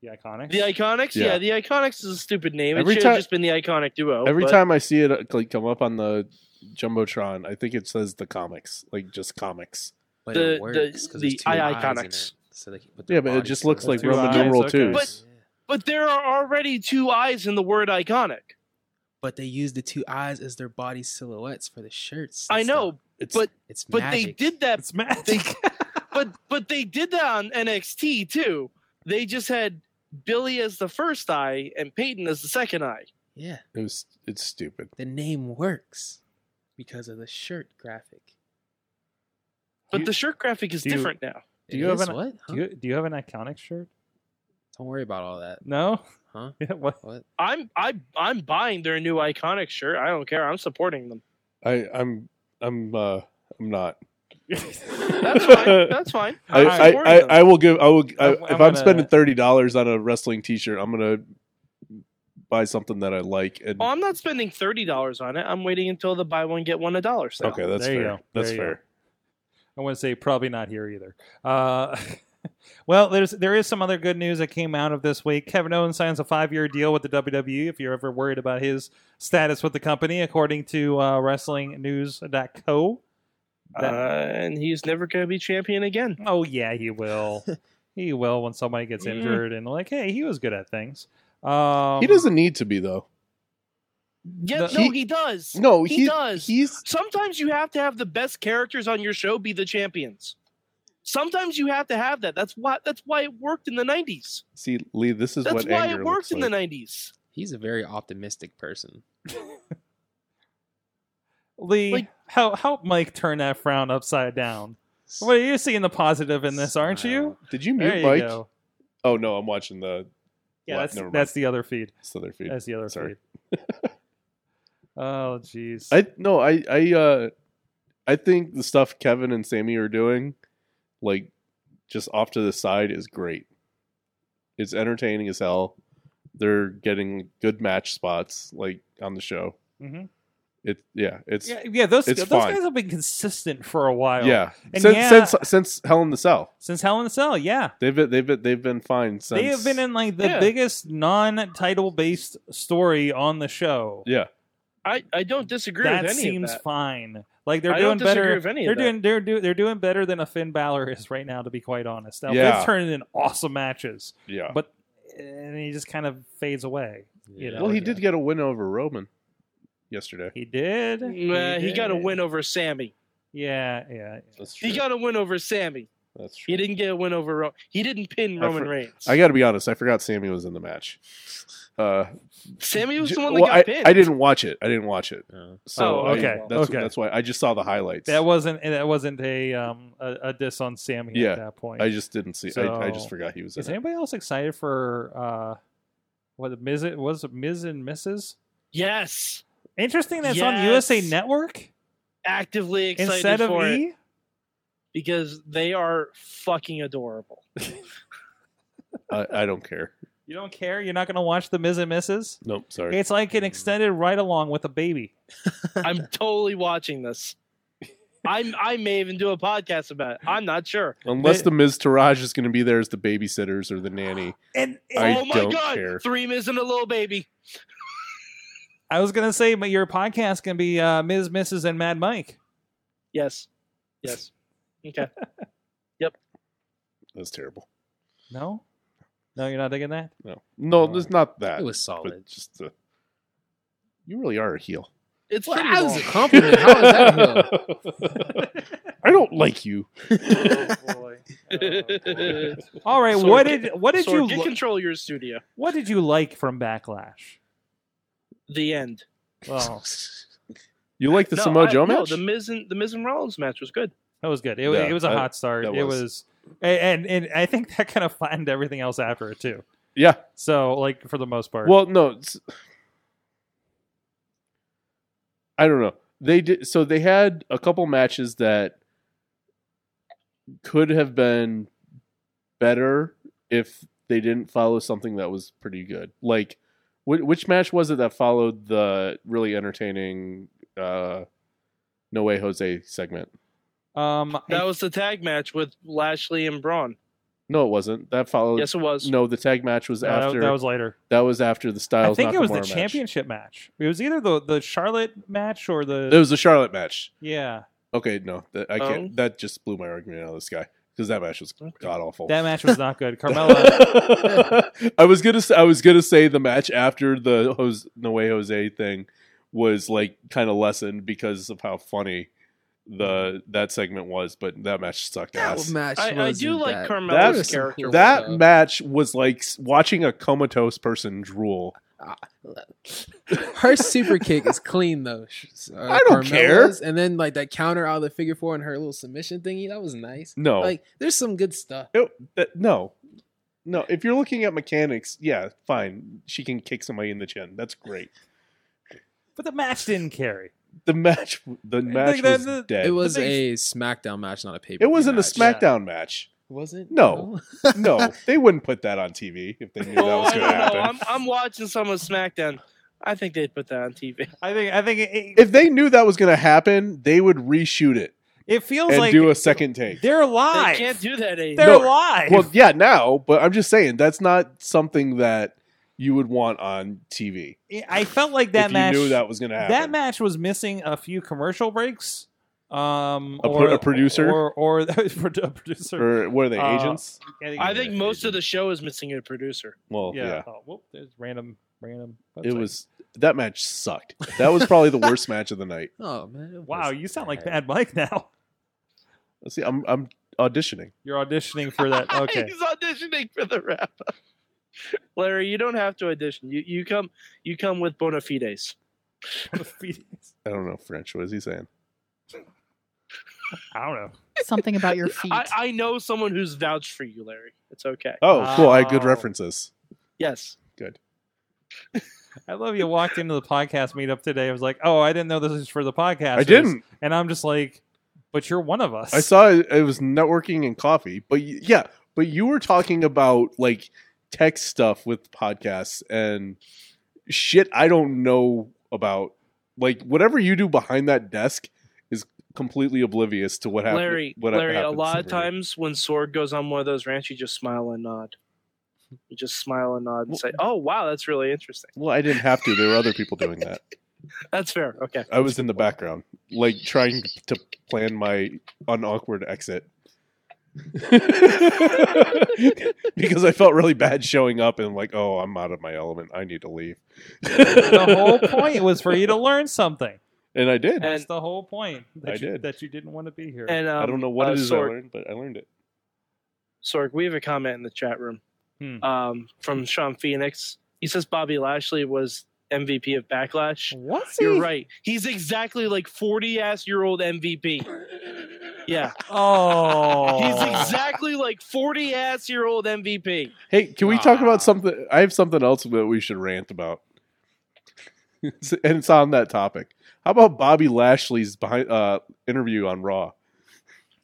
Speaker 2: The iconic.
Speaker 4: The Iconics, yeah,
Speaker 3: Yeah.
Speaker 4: the Iconics is a stupid name.
Speaker 3: Every
Speaker 4: it should
Speaker 3: ti-
Speaker 4: have just been the Iconic duo.
Speaker 3: Every
Speaker 4: Oh, but-
Speaker 3: time I see it uh, like come up on the jumbotron, I think it says the comics, like just comics.
Speaker 5: But
Speaker 4: The-
Speaker 5: it
Speaker 4: the-
Speaker 5: works 'cause
Speaker 4: the
Speaker 5: there's two eyes in
Speaker 4: Iconics.
Speaker 5: it, so they can put
Speaker 3: Yeah,
Speaker 5: their
Speaker 3: but it
Speaker 5: bodies
Speaker 3: just looks
Speaker 5: together.
Speaker 3: like
Speaker 2: Two
Speaker 3: Roman
Speaker 2: eyes,
Speaker 3: numeral
Speaker 2: okay.
Speaker 3: two.
Speaker 4: But-
Speaker 5: Yeah.
Speaker 4: But there are already two eyes in the word iconic.
Speaker 5: but they use the two eyes as their body silhouettes for the shirts. and
Speaker 4: I know,
Speaker 5: stuff.
Speaker 3: It's
Speaker 4: but-
Speaker 5: It's
Speaker 4: but
Speaker 5: magic.
Speaker 4: they did that.
Speaker 2: It's magic.
Speaker 4: But but they did that on NXT too. They just had Billy as the first eye and Peyton as the second eye.
Speaker 5: Yeah,
Speaker 3: it was, it's stupid.
Speaker 5: the name works because of the shirt graphic.
Speaker 4: But
Speaker 2: You-
Speaker 4: the shirt graphic is
Speaker 2: do you-
Speaker 4: different now.
Speaker 2: Do
Speaker 5: Do
Speaker 2: you
Speaker 5: you
Speaker 2: have an-
Speaker 5: what? Huh?
Speaker 2: do, you, do you have an iconic shirt?
Speaker 5: Don't worry about all that.
Speaker 2: No.
Speaker 5: Huh?
Speaker 2: Yeah, what?
Speaker 5: What?
Speaker 4: I'm I I'm buying their new iconic shirt. I don't care. I'm supporting them.
Speaker 3: I, I'm I'm uh I'm not.
Speaker 4: That's fine. That's fine.
Speaker 3: I,
Speaker 4: I'm
Speaker 2: Alright.
Speaker 3: I,
Speaker 4: supporting
Speaker 3: I,
Speaker 4: them.
Speaker 3: I will give. I will. I,
Speaker 2: I'm-
Speaker 3: if
Speaker 2: I'm
Speaker 3: I'm,
Speaker 2: gonna-
Speaker 3: spending thirty dollars on a wrestling T-shirt, I'm gonna buy something that I like. And
Speaker 4: well, Oh, I'm not spending thirty dollars on it. I'm waiting until the buy one get one a dollar sale.
Speaker 3: okay, that's
Speaker 2: There you
Speaker 3: fair.
Speaker 2: go.
Speaker 3: That's
Speaker 2: There you
Speaker 3: fair.
Speaker 2: I want to say probably not here either. Uh, well, there's there is some other good news that came out of this week. Kevin Owens signs a five year deal with the WWE. If you're ever worried about his status with the company, according to uh, WrestlingNews.co. That-
Speaker 4: Uh, and he's never going to be champion again.
Speaker 2: Oh yeah, he will. he will when somebody gets
Speaker 4: Mm.
Speaker 2: injured and like, hey, he was good at things. Um,
Speaker 3: he doesn't need to be though.
Speaker 4: Yeah,
Speaker 2: The-
Speaker 4: no,
Speaker 3: He-
Speaker 4: he does.
Speaker 3: No,
Speaker 4: he
Speaker 3: he
Speaker 4: does.
Speaker 3: He's
Speaker 4: Sometimes you have to have the best characters on your show be the champions. Sometimes you have to have that. That's why that's why it worked in the 90s.
Speaker 3: see Lee. This is
Speaker 4: That's
Speaker 3: what
Speaker 4: why
Speaker 3: anger
Speaker 4: it worked
Speaker 3: looks
Speaker 4: in
Speaker 3: like.
Speaker 4: the 90s.
Speaker 5: He's a very optimistic person.
Speaker 2: Lee.
Speaker 4: like-
Speaker 2: help, help Mike turn that frown upside down. What are you seeing the positive in this, aren't you?
Speaker 5: Smile.
Speaker 3: Did you
Speaker 2: There
Speaker 3: mute
Speaker 2: you
Speaker 3: Mike?
Speaker 2: go.
Speaker 3: Oh no, I'm watching the
Speaker 2: Yeah,
Speaker 3: What?
Speaker 2: that's,
Speaker 3: Never mind.
Speaker 2: that's the other feed.
Speaker 3: this other feed.
Speaker 2: That's the other
Speaker 3: Sorry.
Speaker 2: feed. oh, jeez.
Speaker 3: I no, I I uh, I think the stuff Kevin and Sammy are doing, like just off to the side, is great. It's entertaining as hell. They're getting good match spots like on the show.
Speaker 2: Mhm.
Speaker 3: It yeah, it's
Speaker 2: Yeah, yeah, those
Speaker 3: it's
Speaker 2: those
Speaker 3: fine.
Speaker 2: guys have been consistent for a while.
Speaker 3: yeah.
Speaker 2: And
Speaker 3: Since,
Speaker 2: yeah-
Speaker 3: since since Hell in the Cell,
Speaker 2: since Hell in a Cell. Yeah,
Speaker 3: they've been they've been they've been fine since
Speaker 2: they have been in like the
Speaker 4: Yeah.
Speaker 2: biggest non-title based story on the show.
Speaker 3: yeah.
Speaker 4: I, I don't disagree
Speaker 2: that
Speaker 4: with any
Speaker 2: seems
Speaker 4: of that.
Speaker 2: fine. Like they're
Speaker 4: I
Speaker 2: doing
Speaker 4: don't disagree
Speaker 2: better.
Speaker 4: with any of
Speaker 2: they're
Speaker 4: that.
Speaker 2: doing they're do, they're doing better than a Finn Balor is right now. To be quite honest, now,
Speaker 3: Yeah.
Speaker 2: Finn's turning in awesome matches,
Speaker 3: Yeah.
Speaker 2: but and he just kind of fades away. You know,
Speaker 3: well, he
Speaker 2: yeah.
Speaker 3: did get a win over Roman yesterday.
Speaker 2: He did.
Speaker 4: Nah, he got a
Speaker 2: did.
Speaker 4: win over Sammy.
Speaker 2: Yeah, yeah.
Speaker 3: That's true.
Speaker 4: He got a win over Sammy.
Speaker 3: That's true.
Speaker 4: He didn't get a win over Ro- he didn't pin
Speaker 3: I
Speaker 4: Roman
Speaker 3: for-
Speaker 4: Reigns.
Speaker 3: I got to be honest. I forgot Sammy was in the match. Uh,
Speaker 4: Sammy was
Speaker 3: J-
Speaker 4: the one that
Speaker 3: well,
Speaker 4: got
Speaker 3: I,
Speaker 4: pinned.
Speaker 3: I didn't watch it. I didn't watch it.
Speaker 5: Uh,
Speaker 3: So
Speaker 4: Oh,
Speaker 3: I-
Speaker 4: okay,
Speaker 3: that's,
Speaker 2: okay.
Speaker 3: that's why I just saw the highlights.
Speaker 2: That wasn't that wasn't a um a, a diss on Sammy
Speaker 3: Yeah,
Speaker 2: at that point.
Speaker 3: I just didn't see. I, I just
Speaker 2: So-
Speaker 3: forgot he was in
Speaker 2: Is
Speaker 3: it.
Speaker 2: anybody else excited for uh what the Miz it was it Miz and Mrs.
Speaker 4: Yes.
Speaker 2: Interesting that's on
Speaker 4: Yes.
Speaker 2: USA Network
Speaker 4: Actively excited
Speaker 2: instead of
Speaker 4: for it
Speaker 2: E.
Speaker 4: because they are fucking adorable.
Speaker 3: I, I don't care.
Speaker 2: You don't care. You're not going to watch the Miz and Mrs.
Speaker 3: Nope. Sorry.
Speaker 2: It's like an extended ride along with a baby.
Speaker 4: I'm totally watching this. I'm I may even do a podcast about it. I'm not sure.
Speaker 3: Unless
Speaker 2: they-
Speaker 3: the Ms. Taraj is going to be there as the babysitters or the nanny.
Speaker 2: And,
Speaker 3: I
Speaker 4: oh my
Speaker 3: don't
Speaker 4: god,
Speaker 3: care.
Speaker 4: three Miz and a little baby.
Speaker 2: I was going to say, but your podcast can be uh, Miz, Mrs. and Mad Mike.
Speaker 4: Yes. Yes. Okay.
Speaker 3: That's terrible.
Speaker 2: No, no, you're not digging that.
Speaker 3: No. No, it's not that.
Speaker 5: it was solid.
Speaker 3: But just the. You really are a heel.
Speaker 4: It's
Speaker 5: Well,
Speaker 4: pretty
Speaker 5: that
Speaker 4: long.
Speaker 5: was a compliment. How is that a heel?
Speaker 3: I don't like you.
Speaker 2: All right,
Speaker 4: Sorg,
Speaker 2: what did what did
Speaker 4: Sorg,
Speaker 2: you
Speaker 4: get
Speaker 2: li-
Speaker 4: control of your studio?
Speaker 2: what did you like from Backlash?
Speaker 4: The end.
Speaker 2: Well,
Speaker 3: You like the
Speaker 4: no,
Speaker 3: Samoa
Speaker 4: I-
Speaker 3: Joe
Speaker 4: no,
Speaker 3: match?
Speaker 4: the Miz and the Miz and Rollins match was good.
Speaker 2: that was good. It,
Speaker 3: Yeah,
Speaker 2: it was a
Speaker 3: that-
Speaker 2: hot start.
Speaker 3: that
Speaker 2: It
Speaker 3: was.
Speaker 2: was, and, and and I think that kind of flattened everything else after it too.
Speaker 3: yeah.
Speaker 2: So like for the most part,
Speaker 3: Well, no. it's- I don't know. They did so they had a couple matches that could have been better if they didn't follow something that was pretty good. Like Which, which match was it that followed the really entertaining uh, No Way Jose segment?
Speaker 2: Um, I-
Speaker 4: That was the tag match with Lashley and Braun.
Speaker 3: No, it wasn't. That followed.
Speaker 4: Yes, it was.
Speaker 3: No, the tag match was
Speaker 2: no, that-
Speaker 3: after.
Speaker 2: that, was later.
Speaker 3: after the
Speaker 2: I
Speaker 3: Styles.
Speaker 2: think it was the
Speaker 3: Nakamura match.
Speaker 2: championship match. It was either the the Charlotte match or the
Speaker 3: It was the Charlotte match.
Speaker 2: yeah.
Speaker 3: Okay, no, that, I can't.
Speaker 4: Oh.
Speaker 3: That just blew my argument out of this guy because that match was god awful.
Speaker 2: That match was not good. Carmella.
Speaker 3: I was gonna say, I was gonna say the match after the Jose, No Way Jose thing was like kind of lessened because of how funny the that segment was, but that match sucked ass.
Speaker 7: That match
Speaker 4: I, I do
Speaker 7: wasn't
Speaker 4: like
Speaker 7: that-
Speaker 3: That
Speaker 4: Carmella's
Speaker 3: was-
Speaker 4: character.
Speaker 7: was
Speaker 3: that
Speaker 7: uh,
Speaker 3: match was like s- watching a comatose person drool.
Speaker 5: her super kick is clean though. She's, uh,
Speaker 3: I don't care.
Speaker 5: Carmella's, And then like that counter out of the figure four and her little submission thingy, that was nice.
Speaker 3: No,
Speaker 5: Like there's some good stuff.
Speaker 3: It- that- Oh, no, no. If you're looking at mechanics, yeah, fine. She can kick somebody in the chin. That's great.
Speaker 2: but the match didn't carry.
Speaker 3: The match, the match
Speaker 2: that-
Speaker 3: was
Speaker 2: that-
Speaker 3: dead.
Speaker 5: It was
Speaker 2: The
Speaker 5: a SmackDown match, not a paper.
Speaker 3: It wasn't a
Speaker 2: match.
Speaker 3: SmackDown match.
Speaker 5: Was it?
Speaker 3: No. no, they wouldn't put that on TV if they knew that
Speaker 4: Oh,
Speaker 3: was
Speaker 4: I
Speaker 3: going
Speaker 4: don't
Speaker 3: to
Speaker 4: know.
Speaker 3: happen.
Speaker 4: I'm, I'm watching some of SmackDown. I think they put that on TV.
Speaker 2: I think. I think it, it,
Speaker 3: If they knew that was going to happen, they would reshoot it
Speaker 2: it feels
Speaker 3: and
Speaker 2: like
Speaker 3: do a second take.
Speaker 2: they're
Speaker 4: They
Speaker 2: alive.
Speaker 4: can't do that anymore.
Speaker 2: They're
Speaker 3: No.
Speaker 2: alive.
Speaker 3: Well, yeah, now, but I'm just saying that's not something that you would want on TV.
Speaker 2: I felt like that
Speaker 3: if
Speaker 2: match.
Speaker 3: you knew that was going to happen.
Speaker 2: that match was missing a few commercial breaks. Um,
Speaker 3: A pro-
Speaker 2: or
Speaker 3: a producer?
Speaker 2: or or, a producer.
Speaker 3: or what are they
Speaker 2: Uh,
Speaker 3: agents?
Speaker 4: I think most of the show is missing a producer.
Speaker 3: Well, yeah,
Speaker 2: Oh, whoop, there's random, random.
Speaker 3: it
Speaker 2: website.
Speaker 3: was that match sucked. That was probably the worst match of the night.
Speaker 5: Oh man. it
Speaker 2: Wow,
Speaker 5: was
Speaker 2: you sound like Bad
Speaker 5: bad.
Speaker 2: Mike now.
Speaker 3: Let's see, I'm I'm auditioning.
Speaker 2: You're auditioning for that. Okay.
Speaker 4: He's auditioning for the wrap up. Larry, you don't have to audition. You you come you come with bona fides.
Speaker 3: I don't know French. What is he saying?
Speaker 2: I don't know.
Speaker 6: Something about your feet.
Speaker 4: I, I know someone who's vouched for you, Larry. It's okay.
Speaker 3: Oh, cool. I had good
Speaker 2: Wow.
Speaker 3: references.
Speaker 4: Yes.
Speaker 2: I love you. Walked into the podcast meetup today. I was like, oh, I didn't know this was for the podcast.
Speaker 3: I didn't.
Speaker 2: And I'm just like, but you're one of us.
Speaker 3: I saw it, it was networking and coffee, but y- yeah, but you were talking about like tech stuff with podcasts and shit I don't know about. Like whatever you do behind that desk is completely oblivious to what happened.
Speaker 4: Larry,
Speaker 3: what
Speaker 4: Larry, a
Speaker 3: happens
Speaker 4: lot of
Speaker 3: over here.
Speaker 4: times when Sword goes on one of those rants, you just smile and nod. You just smile and nod and say, Oh wow, that's really interesting.
Speaker 3: Well, I didn't have to. There were other people doing that.
Speaker 4: That's fair. Okay.
Speaker 3: I was in the background, like trying to plan my unawkward exit. because I felt really bad showing up and like, oh, I'm out of my element. I need to leave.
Speaker 2: the whole point was for you to learn something.
Speaker 3: And I did.
Speaker 2: That's
Speaker 4: And-
Speaker 2: the whole point. That
Speaker 3: I
Speaker 2: you,
Speaker 3: did.
Speaker 2: That you didn't want to be here.
Speaker 4: And um,
Speaker 3: I don't know what
Speaker 4: uh,
Speaker 3: it is
Speaker 4: Sorg,
Speaker 3: I learned, but I learned it.
Speaker 4: Sorg, we have a comment in the chat room
Speaker 2: Hmm.
Speaker 4: um, from Sean Phoenix. He says Bobby Lashley was MVP of Backlash.
Speaker 2: What's he?
Speaker 4: You're right. He's exactly like 40 ass year old MVP. Yeah.
Speaker 2: Oh.
Speaker 4: He's exactly like 40 ass year old MVP.
Speaker 3: Hey, can we
Speaker 2: Ah.
Speaker 3: talk
Speaker 5: Wow.
Speaker 3: about something? I have something else that we should rant about, It's- and it's on that topic. How about Bobby Lashley's behind, uh, interview on Raw?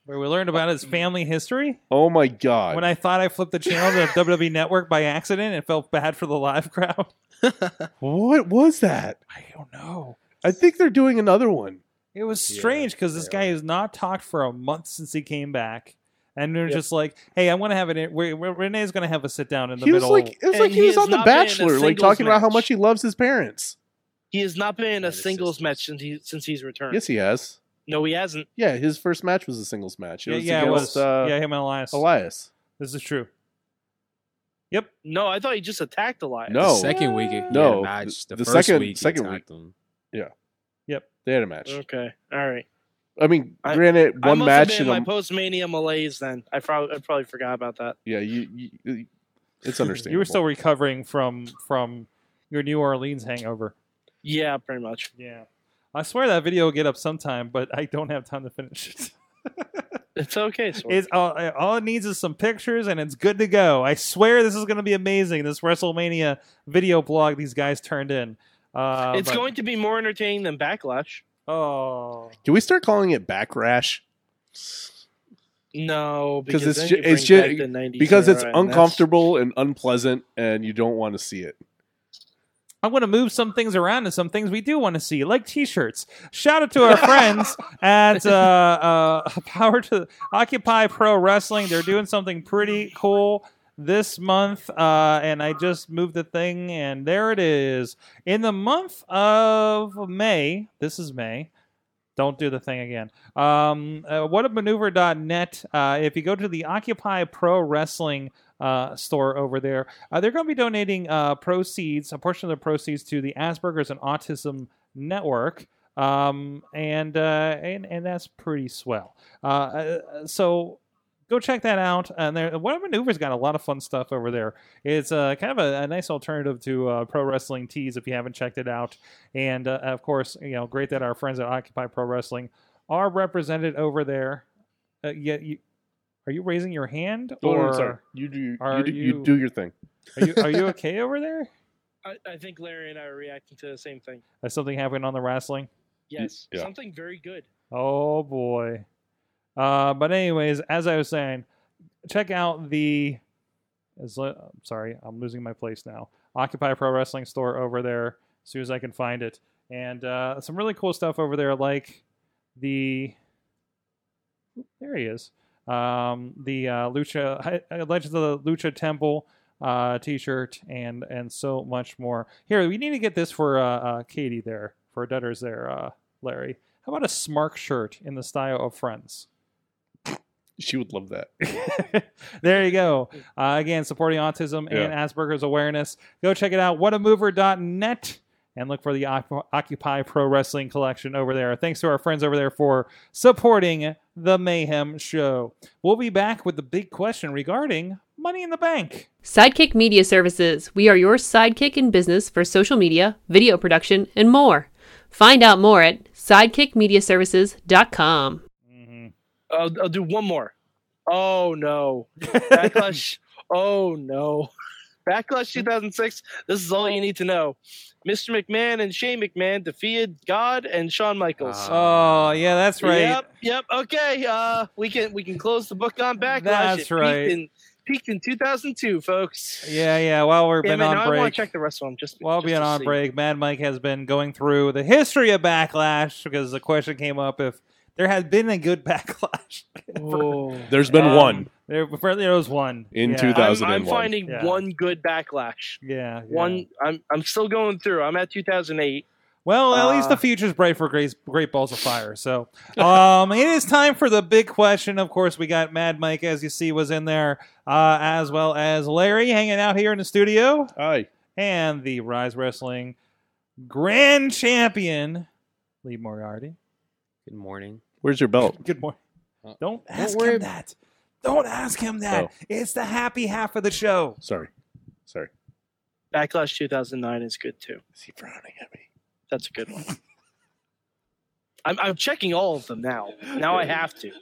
Speaker 2: Where we learned about his family history.
Speaker 3: Oh my god!
Speaker 2: When I thought I flipped the channel to WWE Network by accident and felt bad for the live crowd.
Speaker 3: what was that?
Speaker 2: I don't know.
Speaker 3: I think they're doing another one.
Speaker 2: It was
Speaker 5: Yeah,
Speaker 2: strange because this guy
Speaker 5: apparently.
Speaker 2: has not talked for a month since he came back. And they're
Speaker 4: Yep.
Speaker 2: just like, hey, I'm going to have an. we- we- Renee's going to have a sit down in the
Speaker 3: He was
Speaker 2: middle.
Speaker 3: like, it was
Speaker 4: And
Speaker 3: like he,
Speaker 4: he
Speaker 3: was
Speaker 4: has
Speaker 3: on The
Speaker 4: not been in a
Speaker 3: Bachelor, like
Speaker 4: singles
Speaker 3: talking about how
Speaker 4: match.
Speaker 3: much he loves his parents.
Speaker 4: He has not been in
Speaker 5: Yeah,
Speaker 4: a
Speaker 5: the
Speaker 4: singles
Speaker 5: sisters.
Speaker 4: match since, he, since he's returned.
Speaker 3: Yes, he has.
Speaker 4: No, he hasn't.
Speaker 3: Yeah, his first match was a singles match. It
Speaker 2: yeah,
Speaker 3: was
Speaker 2: yeah, it was.
Speaker 3: against Uh,
Speaker 2: yeah, him and Elias.
Speaker 3: Elias.
Speaker 2: This is true.
Speaker 4: No, I thought he just attacked Elias.
Speaker 3: No.
Speaker 5: The second week, he had a
Speaker 3: No,
Speaker 5: match. The,
Speaker 3: the
Speaker 5: first
Speaker 3: second-
Speaker 5: week,
Speaker 3: second
Speaker 5: second him.
Speaker 3: They had a match.
Speaker 2: Uh,
Speaker 4: Okay. All right.
Speaker 3: I mean,
Speaker 4: I-
Speaker 3: granted,
Speaker 4: I
Speaker 3: one
Speaker 4: must
Speaker 3: match
Speaker 4: have been
Speaker 3: and
Speaker 4: in my
Speaker 3: a-
Speaker 4: post mania malaise then. I, prob- I probably forgot about that.
Speaker 3: yeah, you, you, you- it's understandable.
Speaker 2: You were still recovering from from your New Orleans hangover.
Speaker 4: Yeah, pretty much.
Speaker 2: Yeah. I swear that video will get up sometime, but I don't have time to finish it.
Speaker 4: It's okay. Sorg.
Speaker 2: It's all, all it needs is some pictures and it's good to go. I swear this is going to be amazing. This WrestleMania video blog these guys turned in. Uh,
Speaker 4: it's
Speaker 2: but-
Speaker 4: going to be more entertaining than Backlash.
Speaker 2: Oh,
Speaker 3: Can we start calling it back rash?
Speaker 4: No,
Speaker 3: 'Cause
Speaker 4: because
Speaker 3: it's
Speaker 4: then
Speaker 3: ju-
Speaker 4: you bring
Speaker 3: it's ju-
Speaker 4: back the 90s
Speaker 3: Because it's
Speaker 4: era, and that's-
Speaker 3: uncomfortable and unpleasant, and you don't want to see it.
Speaker 2: I'm going to move some things around to some things we do want to see, like T-shirts. Shout out to our friends at uh, uh, Power to Occupy Pro Wrestling. They're doing something pretty cool this month, uh, and I just moved the thing, and there it is. In the month of May, this is May. Don't do the thing again. Um, uh, whatamaneuver.net. Uh, if you go to the Occupy Pro Wrestling uh, store over there, uh, they're going to be donating uh, proceeds, a portion of the proceeds, to the Asperger's and Autism Network. Um, and, uh, and and that's pretty swell. Uh, uh, so go check that out. And there, What Maneuver's got a lot of fun stuff over there. It's uh, kind of a, a nice alternative to uh, Pro Wrestling Tees if you haven't checked it out. And uh, of course, you know, great that our friends at Occupy Pro Wrestling are represented over there. Uh, yeah, you, are you raising your hand
Speaker 3: Oh,
Speaker 2: or
Speaker 3: I'm sorry. You do you,
Speaker 2: are
Speaker 3: do, you
Speaker 2: you-
Speaker 3: do your thing.
Speaker 2: are you are you okay over there?
Speaker 4: I, I think Larry and I are reacting to the same thing.
Speaker 2: Is something happening on the wrestling?
Speaker 4: Yes,
Speaker 3: yeah.
Speaker 4: something very good.
Speaker 2: Oh boy. Uh, but anyways, as I was saying, check out the. Is, I'm sorry, I'm losing my place now. Occupy Pro Wrestling store over there. As soon as I can find it, and uh, some really cool stuff over there, like the. oop, There he is. Um, the uh, Lucha Hi- uh, Legends of the Lucha Temple uh, T-shirt and and so much more. Here, we need to get this for uh, uh, Katie there for Dutters there, uh, Larry. How about a smark shirt in the style of Friends?
Speaker 3: She would love that.
Speaker 2: there you go. Uh, again, supporting autism and Asperger's awareness. Go check it out, whatamover.net, and look for the Oc- Occupy Pro Wrestling collection over there. Thanks to our friends over there for supporting the Mayhem Show. We'll be back with the big question regarding Money in the Bank.
Speaker 7: Sidekick Media Services. We are your sidekick in business for social media, video production, and more. Find out more at sidekickmediaservices.com.
Speaker 4: Mm-hmm. I'll, I'll do one more. Oh no, backlash. oh no, backlash 2006. This is all you need to know. Mr. McMahon and Shane McMahon defeated God and Shawn Michaels.
Speaker 5: Ah.
Speaker 2: Oh, yeah, that's right.
Speaker 4: Yep. Yep. Okay. Uh, we can we can close the book on backlash.
Speaker 2: That's
Speaker 4: It peaked
Speaker 2: right.
Speaker 4: In, peaked in 2002, folks.
Speaker 2: Yeah, yeah, while we've
Speaker 4: Damn
Speaker 2: been
Speaker 4: it,
Speaker 2: on
Speaker 4: now I
Speaker 2: break.
Speaker 4: want to check the rest of them. Just
Speaker 2: While
Speaker 4: just
Speaker 2: being
Speaker 4: to
Speaker 2: on
Speaker 4: see.
Speaker 2: break, Mad Mike has been going through the history of backlash because the question came up if there had been a good backlash.
Speaker 4: Oh.
Speaker 3: There's been
Speaker 2: Um,
Speaker 3: one.
Speaker 2: There, there was one
Speaker 3: In
Speaker 2: yeah.
Speaker 3: 2000.
Speaker 4: I'm, I'm
Speaker 3: 2001.
Speaker 4: finding
Speaker 2: Yeah.
Speaker 4: one good backlash.
Speaker 2: Yeah, yeah.
Speaker 4: One. I'm I'm still going through. I'm at 2008.
Speaker 2: Well, at least
Speaker 4: Uh,
Speaker 2: the future's bright for great, great balls of fire. So, um, it is time for the big question. Of course, we got Mad Mike, as you see, was in there, uh, as well as Larry hanging out here in the studio,
Speaker 3: Hi.
Speaker 2: and the Rise Wrestling Grand Champion, Lee Moriarty.
Speaker 5: Good morning.
Speaker 3: Where's your belt?
Speaker 2: Good morning.
Speaker 5: Uh,
Speaker 2: Don't ask
Speaker 5: worry
Speaker 2: him that. Don't ask him that.
Speaker 3: Oh.
Speaker 2: It's the happy half of the show.
Speaker 3: Sorry. Sorry.
Speaker 4: Backlash 2009 is good too.
Speaker 3: Is he frowning at me?
Speaker 4: That's a good one. I'm, I'm checking all of them now. Now I have to.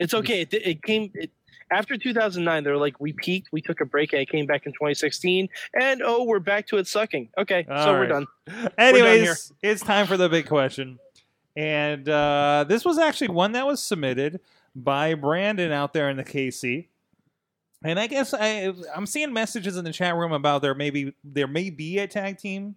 Speaker 4: It's okay. It, it came it, after 2009. They're like, we peaked, we took a break, and it came back in 2016. And oh, we're back to it sucking. Okay,
Speaker 2: All
Speaker 4: so
Speaker 2: right.
Speaker 4: we're done. here.
Speaker 2: Anyways, it's time for the big question. And uh, this was actually one that was submitted by Brandon out there in the KC. And I guess I, I'm seeing messages in the chat room about there maybe there may be a tag team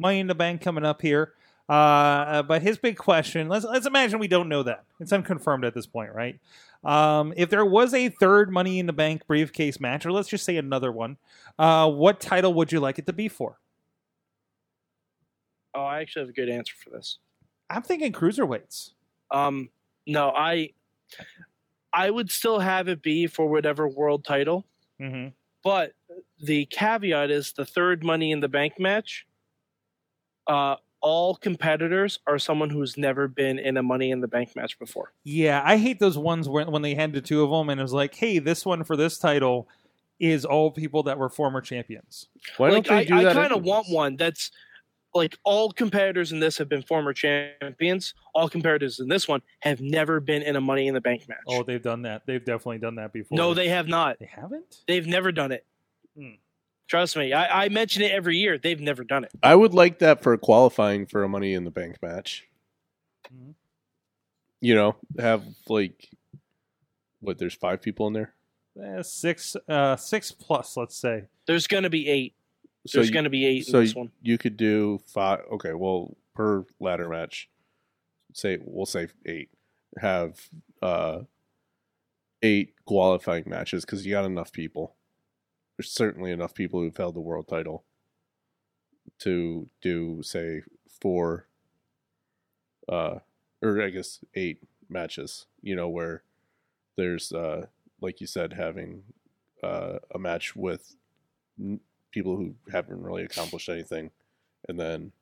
Speaker 2: Money in the Bank coming up here. Uh, Uh, but his big question let's let's imagine we don't know that it's unconfirmed at this point, right? Um, if there was a third Money in the Bank briefcase match, or let's just say another one, uh, what title would you like it to be for?
Speaker 4: Oh, I actually have a good answer for this.
Speaker 2: I'm thinking cruiserweights.
Speaker 4: Um, no, I I would still have it be for whatever world title,
Speaker 2: Mm-hmm.
Speaker 4: but the caveat is the third Money in the Bank match. Uh, all competitors are someone who's never been in a Money in the Bank match before.
Speaker 2: Yeah, I hate those ones when when they had the two of them and it was like, hey, this one for this title is all people that were former champions.
Speaker 3: Why
Speaker 4: like
Speaker 3: don't they
Speaker 4: I,
Speaker 3: do
Speaker 4: I
Speaker 3: that?
Speaker 4: kind of
Speaker 3: anyways?
Speaker 4: want one that's like all competitors in this have been former champions. All competitors in this one have never been in a Money in the Bank match.
Speaker 2: Oh, they've done that. They've definitely done that before.
Speaker 4: no, they have not.
Speaker 2: they haven't.
Speaker 4: They've never done it.
Speaker 2: Hmm.
Speaker 4: Trust me, I, I mention it every year. They've never done it.
Speaker 3: I would like that for qualifying for a Money in the Bank match.
Speaker 4: Mm-hmm.
Speaker 2: Mhm.
Speaker 3: You know, have like what? There's five people in there.
Speaker 2: Eh, six, uh, six plus, let's say.
Speaker 4: There's going to be eight.
Speaker 3: so
Speaker 4: There's
Speaker 3: you-
Speaker 4: going to be eight
Speaker 3: so
Speaker 4: in
Speaker 3: you,
Speaker 4: this one.
Speaker 3: you could do five. Okay, well, per ladder match, say we'll say eight. Have uh eight qualifying matches because you got enough people. There's certainly enough people who've held the world title to do say four, uh, or I guess eight matches. You know where there's uh like you said having uh a match with n- people who haven't really accomplished anything, and then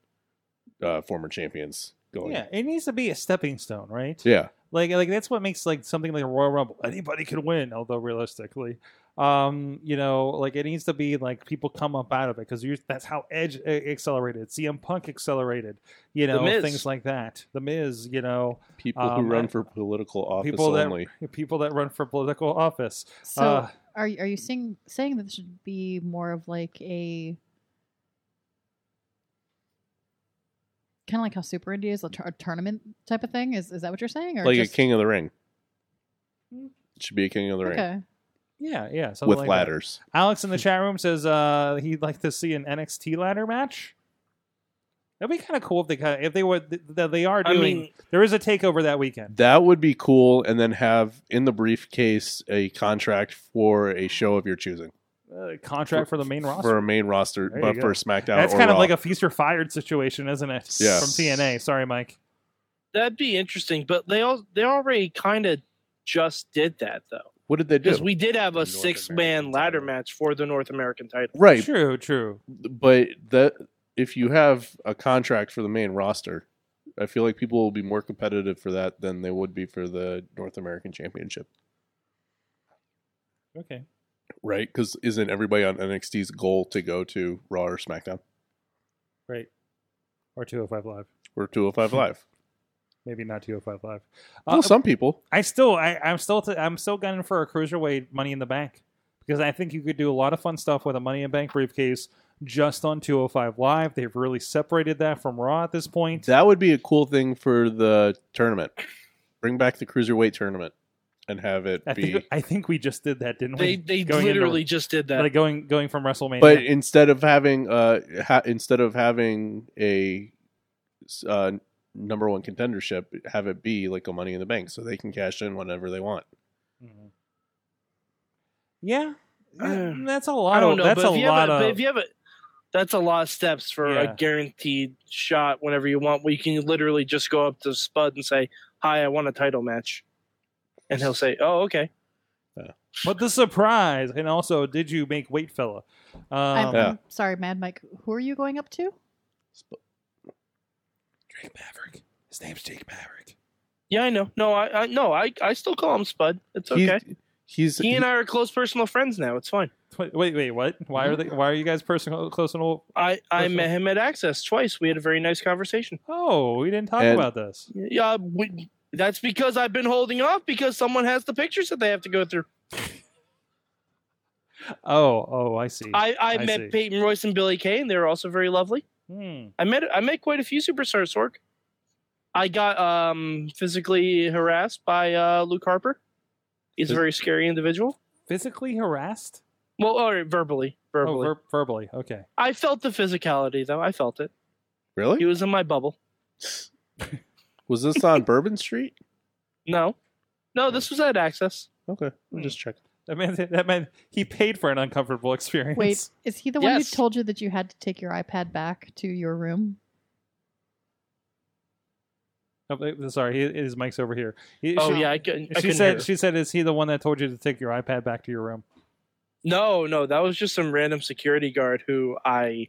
Speaker 3: uh, former champions going.
Speaker 2: Oh, Yeah, it needs to be a stepping stone, right?
Speaker 3: yeah,
Speaker 2: Like like that's what makes like something like a Royal Rumble. Anybody could win, although realistically, um, you know, like it needs to be like people come up out of it because that's how Edge uh, accelerated, CM Punk accelerated, you
Speaker 4: The
Speaker 2: know,
Speaker 4: Miz.
Speaker 2: things like that. The Miz, you know,
Speaker 3: people
Speaker 2: Um,
Speaker 3: who run
Speaker 2: I-
Speaker 3: for political office
Speaker 2: people that-
Speaker 3: only.
Speaker 2: people that run for political office.
Speaker 6: So
Speaker 2: Uh,
Speaker 6: are you- are you saying saying that this should be more of like a kind of like how Super India is a, tur- a tournament type of thing? Is is that what you're saying? Or
Speaker 3: like
Speaker 6: just,
Speaker 3: a King of the Ring. It should be a King of the Ring
Speaker 6: Okay.
Speaker 2: Yeah, yeah, something Hmm? like uh,
Speaker 3: with
Speaker 2: that.
Speaker 3: ladders.
Speaker 2: Alex in the chat room says uh, he'd like to see an NXT ladder match. That'd be kind of cool if they kinda, if they were th- th- they are
Speaker 4: I
Speaker 2: doing.
Speaker 4: mean,
Speaker 2: there is a takeover that weekend.
Speaker 3: That would be cool, and then have in the briefcase a contract for a show of your choosing
Speaker 2: Uh, contract for, the main roster.
Speaker 3: for a main roster,
Speaker 2: There you
Speaker 3: but
Speaker 2: go.
Speaker 3: for SmackDown.
Speaker 2: That's
Speaker 3: or
Speaker 2: kind of
Speaker 3: Raw.
Speaker 2: like a future fired situation, isn't it?
Speaker 3: Yeah.
Speaker 2: From TNA. Sorry, Mike.
Speaker 4: that'd be interesting. But they all they already kind of just did that though,
Speaker 3: What did they do?
Speaker 4: because we did have a
Speaker 5: North
Speaker 4: six
Speaker 5: American
Speaker 4: man ladder
Speaker 5: title.
Speaker 4: match for the North American title.
Speaker 3: right,
Speaker 2: True, true.
Speaker 3: but that if you have a contract for the main roster, I feel like people will be more competitive for that than they would be for the North American Championship,
Speaker 2: Okay.
Speaker 3: right? Because isn't everybody on NXT's goal to go to Raw or SmackDown
Speaker 2: Great. Or 205 Live.
Speaker 3: or 205
Speaker 4: Hmm.
Speaker 3: Live?
Speaker 2: Maybe not 205 Live. Uh,
Speaker 4: Uh,
Speaker 3: well, some people.
Speaker 2: I still, I, I'm still, t- I'm still gunning for a cruiserweight Money in the Bank because I think you could do a lot of fun stuff with a Money in the Bank briefcase just on 205 Live. They've really separated that from Raw at this point.
Speaker 3: That would be a cool thing for the tournament. Bring back the cruiserweight tournament and have it
Speaker 2: I
Speaker 3: be.
Speaker 2: think, I think we just did that, didn't we?
Speaker 4: They they
Speaker 2: Going into-
Speaker 4: literally just did that.
Speaker 2: like going, going from WrestleMania.
Speaker 3: but instead of having uh ha- instead of having a uh, number one contendership have it be like a money in the bank so they can cash in whenever they want
Speaker 2: Mhm. yeah,
Speaker 4: Uh,
Speaker 2: that's a lot.
Speaker 4: Mm-hmm. I don't
Speaker 2: of,
Speaker 4: know.
Speaker 2: That's
Speaker 4: but
Speaker 2: a
Speaker 4: if you
Speaker 2: lot
Speaker 4: have a, but
Speaker 2: of.
Speaker 4: if you have a, that's a lot of steps for
Speaker 2: Yeah.
Speaker 4: a guaranteed shot whenever you want. Where you can literally just go up to Spud and say, "Hi, I want a title match," and he'll say, "Oh, okay."
Speaker 2: But the surprise, and also, did you make Wait Fella?
Speaker 6: I'm,
Speaker 2: Um,
Speaker 3: yeah.
Speaker 6: I'm sorry, Mad Mike. Who are you going up to?
Speaker 2: Drake Maverick. His name's Jake Maverick.
Speaker 4: Yeah, I know. No, I, I no, I, I still call him Spud. It's
Speaker 3: He's-
Speaker 4: okay.
Speaker 3: he's,
Speaker 4: He and I are close personal friends now. It's fine.
Speaker 2: Wait, wait, wait, what? Why
Speaker 4: Mm-hmm.
Speaker 2: are they? Why are you guys personal close and old?
Speaker 4: I, I
Speaker 2: Personal-
Speaker 4: met him at Access twice. We had a very nice conversation.
Speaker 2: Oh, we didn't talk
Speaker 3: And-
Speaker 2: about this.
Speaker 4: Yeah, we, that's because I've been holding off because someone has the pictures that they have to go through.
Speaker 2: Oh, oh, I see.
Speaker 4: I, I,
Speaker 2: I
Speaker 4: met
Speaker 2: see.
Speaker 4: Peyton Royce and Billy Kay, and they were also very lovely.
Speaker 2: Hmm.
Speaker 4: I met I met quite a few superstars Sork. I got um physically harassed by uh Luke Harper. He's a
Speaker 3: Phys-
Speaker 4: very scary individual.
Speaker 2: Physically harassed?
Speaker 4: Well, or verbally, verbally.
Speaker 2: Oh, ver- verbally. Okay.
Speaker 4: I felt the physicality though. I felt it.
Speaker 3: really
Speaker 4: He was in my bubble.
Speaker 3: was this on bourbon street
Speaker 4: No, no, this was at Access.
Speaker 3: okay
Speaker 2: Hmm.
Speaker 3: we'll just check
Speaker 2: That meant that meant he paid for an uncomfortable experience.
Speaker 6: Wait, is he the one
Speaker 4: Yes.
Speaker 6: who told you that you had to take your iPad back to your room?
Speaker 2: Oh, wait, sorry, he- his mic's over here. He-
Speaker 4: Oh
Speaker 2: she,
Speaker 4: yeah, I, couldn't- I
Speaker 2: She
Speaker 4: couldn't
Speaker 2: said.
Speaker 4: hear.
Speaker 2: She said, "Is he the one that told you to take your iPad back to your room?"
Speaker 4: no, no, that was just some random security guard who I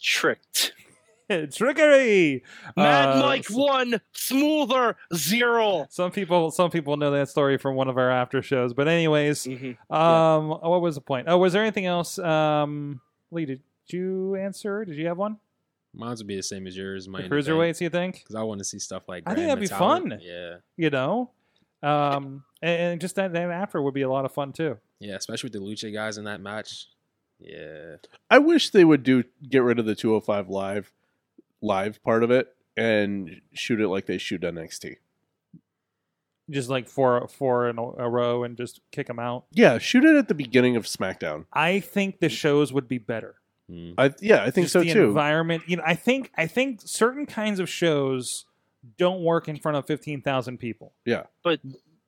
Speaker 4: tricked.
Speaker 2: Trickery.
Speaker 4: Mad
Speaker 2: Uh,
Speaker 4: Mike one, smoother zero.
Speaker 2: Some people, some people know that story from one of our after shows. But anyways, um,
Speaker 4: Mhm.
Speaker 2: what was the point? Oh, was there anything else? Um, Lee, did you answer? Did you have one?
Speaker 5: Mine would be the same as yours.
Speaker 2: The
Speaker 5: Mine
Speaker 2: cruiserweights, you think?
Speaker 5: because I want to see stuff like.
Speaker 2: I think
Speaker 5: Grand
Speaker 2: that'd be
Speaker 5: Metalik.
Speaker 2: fun.
Speaker 5: Yeah,
Speaker 2: You know, um, and, and just that, that after would be a lot of fun too.
Speaker 5: yeah, especially with the Lucha guys in that match. Yeah,
Speaker 3: i wish they would do get rid of the 205 live live part of it and shoot it like they shoot nxt
Speaker 2: Just like four, four in a, a row, and just kick them out.
Speaker 3: yeah shoot it at the beginning of smackdown
Speaker 2: I think the shows would be better.
Speaker 5: Hmm.
Speaker 3: I yeah, I think
Speaker 2: Just
Speaker 3: so
Speaker 2: the
Speaker 3: too.
Speaker 2: Environment, you know, I think I think certain kinds of shows don't work in front of fifteen thousand people.
Speaker 4: But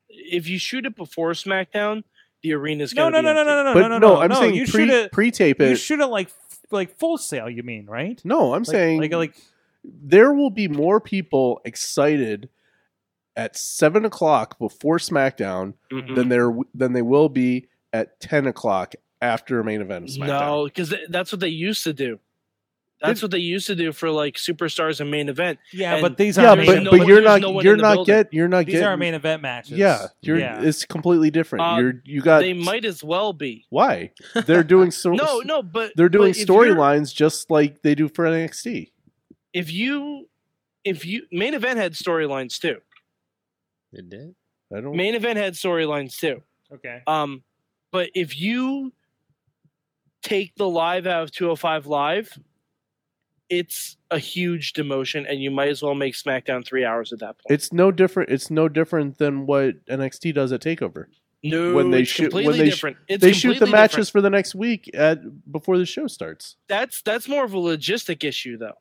Speaker 4: if you shoot it before SmackDown, the arena's
Speaker 2: No, no,
Speaker 4: gonna be
Speaker 2: no, no,
Speaker 4: empty.
Speaker 2: no, no,
Speaker 3: but
Speaker 2: no, no, no.
Speaker 3: I'm
Speaker 2: no,
Speaker 3: saying
Speaker 2: you shoot
Speaker 3: pre
Speaker 2: it.
Speaker 3: pre tape
Speaker 2: You
Speaker 3: it.
Speaker 2: should have like f- like full sale. You mean right?
Speaker 3: no, I'm
Speaker 2: Like-
Speaker 3: saying
Speaker 2: like like
Speaker 3: there will be more people excited at seven o'clock before SmackDown
Speaker 2: Mm.
Speaker 4: Mhm.
Speaker 3: than there than they will be at ten o'clock after main event of SmackDown.
Speaker 4: No, because that's what they used to do. That's what they used to do for like superstars and main event.
Speaker 2: yeah,
Speaker 4: And-
Speaker 2: but these
Speaker 3: yeah,
Speaker 2: are
Speaker 4: there's
Speaker 3: but,
Speaker 4: no
Speaker 3: but
Speaker 4: one-
Speaker 3: you're
Speaker 4: there's
Speaker 3: not
Speaker 4: no one
Speaker 3: you're
Speaker 4: in the
Speaker 3: not
Speaker 4: building.
Speaker 3: get you're not
Speaker 2: these
Speaker 3: getting
Speaker 2: are main event matches.
Speaker 3: yeah you're
Speaker 2: Yeah.
Speaker 3: it's completely different.
Speaker 4: Uh,
Speaker 3: you're you got
Speaker 4: They might as well be.
Speaker 3: why they're doing so
Speaker 4: No, no, but
Speaker 3: they're doing
Speaker 4: but if you're-
Speaker 3: storylines just like they do for NXT.
Speaker 4: If you, if you, main event had storylines too.
Speaker 5: It did.
Speaker 3: I don't
Speaker 4: Main event had storylines too.
Speaker 2: Okay.
Speaker 4: Um, but if you take the live out of 205 Live, it's a huge demotion, and you might as well make SmackDown three hours at that point.
Speaker 3: It's no different. It's no different than what NXT does at Takeover.
Speaker 4: no,
Speaker 3: when they
Speaker 4: it's
Speaker 3: shoot- when
Speaker 4: completely
Speaker 3: they sh-
Speaker 4: different. It's
Speaker 3: they shoot the
Speaker 4: completely
Speaker 3: matches
Speaker 4: different.
Speaker 3: for the next week at before the show starts.
Speaker 4: That's that's more of a logistic issue, though.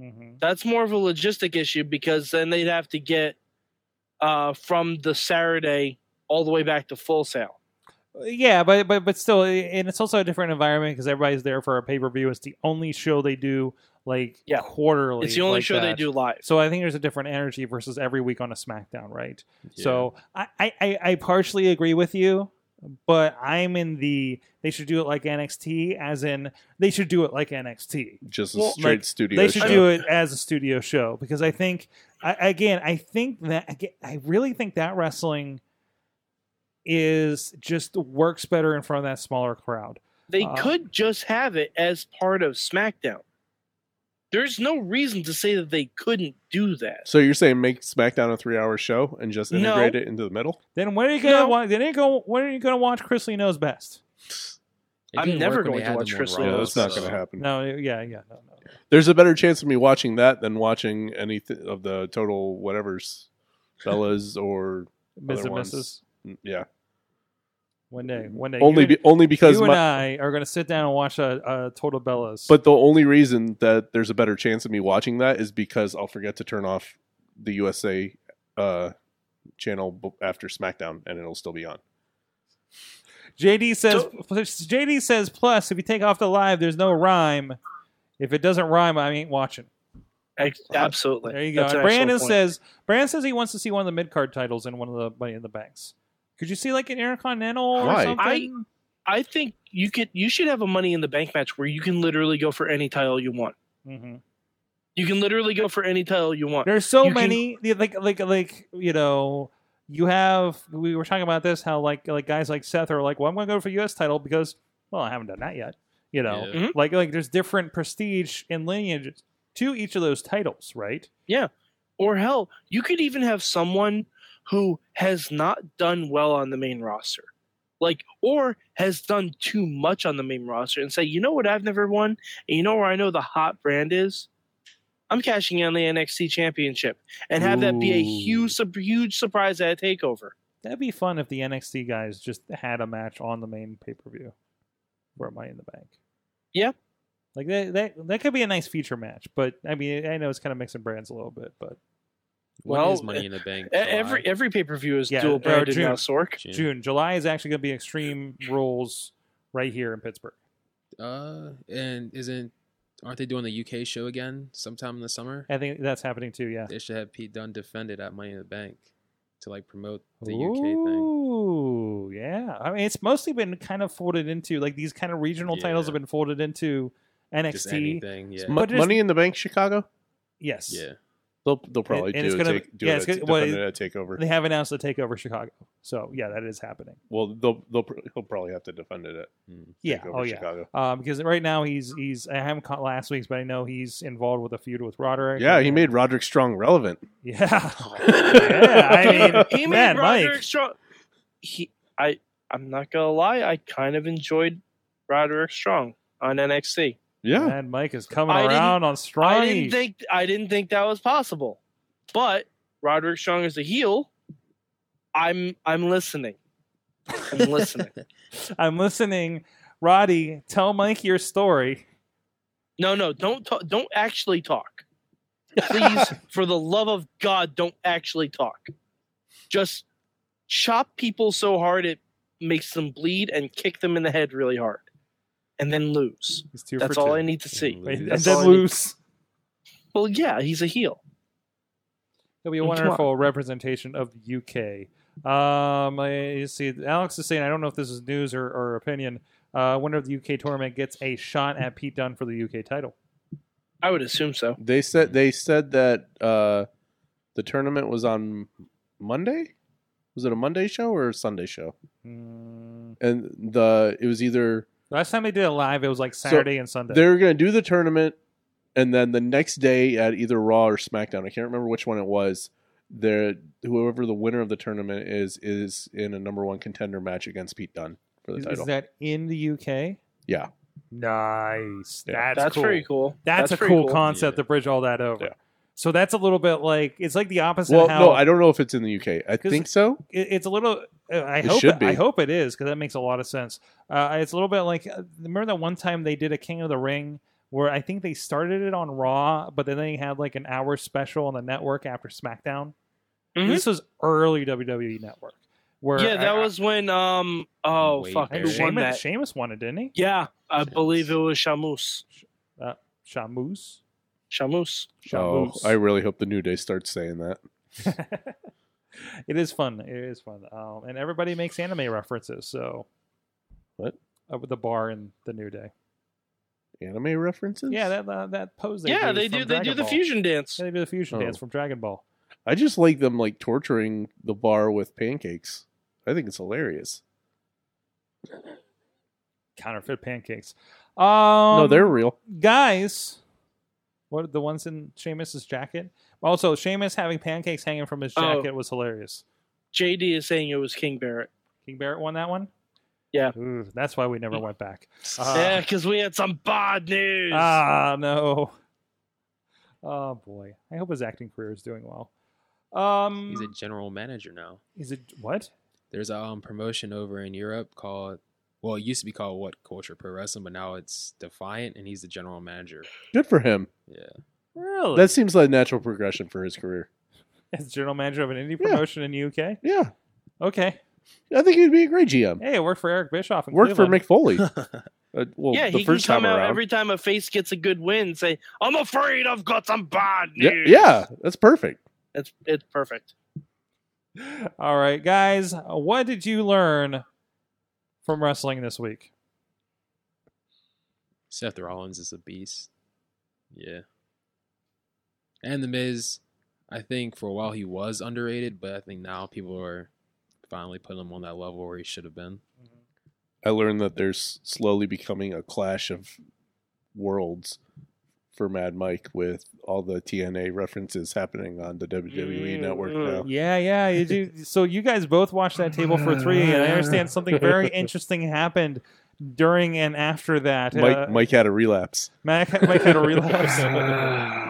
Speaker 2: hmm
Speaker 4: That's more of a logistic issue because then they'd have to get uh, from the Saturday all the way back to full sale.
Speaker 2: Yeah, but but but still, and it's also a different environment because everybody's there for a pay per view. It's the only show they do like
Speaker 4: Yeah.
Speaker 2: quarterly.
Speaker 4: It's the only
Speaker 2: like
Speaker 4: show they
Speaker 2: that.
Speaker 4: do live.
Speaker 2: So I think there's a different energy versus every week on a SmackDown, right?
Speaker 5: Yeah.
Speaker 2: So I, I- I I partially agree with you, but I'm in the they should do it like NXT, as in they should do it like NXT.
Speaker 3: Just
Speaker 2: Well,
Speaker 3: a straight
Speaker 2: like,
Speaker 3: studio.
Speaker 2: They should
Speaker 3: show.
Speaker 2: do it as a studio show because I think I, again I think that I get- I really think that wrestling is just works better in front of that smaller crowd.
Speaker 4: They
Speaker 2: Uh,
Speaker 4: could just have it as part of SmackDown. There's no reason to say that they couldn't do that.
Speaker 3: So you're saying make SmackDown a three-hour show and just
Speaker 4: No.
Speaker 3: integrate it into the middle?
Speaker 2: Then when are you gonna
Speaker 4: No.
Speaker 2: wa- then you go when are you gonna watch Chrisley knows best?
Speaker 5: It
Speaker 4: I'm
Speaker 5: didn't
Speaker 4: never
Speaker 5: work when
Speaker 4: going
Speaker 5: they
Speaker 4: to
Speaker 5: had
Speaker 4: watch
Speaker 5: them on
Speaker 4: Chris
Speaker 5: Raw,
Speaker 4: Well,
Speaker 3: yeah,
Speaker 4: Lee.
Speaker 3: that's not
Speaker 5: so-
Speaker 3: going to happen.
Speaker 2: No, yeah, yeah, no, no. no.
Speaker 3: There's a better chance of me watching that than watching any th- of the total whatever's Bellas or
Speaker 2: Miss
Speaker 3: Other
Speaker 2: and
Speaker 3: ones.
Speaker 2: misses.
Speaker 3: Mm, yeah.
Speaker 2: One day, one day.
Speaker 3: Only
Speaker 2: you,
Speaker 3: be, only because
Speaker 2: you and uh,
Speaker 3: my,
Speaker 2: I are going to sit down and watch uh, uh, Total Bellas.
Speaker 3: But the only reason that there's a better chance of me watching that is because I'll forget to turn off the USA uh, channel b- after SmackDown, and it'll still be on.
Speaker 2: JD says, JD says, plus if you take off the live, there's no rhyme. If it doesn't rhyme, I ain't watching.
Speaker 4: Ex- Absolutely.
Speaker 2: Uh-huh. There you go.
Speaker 4: That's an
Speaker 2: And Brandon
Speaker 4: excellent point.
Speaker 2: says, Brandon says he wants to see one of the mid card titles in one of the Money in the Banks. Could you see like an Intercontinental or
Speaker 3: Why?
Speaker 2: something?
Speaker 4: I think you could you should have a money in the bank match where you can literally go for any title you want.
Speaker 2: hmm
Speaker 4: You can literally go for any title you want.
Speaker 2: There's so
Speaker 4: You can-
Speaker 2: many the- like like like you know you have we were talking about this how like like guys like Seth are like well I'm going to go for U.S. title because well I haven't done that yet you know
Speaker 5: Yeah.
Speaker 4: Mhm.
Speaker 2: like like there's different prestige and lineage to each of those titles right
Speaker 4: Or hell, you could even have someone who has not done well on the main roster. Like or has done too much on the main roster and say, you know what I've never won? And you know where I know the hot brand is? I'm cashing in on the NXT championship and have that be a
Speaker 3: Ooh.
Speaker 4: huge sup- huge surprise at a takeover.
Speaker 2: that'd be fun if the NXT guys just had a match on the main pay per view for Money in the Bank
Speaker 4: Yeah.
Speaker 2: like that that that could be a nice feature match but I mean I know it's kind of mixing brands a little bit but
Speaker 5: When
Speaker 4: Well,
Speaker 5: is money in the bank?
Speaker 4: E- Every e-,
Speaker 5: July?
Speaker 4: every pay per view is
Speaker 2: Yeah, or
Speaker 4: dual branded
Speaker 2: June.
Speaker 4: now, Sork.
Speaker 5: June.
Speaker 2: June July is actually going to be Extreme Rules right here in Pittsburgh.
Speaker 5: Uh, and isn't aren't they doing the UK show again sometime in the summer?
Speaker 2: I think that's happening too.
Speaker 4: uh,
Speaker 2: Yeah.
Speaker 5: They should have Pete Dunne defend it at Money in the Bank to like promote the UK thing.
Speaker 2: Ooh, yeah. I mean, it's mostly been kind of folded into like these kind of regional titles have
Speaker 5: Yeah.
Speaker 2: been folded into
Speaker 5: Just
Speaker 2: NXT.
Speaker 5: anything, yeah,
Speaker 3: Mo-
Speaker 2: But there's-
Speaker 3: Money in the Bank, Chicago.
Speaker 2: Yes.
Speaker 5: yeah.
Speaker 3: They'll they'll probably
Speaker 2: and
Speaker 3: do,
Speaker 2: it's
Speaker 3: a
Speaker 2: gonna-
Speaker 3: take, do
Speaker 2: yeah,
Speaker 3: it
Speaker 2: it's
Speaker 3: at-
Speaker 2: gonna- well,
Speaker 3: defend it at takeover.
Speaker 2: They have announced the takeover Chicago. So yeah, that is happening.
Speaker 3: well, they'll they'll pr- he'll probably have to defend it at
Speaker 5: Mm.
Speaker 2: Yeah.
Speaker 3: takeover
Speaker 2: Oh yeah.
Speaker 3: Chicago.
Speaker 2: Um, because right now he's he's I haven't caught last week's, but I know he's involved with a feud with Roderick.
Speaker 3: Yeah, he
Speaker 2: And-
Speaker 3: made Roderick Strong relevant.
Speaker 2: Yeah. yeah. I mean,
Speaker 4: he made
Speaker 2: man,
Speaker 4: Roderick
Speaker 2: Mike.
Speaker 4: Strong. He, I, I'm not gonna lie. I kind of enjoyed Roderick Strong on NXT.
Speaker 3: yeah,
Speaker 2: Man, Mike is coming
Speaker 4: I didn't-
Speaker 2: around on strong.
Speaker 4: I didn't think I didn't think that was possible, but Roderick Strong is a heel. I'm I'm listening. I'm listening.
Speaker 2: I'm listening. Roddy, tell Mike your story.
Speaker 4: No, no, don't talk, don't actually talk. Please, for the love of God, don't actually talk. Just chop people so hard it makes them bleed and kick them in the head really hard, and then lose.
Speaker 2: He's two
Speaker 4: That's
Speaker 2: for
Speaker 4: all
Speaker 2: two. Mm-hmm.
Speaker 4: I need to see.
Speaker 2: And, and
Speaker 4: That's all
Speaker 2: then
Speaker 4: I need.
Speaker 2: lose.
Speaker 4: Well, yeah, he's a heel.
Speaker 2: It'll be a
Speaker 4: And tomorrow.
Speaker 2: wonderful representation of UK. Um, I you see. Alex is saying, I don't know if this is news or, or opinion. Uh, I wonder if the UK tournament gets a shot at Pete Dunne for the UK title.
Speaker 4: I would assume so.
Speaker 3: They
Speaker 2: Hmm.
Speaker 3: said they said that uh, the tournament was on Monday. Was it a Monday show or a Sunday show?
Speaker 2: Mm,
Speaker 3: And the it was either
Speaker 2: Last time they did it live, it was like Saturday and Sunday.
Speaker 3: they were going to do the tournament, and then the next day at either Raw or SmackDown, I can't remember which one it was. There, whoever the winner of the tournament is, is in a number one contender match against Pete Dunne for the
Speaker 2: Is-
Speaker 3: title.
Speaker 2: Is that in the UK?
Speaker 3: Yeah.
Speaker 2: Nice.
Speaker 3: Yeah.
Speaker 2: That's,
Speaker 4: That's
Speaker 2: cool.
Speaker 4: pretty cool.
Speaker 2: That's, a
Speaker 4: pretty
Speaker 2: cool, concept
Speaker 5: Yeah.
Speaker 2: to bridge all that over.
Speaker 3: Yeah.
Speaker 2: So that's a little bit like it's like the opposite.
Speaker 3: well,
Speaker 2: of how
Speaker 3: no, I don't know if it's in the UK. I
Speaker 2: 'Cause-
Speaker 3: think so.
Speaker 2: it- it's a little. uh, I
Speaker 3: It
Speaker 2: hope.
Speaker 3: should be.
Speaker 2: I hope it is because that makes a lot of sense. Uh, it's a little bit like uh, remember that one time they did a King of the Ring where I think they started it on Raw, but then they had like an hour special on the network after SmackDown.
Speaker 4: Mhm.
Speaker 2: This was early WWE Network. Where
Speaker 4: Yeah, that
Speaker 2: I-
Speaker 4: was when um oh
Speaker 5: Wade
Speaker 4: fuck
Speaker 2: I,
Speaker 4: who
Speaker 2: think
Speaker 5: Barrett.
Speaker 4: won
Speaker 2: Sheamus,
Speaker 4: that?
Speaker 2: Sheamus won it, didn't he?
Speaker 4: Yeah, I believe it was Shamus.
Speaker 2: Shamus.
Speaker 4: Shamus.
Speaker 3: Oh,
Speaker 2: Shamus.
Speaker 3: I really hope the New Day starts saying that.
Speaker 2: it is fun. It is fun. Um, and everybody makes anime references. So,
Speaker 3: What?
Speaker 2: Uh, with the bar in the new day.
Speaker 3: Anime references?
Speaker 2: Yeah, that that, that pose. They
Speaker 4: yeah,
Speaker 2: do
Speaker 4: they
Speaker 2: from
Speaker 4: do. They
Speaker 2: Dragon
Speaker 4: do the
Speaker 2: Ball.
Speaker 4: fusion dance.
Speaker 2: Yeah, they do the fusion
Speaker 3: Oh.
Speaker 2: dance from Dragon Ball.
Speaker 3: I just like them like torturing the bar with pancakes. I think it's hilarious.
Speaker 2: Counterfeit pancakes. Um,
Speaker 3: no, they're real.
Speaker 2: guys. What are the ones in Seamus's jacket? Also, Seamus having pancakes hanging from his
Speaker 4: Oh.
Speaker 2: jacket was hilarious.
Speaker 4: JD is saying it was King Barrett.
Speaker 2: King Barrett won that one.
Speaker 4: Yeah.
Speaker 2: Ooh, that's why we never went back.
Speaker 3: Ah.
Speaker 2: Uh,
Speaker 4: yeah, because we had some bad news.
Speaker 2: Ah, no. Oh boy. I hope his acting career is doing well. Um
Speaker 5: He's a general manager now.
Speaker 2: is it what?
Speaker 5: There's a um, promotion over in Europe called, well, it used to be called what Culture Pro Wrestling, but now it's Defiant, and he's the general manager.
Speaker 3: Good for him.
Speaker 5: Yeah,
Speaker 2: Really?
Speaker 3: That seems like a natural progression for his career.
Speaker 2: As general manager of an indie
Speaker 3: Yeah.
Speaker 2: promotion in the UK?
Speaker 3: Yeah.
Speaker 2: Okay.
Speaker 3: I think he'd be a great GM.
Speaker 2: Hey, it worked for Eric Bischoff and
Speaker 3: Worked for Mick Foley.
Speaker 5: I
Speaker 3: Uh, well,
Speaker 4: yeah,
Speaker 3: the
Speaker 4: he can
Speaker 3: first
Speaker 4: come
Speaker 3: time
Speaker 4: out
Speaker 3: around.
Speaker 4: every time a face gets a good win. and Say, I'm afraid I've got some bad
Speaker 3: yeah,
Speaker 4: news.
Speaker 3: yeah, that's perfect.
Speaker 4: it's it's perfect.
Speaker 2: All right, guys, what did you learn from wrestling this week?
Speaker 5: Seth Rollins is a beast. Yeah. And The Miz, I think for a while he was underrated, but I think now people are finally putting him on that level where he should have been.
Speaker 3: I learned that there's slowly becoming a clash of worlds for Mad Mike with all the TNA references happening on the WWE
Speaker 4: Mm,
Speaker 3: network
Speaker 4: mm.
Speaker 3: now.
Speaker 2: Yeah, yeah. You do. So you guys both watched that table for three, and I understand something very interesting happened during and after that.
Speaker 3: Mike
Speaker 2: Uh,
Speaker 3: Mike had a relapse.
Speaker 2: Mike, Mike had a relapse.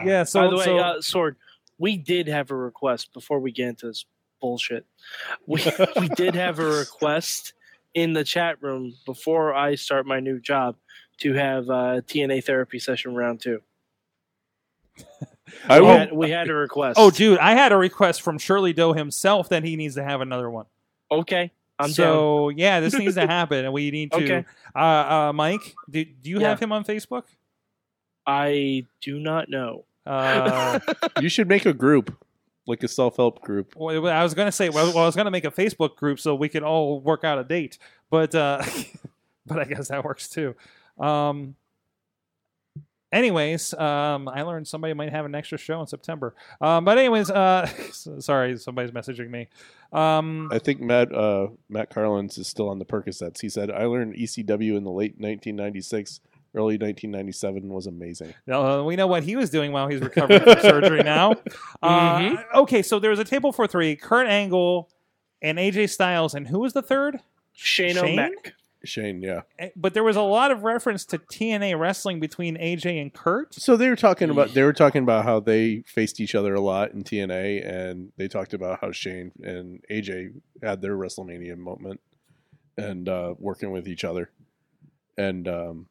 Speaker 2: yeah. So,
Speaker 4: By the way,
Speaker 2: so
Speaker 4: uh, Sword, we did have a request before we get into this bullshit. We we did have a request in the chat room before I start my new job to have uh, TNA therapy session round two.
Speaker 3: I
Speaker 4: We
Speaker 2: will-
Speaker 4: had, we had a request.
Speaker 2: Oh, dude, I had a request from Shirley Doe himself that he needs to have another one.
Speaker 4: okay. I'm down.
Speaker 2: so yeah, this needs to happen, and we need to.
Speaker 4: Okay.
Speaker 2: Uh, uh, Mike, do, do you
Speaker 4: Yeah.
Speaker 2: have him on Facebook?
Speaker 4: I do not know.
Speaker 2: Uh,
Speaker 3: you should make a group, like a self help group.
Speaker 2: well, I was gonna say, well, I was gonna make a Facebook group so we could all work out a date, but uh, but I guess that works too. Um. Anyways, um, I learned somebody might have an extra show in September. Um, but anyways, uh, sorry, somebody's messaging me. Um,
Speaker 3: I think Matt uh, Matt Carlins is still on the Percocets. He said, "I learned ECW in the late 1996, early 1997 was amazing."
Speaker 2: Uh, we know what he was doing while he's recovering from surgery now. Uh,
Speaker 4: Mm-hmm.
Speaker 2: Okay, so there was a table for three Kurt Angle and AJ Styles. And who was the third?
Speaker 4: Shane,
Speaker 2: Shane?
Speaker 4: O'Mac.
Speaker 3: Shane, yeah.
Speaker 2: Eh, But there was a lot of reference to TNA wrestling between AJ and Kurt.
Speaker 3: So they were talking about they were talking about how they faced each other a lot in TNA, and they talked about how Shane and AJ had their WrestleMania moment and uh, working with each other. and um,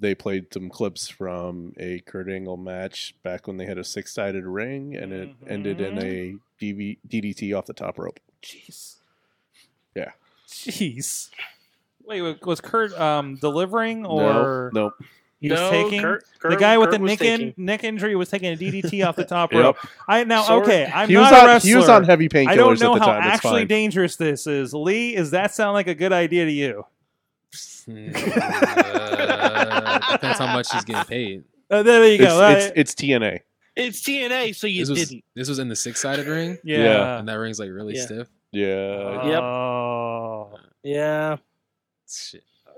Speaker 3: they played some clips from a Kurt Angle match back when they had a six sided ring, and it ended in
Speaker 2: Mm-hmm.
Speaker 3: a DV- DDT off the top rope.
Speaker 2: Jeez.
Speaker 3: Yeah.
Speaker 2: Jeez. Wait, wa- was Kurt um, delivering
Speaker 3: No,
Speaker 2: or
Speaker 3: no,
Speaker 2: he was
Speaker 4: no,
Speaker 2: taking
Speaker 4: Kurt,
Speaker 2: the
Speaker 4: Kurt-
Speaker 2: guy with
Speaker 4: Kurt
Speaker 2: the
Speaker 4: was
Speaker 2: neck,
Speaker 4: taking-
Speaker 2: in, neck injury was taking a DDT off the top
Speaker 3: Yep.
Speaker 2: rope. I now
Speaker 4: Sword-
Speaker 2: okay. I'm
Speaker 3: he
Speaker 2: not
Speaker 3: was
Speaker 2: a
Speaker 3: on
Speaker 2: wrestler.
Speaker 3: he was on heavy
Speaker 2: I don't
Speaker 3: painkillers
Speaker 2: know
Speaker 3: at the
Speaker 2: how
Speaker 3: time. It's
Speaker 2: actually
Speaker 3: fine.
Speaker 2: dangerous this is. Lee, does that sound like a good idea to you?
Speaker 5: Uh, depends how much he's getting paid.
Speaker 2: Uh, there you
Speaker 3: it's,
Speaker 2: go. Uh,
Speaker 3: it's, it's TNA.
Speaker 4: It's TNA, so you
Speaker 5: This was
Speaker 4: didn't.
Speaker 5: this was in the six sided ring,
Speaker 2: yeah.
Speaker 5: and that ring's like really
Speaker 4: Yeah.
Speaker 5: stiff.
Speaker 3: Yeah,
Speaker 4: Yep.
Speaker 2: Oh.
Speaker 4: Yeah.
Speaker 5: Shit. uh,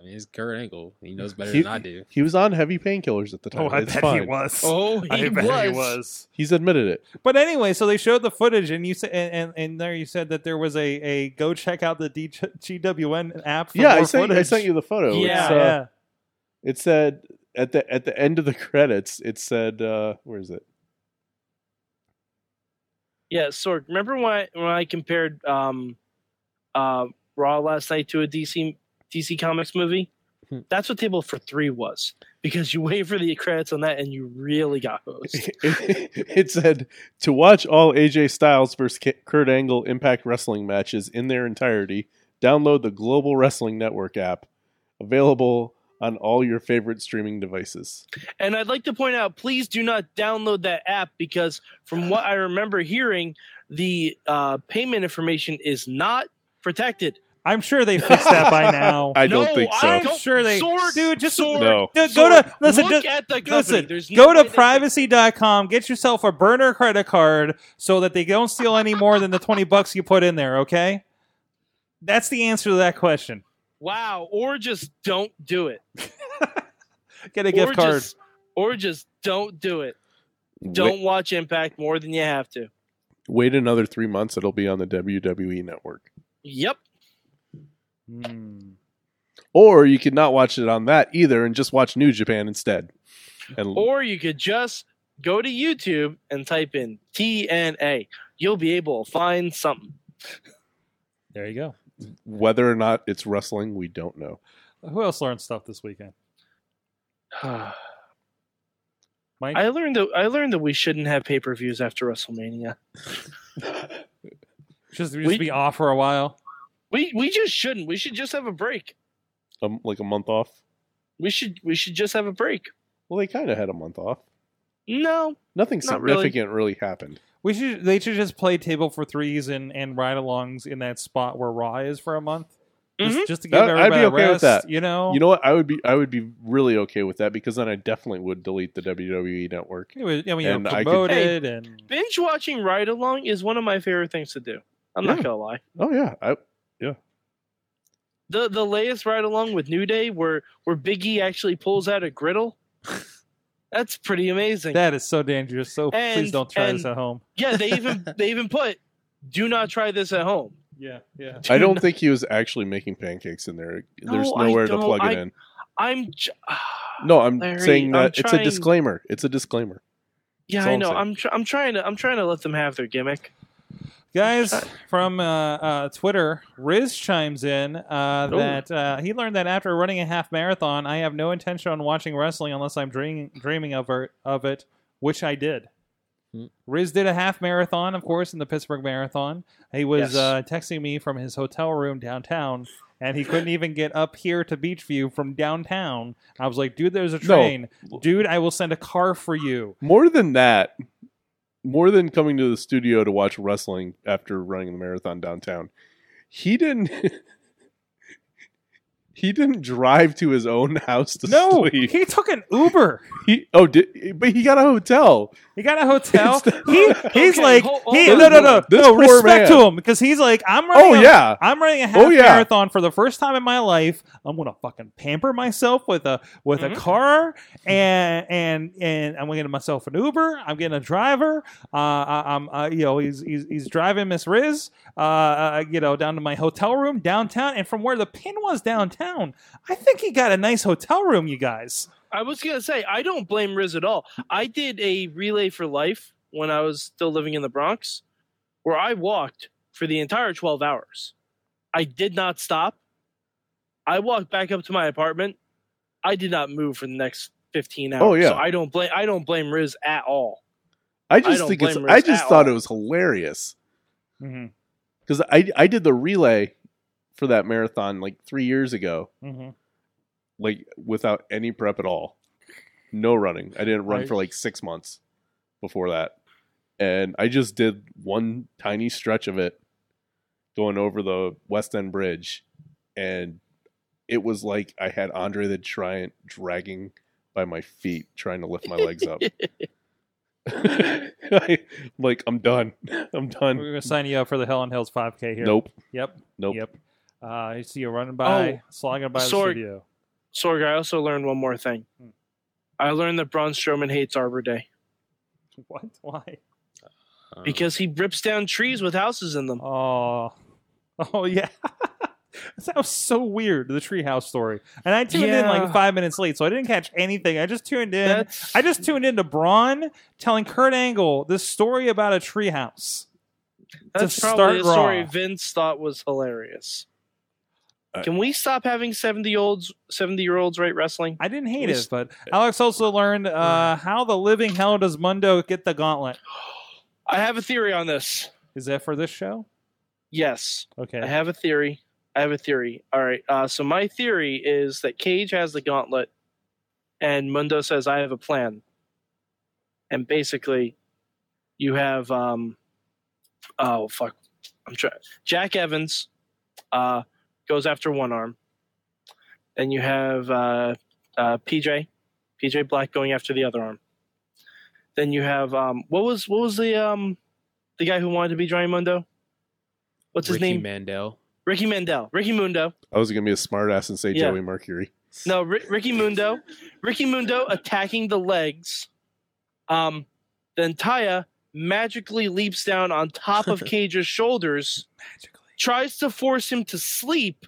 Speaker 5: I mean, it's Kurt Angle. He knows better
Speaker 3: He-
Speaker 5: than I do.
Speaker 3: he was on heavy painkillers at the time.
Speaker 2: Oh, I
Speaker 3: it's
Speaker 2: bet
Speaker 3: fine.
Speaker 2: he was.
Speaker 4: Oh, he
Speaker 2: I bet
Speaker 4: was.
Speaker 2: he was.
Speaker 3: He's admitted it.
Speaker 2: But anyway, so they showed the footage, and you said, and, and, and there you said that there was a, a go check out the D- GWN app. For
Speaker 3: yeah,
Speaker 2: more
Speaker 3: I sent,
Speaker 2: footage.
Speaker 3: I sent you the photo. It's,
Speaker 2: Yeah,
Speaker 3: uh,
Speaker 2: yeah.
Speaker 3: It said at the at the end of the credits. It said, uh, "Where is it?"
Speaker 4: Yeah, Sorg. Remember when I, when I compared um, uh, Raw last night to a DC DC Comics movie?
Speaker 5: Hmm.
Speaker 4: That's what Table for Three was because you wait for the credits on that and you really got hosed.
Speaker 3: it said to watch all AJ Styles versus K- Kurt Angle Impact Wrestling matches in their entirety. Download the Global Wrestling Network app, available on all your favorite streaming devices.
Speaker 4: and I'd like to point out, please do not download that app because from what I remember hearing, the uh, payment information is not protected.
Speaker 2: I'm sure they fixed that by now.
Speaker 3: I don't think so.
Speaker 2: I'm sure they-
Speaker 4: Sorg,
Speaker 2: dude, just-
Speaker 4: Sorg,
Speaker 3: No.
Speaker 2: Dude, go
Speaker 4: Sorg,
Speaker 2: to listen.
Speaker 4: Look
Speaker 2: just-
Speaker 4: at the company.
Speaker 2: Listen,
Speaker 4: There's no
Speaker 2: go
Speaker 4: way
Speaker 2: to
Speaker 4: they-
Speaker 2: privacy.com, get yourself a burner credit card so that they don't steal any more than the 20 bucks you put in there, okay? That's the answer to that question.
Speaker 4: Wow, or just don't do it.
Speaker 2: Get a
Speaker 4: or
Speaker 2: gift card.
Speaker 4: Just, or just don't do it. Don't watch Impact more than you have to.
Speaker 3: Wait, wait another three months. It'll be on the WWE Network,
Speaker 4: Yep.
Speaker 3: or you could not watch it on that either and just watch New Japan instead. And
Speaker 4: Or you could just go to YouTube and type in TNA. You'll be able to find something.
Speaker 2: There you go.
Speaker 3: whether or not it's wrestling, we don't know.
Speaker 2: Who else learned stuff this weekend? Mike?
Speaker 4: I learned that I learned that we shouldn't have pay per views after WrestleMania.
Speaker 2: just just
Speaker 4: we-
Speaker 2: be off for a while.
Speaker 4: We we just shouldn't. We should just have a break.
Speaker 3: Um, like a month off.
Speaker 4: We should we should just have a break.
Speaker 3: Well, they kind of had a month off.
Speaker 4: No.
Speaker 3: Nothing
Speaker 4: Not really.
Speaker 3: significant really happened.
Speaker 2: We should they should just play table for threes and, and ride alongs in that spot where Raw is for a month. Just,
Speaker 4: Mhm.
Speaker 2: Mm-hmm. just to give
Speaker 3: That- I'd
Speaker 2: everybody
Speaker 3: be
Speaker 2: a
Speaker 3: okay
Speaker 2: rest,
Speaker 3: with that.
Speaker 2: you know.
Speaker 3: You know what? I would be I would be really okay with that because then I definitely would delete the WWE network.
Speaker 2: It was- I mean, you're
Speaker 3: And I could-
Speaker 2: promoted and
Speaker 4: Binge watching ride along is one of my favorite things to do. I'm
Speaker 3: Yeah.
Speaker 4: not gonna lie.
Speaker 3: Oh yeah, I,
Speaker 4: The the latest ride along with New Day where where Big E actually pulls out a griddle. That's pretty amazing.
Speaker 2: that is so dangerous. So please
Speaker 4: And-
Speaker 2: don't try
Speaker 4: and-
Speaker 2: this at home.
Speaker 4: yeah, they even they even put do not try this at home.
Speaker 2: Yeah, yeah.
Speaker 3: I don't think he was actually making pancakes in there. There's
Speaker 4: No, I
Speaker 3: nowhere to
Speaker 4: don't.
Speaker 3: plug it
Speaker 4: I-
Speaker 3: in.
Speaker 4: I'm j-
Speaker 3: No, I'm
Speaker 4: Larry,
Speaker 3: saying
Speaker 4: I'm
Speaker 3: that it's a
Speaker 4: trying-
Speaker 3: disclaimer. It's a disclaimer.
Speaker 4: Yeah,
Speaker 3: That's all
Speaker 4: I
Speaker 3: I'm
Speaker 4: know.
Speaker 3: saying.
Speaker 4: I'm tr- I'm trying to I'm trying to let them have their gimmick.
Speaker 2: Guys from uh, uh, Twitter, Riz chimes in uh,
Speaker 4: Ooh.
Speaker 2: that uh, he learned that after running a half marathon, I have no intention on watching wrestling unless I'm dream- dreaming of, er- of it, which I did.
Speaker 5: Hmm.
Speaker 2: Riz did a half marathon, of course, in the Pittsburgh Marathon. He was
Speaker 4: Yes.
Speaker 2: uh, texting me from his hotel room downtown, and he couldn't even get up here to Beachview from downtown. I was like, dude, there's a train. Dude, I will send a car for you.
Speaker 3: More than that, more than coming to the studio to watch wrestling after running the marathon downtown, he didn't. he didn't drive to his own house to
Speaker 2: No,
Speaker 3: sleep.
Speaker 2: he took an Uber.
Speaker 3: He, oh, did, but he got a hotel.
Speaker 2: He got a hotel.
Speaker 3: It's the-
Speaker 2: he he's
Speaker 4: Okay,
Speaker 2: like
Speaker 4: hold-
Speaker 2: he
Speaker 4: hold
Speaker 2: no
Speaker 4: on.
Speaker 2: no no
Speaker 3: This
Speaker 2: no
Speaker 3: poor
Speaker 2: respect
Speaker 3: man.
Speaker 2: to him because he's like I'm running.
Speaker 3: Oh
Speaker 2: a-
Speaker 3: yeah,
Speaker 2: I'm running a half
Speaker 3: Oh, yeah.
Speaker 2: marathon for the first time in my life. I'm gonna fucking pamper myself with a with a
Speaker 4: Mhm.
Speaker 2: car,
Speaker 3: Mm-hmm.
Speaker 2: and and and I'm getting myself an Uber. I'm getting a driver. Uh, I, I'm uh, you know he's he's, he's driving Miss Riz, uh, uh, you know down to my hotel room downtown, and from where the pin was downtown, I think he got a nice hotel room. You guys,
Speaker 4: I was gonna say I don't blame Riz at all. I did a relay for life when I was still living in the Bronx, where I walked for the entire twelve hours. I did not stop. I walked back up to my apartment. I did not move for the next 15 hours.
Speaker 3: Oh, yeah.
Speaker 4: So I don't blame I don't blame Riz at all.
Speaker 3: I just
Speaker 4: don't
Speaker 3: think it's.
Speaker 4: blame
Speaker 3: I
Speaker 4: Riz
Speaker 3: just
Speaker 4: at
Speaker 3: thought
Speaker 4: all.
Speaker 3: it was hilarious
Speaker 2: Mm
Speaker 4: Mm-hmm.
Speaker 3: because I I did the relay for that marathon like three years ago,
Speaker 2: hmm.
Speaker 4: Mm-hmm.
Speaker 2: Mm
Speaker 3: like without any prep at all, no running. I didn't run
Speaker 5: Right.
Speaker 3: for like six months before that, and I just did one tiny stretch of it, going over the West End Bridge, and it was like I had Andre the Giant dragging by my feet, trying to lift my legs up. I, like I'm done. I'm
Speaker 2: hmm. We're
Speaker 3: done.
Speaker 2: going to sign you up for the Hell on Hills 5K here.
Speaker 3: Nope.
Speaker 2: Yep.
Speaker 3: Nope.
Speaker 2: Yep. Uh, I see you running by, slogging by
Speaker 4: Oh, sorry.
Speaker 2: the studio.
Speaker 4: Sorg, I also learned one more thing.
Speaker 2: Hmm.
Speaker 4: I learned that Braun Strowman hates Arbor Day
Speaker 2: What? Why?
Speaker 5: Uh,
Speaker 4: because he rips down trees with houses in them.
Speaker 2: Oh, oh yeah. that was so weird. The treehouse story, and I tuned in like
Speaker 4: Yeah.
Speaker 2: five minutes late, so I didn't catch anything. I just tuned in.
Speaker 4: That's
Speaker 2: I just tuned in to Braun telling Kurt Angle this story about a treehouse.
Speaker 4: that's
Speaker 2: to
Speaker 4: probably a
Speaker 2: start Raw.
Speaker 4: story Vince thought was hilarious.
Speaker 3: Uh,
Speaker 4: Can we stop having seventy olds, seventy year olds rate wrestling?
Speaker 2: I didn't hate
Speaker 4: We
Speaker 2: it,
Speaker 4: s-
Speaker 2: but Alex also learned uh, how the living hell does Mundo get the gauntlet.
Speaker 4: I have a theory on this.
Speaker 2: Is that for this show?
Speaker 4: Yes, I
Speaker 2: Okay.
Speaker 4: have a theory. I have a theory. All right. Uh, so my theory is that Cage has the gauntlet, and Mundo says, "I have a plan." And basically, you have um, oh fuck, I'm trying. Jack Evans uh, goes after one arm. Then you have uh, uh, PJ, PJ Black going after the other arm. Then you have um, what was what was the um, the guy who wanted to be Johnny Mundo? What's his
Speaker 5: Ricky
Speaker 4: name?
Speaker 5: Mandel.
Speaker 4: Ricky Mandel, Ricky Mundo.
Speaker 3: I was gonna be a smartass and say
Speaker 4: Yeah.
Speaker 3: Joey Mercury.
Speaker 4: No, Ri Ricky Mundo, Ricky Mundo attacking the legs. Um, then Taya magically leaps down on top of Cage's shoulders, tries to force him to sleep,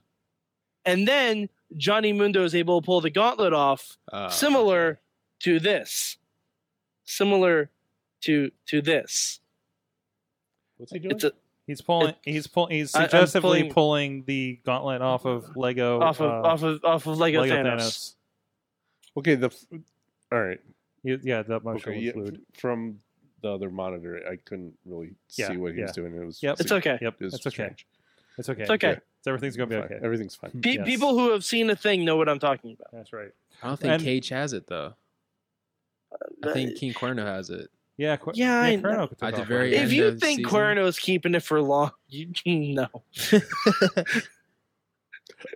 Speaker 4: and then Johnny Mundo is able to pull the gauntlet off,
Speaker 5: Uh,
Speaker 4: similar to this, similar to to this.
Speaker 3: What's he
Speaker 4: It's a,
Speaker 2: He's pulling. He's pulling. He's
Speaker 4: I- I'm
Speaker 2: suggestively
Speaker 4: pulling-
Speaker 2: pulling the gauntlet off of Lego.
Speaker 4: off of
Speaker 2: uh,
Speaker 4: off of off of Lego, Thanos.
Speaker 3: Okay, the f- all right.
Speaker 2: He- yeah, that motion
Speaker 3: Okay,
Speaker 2: was
Speaker 3: yeah,
Speaker 2: fluid.
Speaker 3: f- from the other monitor, I couldn't really
Speaker 2: Yeah,
Speaker 3: see what he was
Speaker 2: yeah.
Speaker 3: doing. It was
Speaker 2: Yep.
Speaker 4: It's okay.
Speaker 2: Yep,
Speaker 3: It was
Speaker 2: it's okay.
Speaker 3: strange.
Speaker 2: It's okay.
Speaker 4: It's okay.
Speaker 3: Okay.
Speaker 2: So everything's gonna be
Speaker 3: Fine.
Speaker 2: okay.
Speaker 3: Everything's fine.
Speaker 4: Pe-
Speaker 2: Yes.
Speaker 4: People who have seen a thing know what I'm talking about.
Speaker 2: That's right.
Speaker 5: I don't think
Speaker 2: And-
Speaker 5: Cage has it though. I think King Cuerno has it.
Speaker 2: Yeah. Qu-
Speaker 4: Yeah, I
Speaker 2: Kurt
Speaker 4: know.
Speaker 2: Angle could
Speaker 5: At
Speaker 2: take
Speaker 5: the
Speaker 2: off
Speaker 5: very
Speaker 2: on it.
Speaker 4: if
Speaker 5: end
Speaker 4: you
Speaker 5: of
Speaker 4: think
Speaker 5: season.
Speaker 4: Cuerno's keeping it for long, you no.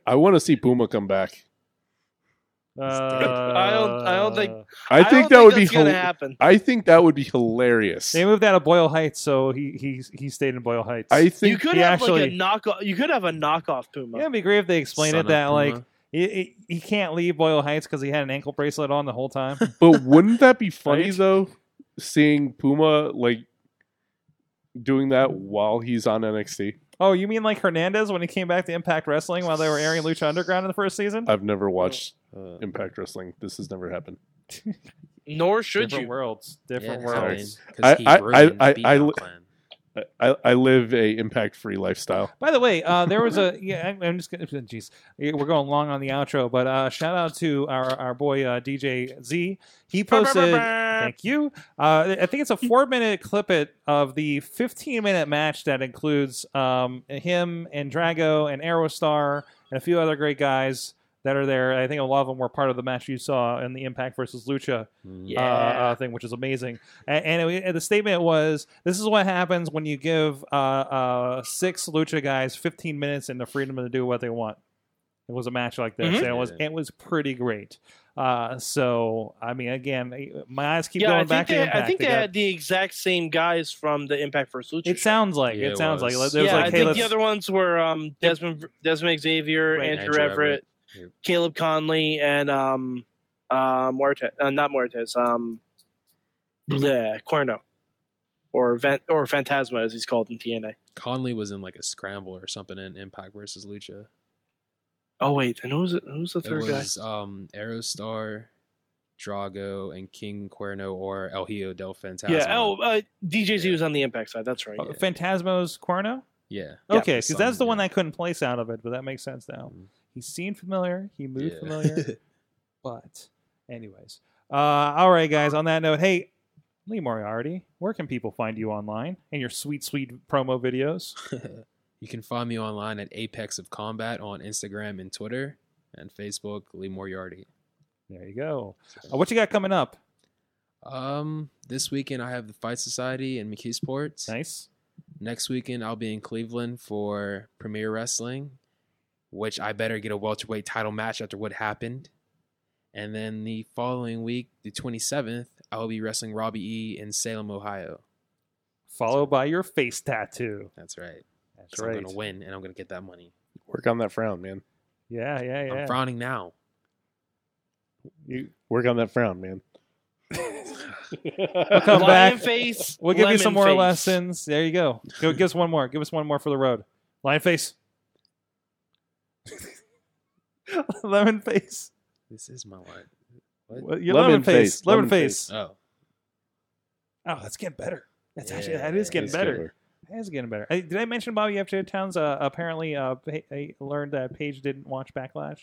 Speaker 3: I want to see Puma come back.
Speaker 2: Uh,
Speaker 4: I don't- I don't think-
Speaker 3: I, think that
Speaker 4: don't
Speaker 3: would be.
Speaker 4: that's gonna
Speaker 3: hil-
Speaker 4: happen.
Speaker 3: I think that would be hilarious.
Speaker 2: They moved out of Boyle Heights, so he he he stayed in Boyle Heights.
Speaker 3: I
Speaker 4: You
Speaker 3: think
Speaker 4: could
Speaker 2: he
Speaker 4: have like
Speaker 2: actually-
Speaker 4: a knockoff. You could have a knockoff Puma.
Speaker 2: yeah, it'd be great if they explained it
Speaker 5: Son of
Speaker 2: that like
Speaker 5: Puma.
Speaker 2: he, he, he can't leave Boyle Heights because he had an ankle bracelet on the whole time.
Speaker 3: but wouldn't that be funny
Speaker 2: Right?
Speaker 3: though? Seeing Puma like doing that while he's on NXT.
Speaker 2: oh, you mean like Hernandez when he came back to Impact Wrestling while they were airing Lucha Underground in the first season?
Speaker 3: I've never watched
Speaker 5: Uh,
Speaker 3: Impact Wrestling. This has never happened.
Speaker 4: Nor should
Speaker 2: different
Speaker 4: you.
Speaker 2: worlds, different
Speaker 5: yeah,
Speaker 2: worlds.
Speaker 5: I mean, 'cause he
Speaker 3: I- I-
Speaker 5: ruined
Speaker 3: I-
Speaker 5: the
Speaker 3: I-
Speaker 5: Beatdown
Speaker 3: I-
Speaker 5: Clan.
Speaker 3: I- I, I live a impact free lifestyle.
Speaker 2: By the way, uh, there was a yeah. I'm- I'm just gonna jeez, we're going long on the outro, but uh, shout out to our our boy uh, DJ Z. He posted. Thank you. Uh, I think it's a four minute clip it of the 15 minute match that includes um, him and Drago and Aerostar and a few other great guys that are there. I think a lot of them were part of the match you saw in the Impact versus Lucha
Speaker 5: Mm.
Speaker 4: Yeah.
Speaker 2: uh, uh, thing, which is amazing. And, and, it- and the statement was, "This is what happens when you give uh, uh, six lucha guys 15 minutes and the freedom to do what they want." It was a match like this,
Speaker 4: Mhm.
Speaker 2: and it was
Speaker 5: Yeah.
Speaker 2: it was pretty great. Uh, so, I mean, again, eh, my eyes keep
Speaker 4: yeah, I
Speaker 2: going
Speaker 4: think
Speaker 2: back
Speaker 4: they,
Speaker 2: to Impact.
Speaker 4: I think they,
Speaker 2: They got-
Speaker 4: had the exact same guys from the Impact First Lucha.
Speaker 2: it
Speaker 4: show.
Speaker 2: sounds like
Speaker 5: Yeah,
Speaker 2: it
Speaker 5: it
Speaker 2: sounds like
Speaker 5: was.
Speaker 2: there was
Speaker 4: yeah,
Speaker 2: like,
Speaker 4: I
Speaker 2: hey,
Speaker 4: think
Speaker 2: let's-
Speaker 4: the other ones were um, Desmond Desmond Xavier,
Speaker 2: Right.
Speaker 4: Andrew, Everett, Caleb Conley, and um, uh, Muertes. Uh, not Muertes. Um,
Speaker 5: Mm-hmm.
Speaker 4: bleh, Cuerno, or Van, or Phantasma as he's called in TNA.
Speaker 5: Conley was in like a scramble or something in Impact versus Lucha.
Speaker 4: Oh wait, and who's who's the
Speaker 5: It
Speaker 4: third guy?
Speaker 5: was um, Aerostar, Drago, and King Cuerno or El Hijo del Fantasma.
Speaker 4: Yeah. Oh, uh, DJZ
Speaker 5: Yeah.
Speaker 4: was on the Impact side. That's right.
Speaker 2: uh, Phantasmo's Cuerno.
Speaker 5: yeah.
Speaker 2: Okay, because that's the one
Speaker 5: yeah.
Speaker 2: I couldn't place out of it, but that makes sense now.
Speaker 5: Mhm.
Speaker 2: He He seemed familiar. He moved familiar. But, anyways, uh, all right, guys. On that note, hey, Lee Moriarty, where can people find you online and your sweet, sweet promo videos?
Speaker 5: you can find me online at Apex of Combat on Instagram and Twitter and Facebook, Lee Moriarty.
Speaker 2: There you go. Uh, what you got coming up?
Speaker 5: Um, this weekend I have the Fight Society in McKeesport.
Speaker 2: Nice.
Speaker 5: Next weekend I'll be in Cleveland for Premier Wrestling, which I better get a welterweight title match after what happened. And then the following week, the 27th, I will be wrestling Robbie E in Salem, Ohio.
Speaker 2: Followed by your face tattoo.
Speaker 5: That's right.
Speaker 2: That's
Speaker 5: So I'm
Speaker 2: right.
Speaker 5: gonna win, and I'm gonna get that money.
Speaker 3: Work on that frown, man.
Speaker 2: Yeah, yeah, yeah.
Speaker 5: I'm frowning now.
Speaker 2: You-
Speaker 3: Work on that frown, man.
Speaker 2: we'll come
Speaker 4: Lion
Speaker 2: back.
Speaker 4: face.
Speaker 2: We'll give you
Speaker 4: lemon
Speaker 2: some more
Speaker 4: face.
Speaker 2: lessons. There you go. go. Give us one more. Give us one more for the road. Lion face. lemon face.
Speaker 5: This is my life.
Speaker 2: What- your
Speaker 3: Lemon
Speaker 2: lemon, face.
Speaker 3: face,
Speaker 2: Lemon,
Speaker 3: lemon
Speaker 2: face.
Speaker 5: Oh,
Speaker 2: Oh, that's getting better. That's actually
Speaker 5: Yeah,
Speaker 2: that is getting
Speaker 3: It's
Speaker 2: better.
Speaker 3: killer.
Speaker 2: That is getting better. I, did I mention Bobby F. Towns? Uh, apparently, uh, pa- I learned that Paige didn't watch Backlash.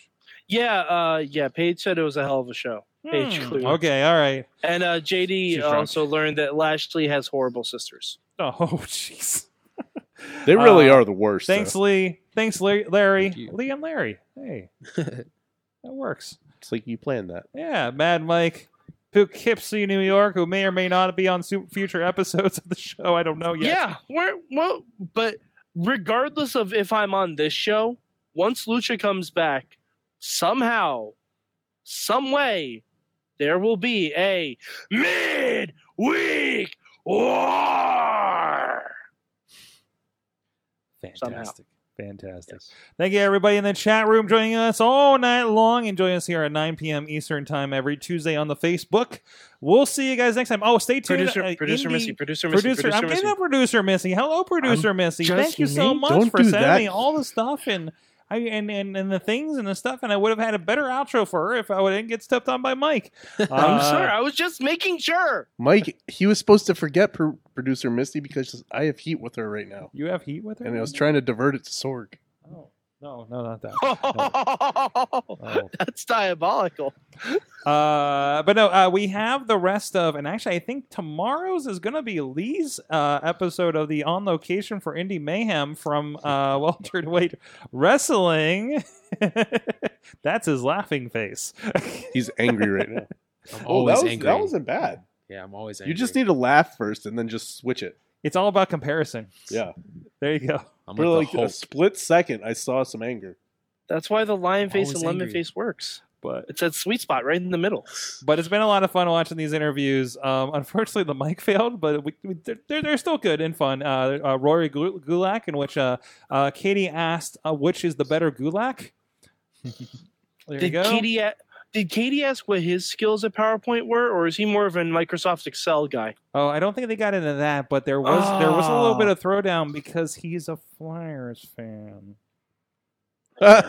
Speaker 4: Yeah, uh, yeah. Paige said it was a hell of a show. Paige
Speaker 2: Hmm.
Speaker 4: Clear.
Speaker 2: Okay, all right.
Speaker 4: And uh,
Speaker 2: She's
Speaker 4: JD
Speaker 2: drunk.
Speaker 4: also learned that Lashley has horrible sisters.
Speaker 2: Oh, jeez.
Speaker 3: They really
Speaker 2: Uh,
Speaker 3: are the worst.
Speaker 2: Thanks,
Speaker 3: though.
Speaker 2: Lee. Thanks, Larry. Larry.
Speaker 5: Thank you.
Speaker 2: Lee and Larry. Hey, that works.
Speaker 3: It's like you planned that.
Speaker 2: Yeah, Mad Mike, Poughkeepsie, New York, who may or may not be on su- future episodes of the show. I don't know yet.
Speaker 4: Yeah, we're well, but regardless of if I'm on this show, once Lucha comes back, somehow, some way, there will be a midweek war.
Speaker 2: Fantastic. Fantastic. Thank you, everybody in the chat room, joining us all night long. And join us here at 9 p.m. Eastern Time every Tuesday on the Facebook. We'll see you guys next time. Oh, stay tuned.
Speaker 4: Producer,
Speaker 2: uh,
Speaker 4: producer
Speaker 2: indie-
Speaker 4: Missy, producer Missy,
Speaker 2: Producer,
Speaker 4: producer
Speaker 2: I'm
Speaker 4: Missy.
Speaker 2: getting a producer Missy. Hello, producer Missy.
Speaker 4: just
Speaker 2: Thank you so
Speaker 4: me.
Speaker 2: much
Speaker 3: Don't
Speaker 2: for
Speaker 3: do
Speaker 2: sending
Speaker 3: that.
Speaker 2: me all the stuff and I and, and and the things and the stuff. And I would have had a better outro for her if I would not get stepped on by Mike.
Speaker 4: I'm
Speaker 2: Uh,
Speaker 4: sorry, I was just making sure.
Speaker 3: Mike, he was supposed to forget pr- producer Misty because I have heat with her right now,
Speaker 2: You have heat with her,
Speaker 3: and I was trying to divert it to Sorg.
Speaker 2: Oh, no, no, not that. Oh.
Speaker 4: That's diabolical.
Speaker 2: Uh, but no, uh, we have the rest of, and actually, I think tomorrow's is going to be Lee's uh, episode of the On Location for Indie Mayhem from uh, Welterweight Wrestling. That's his laughing face.
Speaker 3: He's angry right now. Oh,
Speaker 5: I'm always
Speaker 3: that was,
Speaker 5: angry.
Speaker 3: That wasn't bad.
Speaker 5: yeah, I'm always angry.
Speaker 3: You just need to laugh first and then just switch it.
Speaker 2: It's all about comparison.
Speaker 3: Yeah.
Speaker 2: There you go.
Speaker 5: I'm
Speaker 3: For like
Speaker 5: like
Speaker 3: uh,
Speaker 5: the
Speaker 3: a
Speaker 5: Hulk.
Speaker 3: split second, I saw some anger.
Speaker 4: That's why the lion face and
Speaker 5: Always
Speaker 4: lemon
Speaker 5: angry.
Speaker 4: face works.
Speaker 2: But
Speaker 4: It's that sweet spot right in the middle.
Speaker 2: but it's been a lot of fun watching these interviews. Um, unfortunately, the mic failed, but we, we, they're, they're they're still good and fun. Uh, uh, Rory Gul- Gulak, in which uh, uh, Katie asked, uh, which is the better Gulak? there you
Speaker 4: Did
Speaker 2: go.
Speaker 4: Katie, a- did Katie ask what his skills at PowerPoint were, or is he more of a Microsoft Excel guy?
Speaker 2: Oh, I don't think they got into that, but there was there was a little
Speaker 4: Ah.
Speaker 2: bit of throwdown because he's a Flyers fan.
Speaker 5: Uh,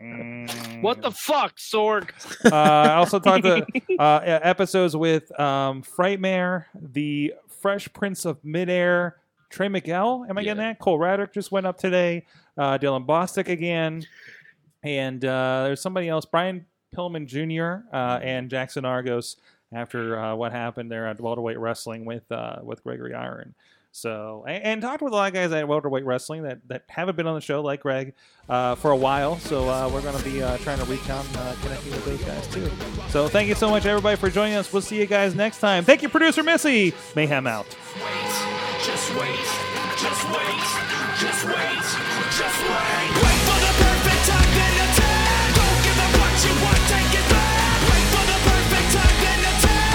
Speaker 2: Mm.
Speaker 4: What the fuck, Sorg?
Speaker 2: uh, I also talked to uh, episodes with um, Frightmare, the Fresh Prince of Midair, Trey Miguel. Am I getting
Speaker 5: Yeah.
Speaker 2: that? Cole Radrick just went up today. Uh, Dylan Bostic again, and uh, there's somebody else, Brian Pillman Jr. Uh, and Jackson Argos. After uh, what happened there at welterweight wrestling with uh, with Gregory Iron, so and, and talked with a lot of guys at welterweight wrestling that, that haven't been on the show like Greg uh, for a while. So uh, we're going to be uh, trying to reach out and uh, connecting with those guys too. So thank you so much, everybody, for joining us. We'll see you guys next time. Thank you, producer Missy. Mayhem out.
Speaker 1: wait, just wait, just wait, just wait, just wait. Wait for the perfect time then attack. Don't give up what you want, take it back. Wait for the perfect time then attack.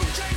Speaker 1: Just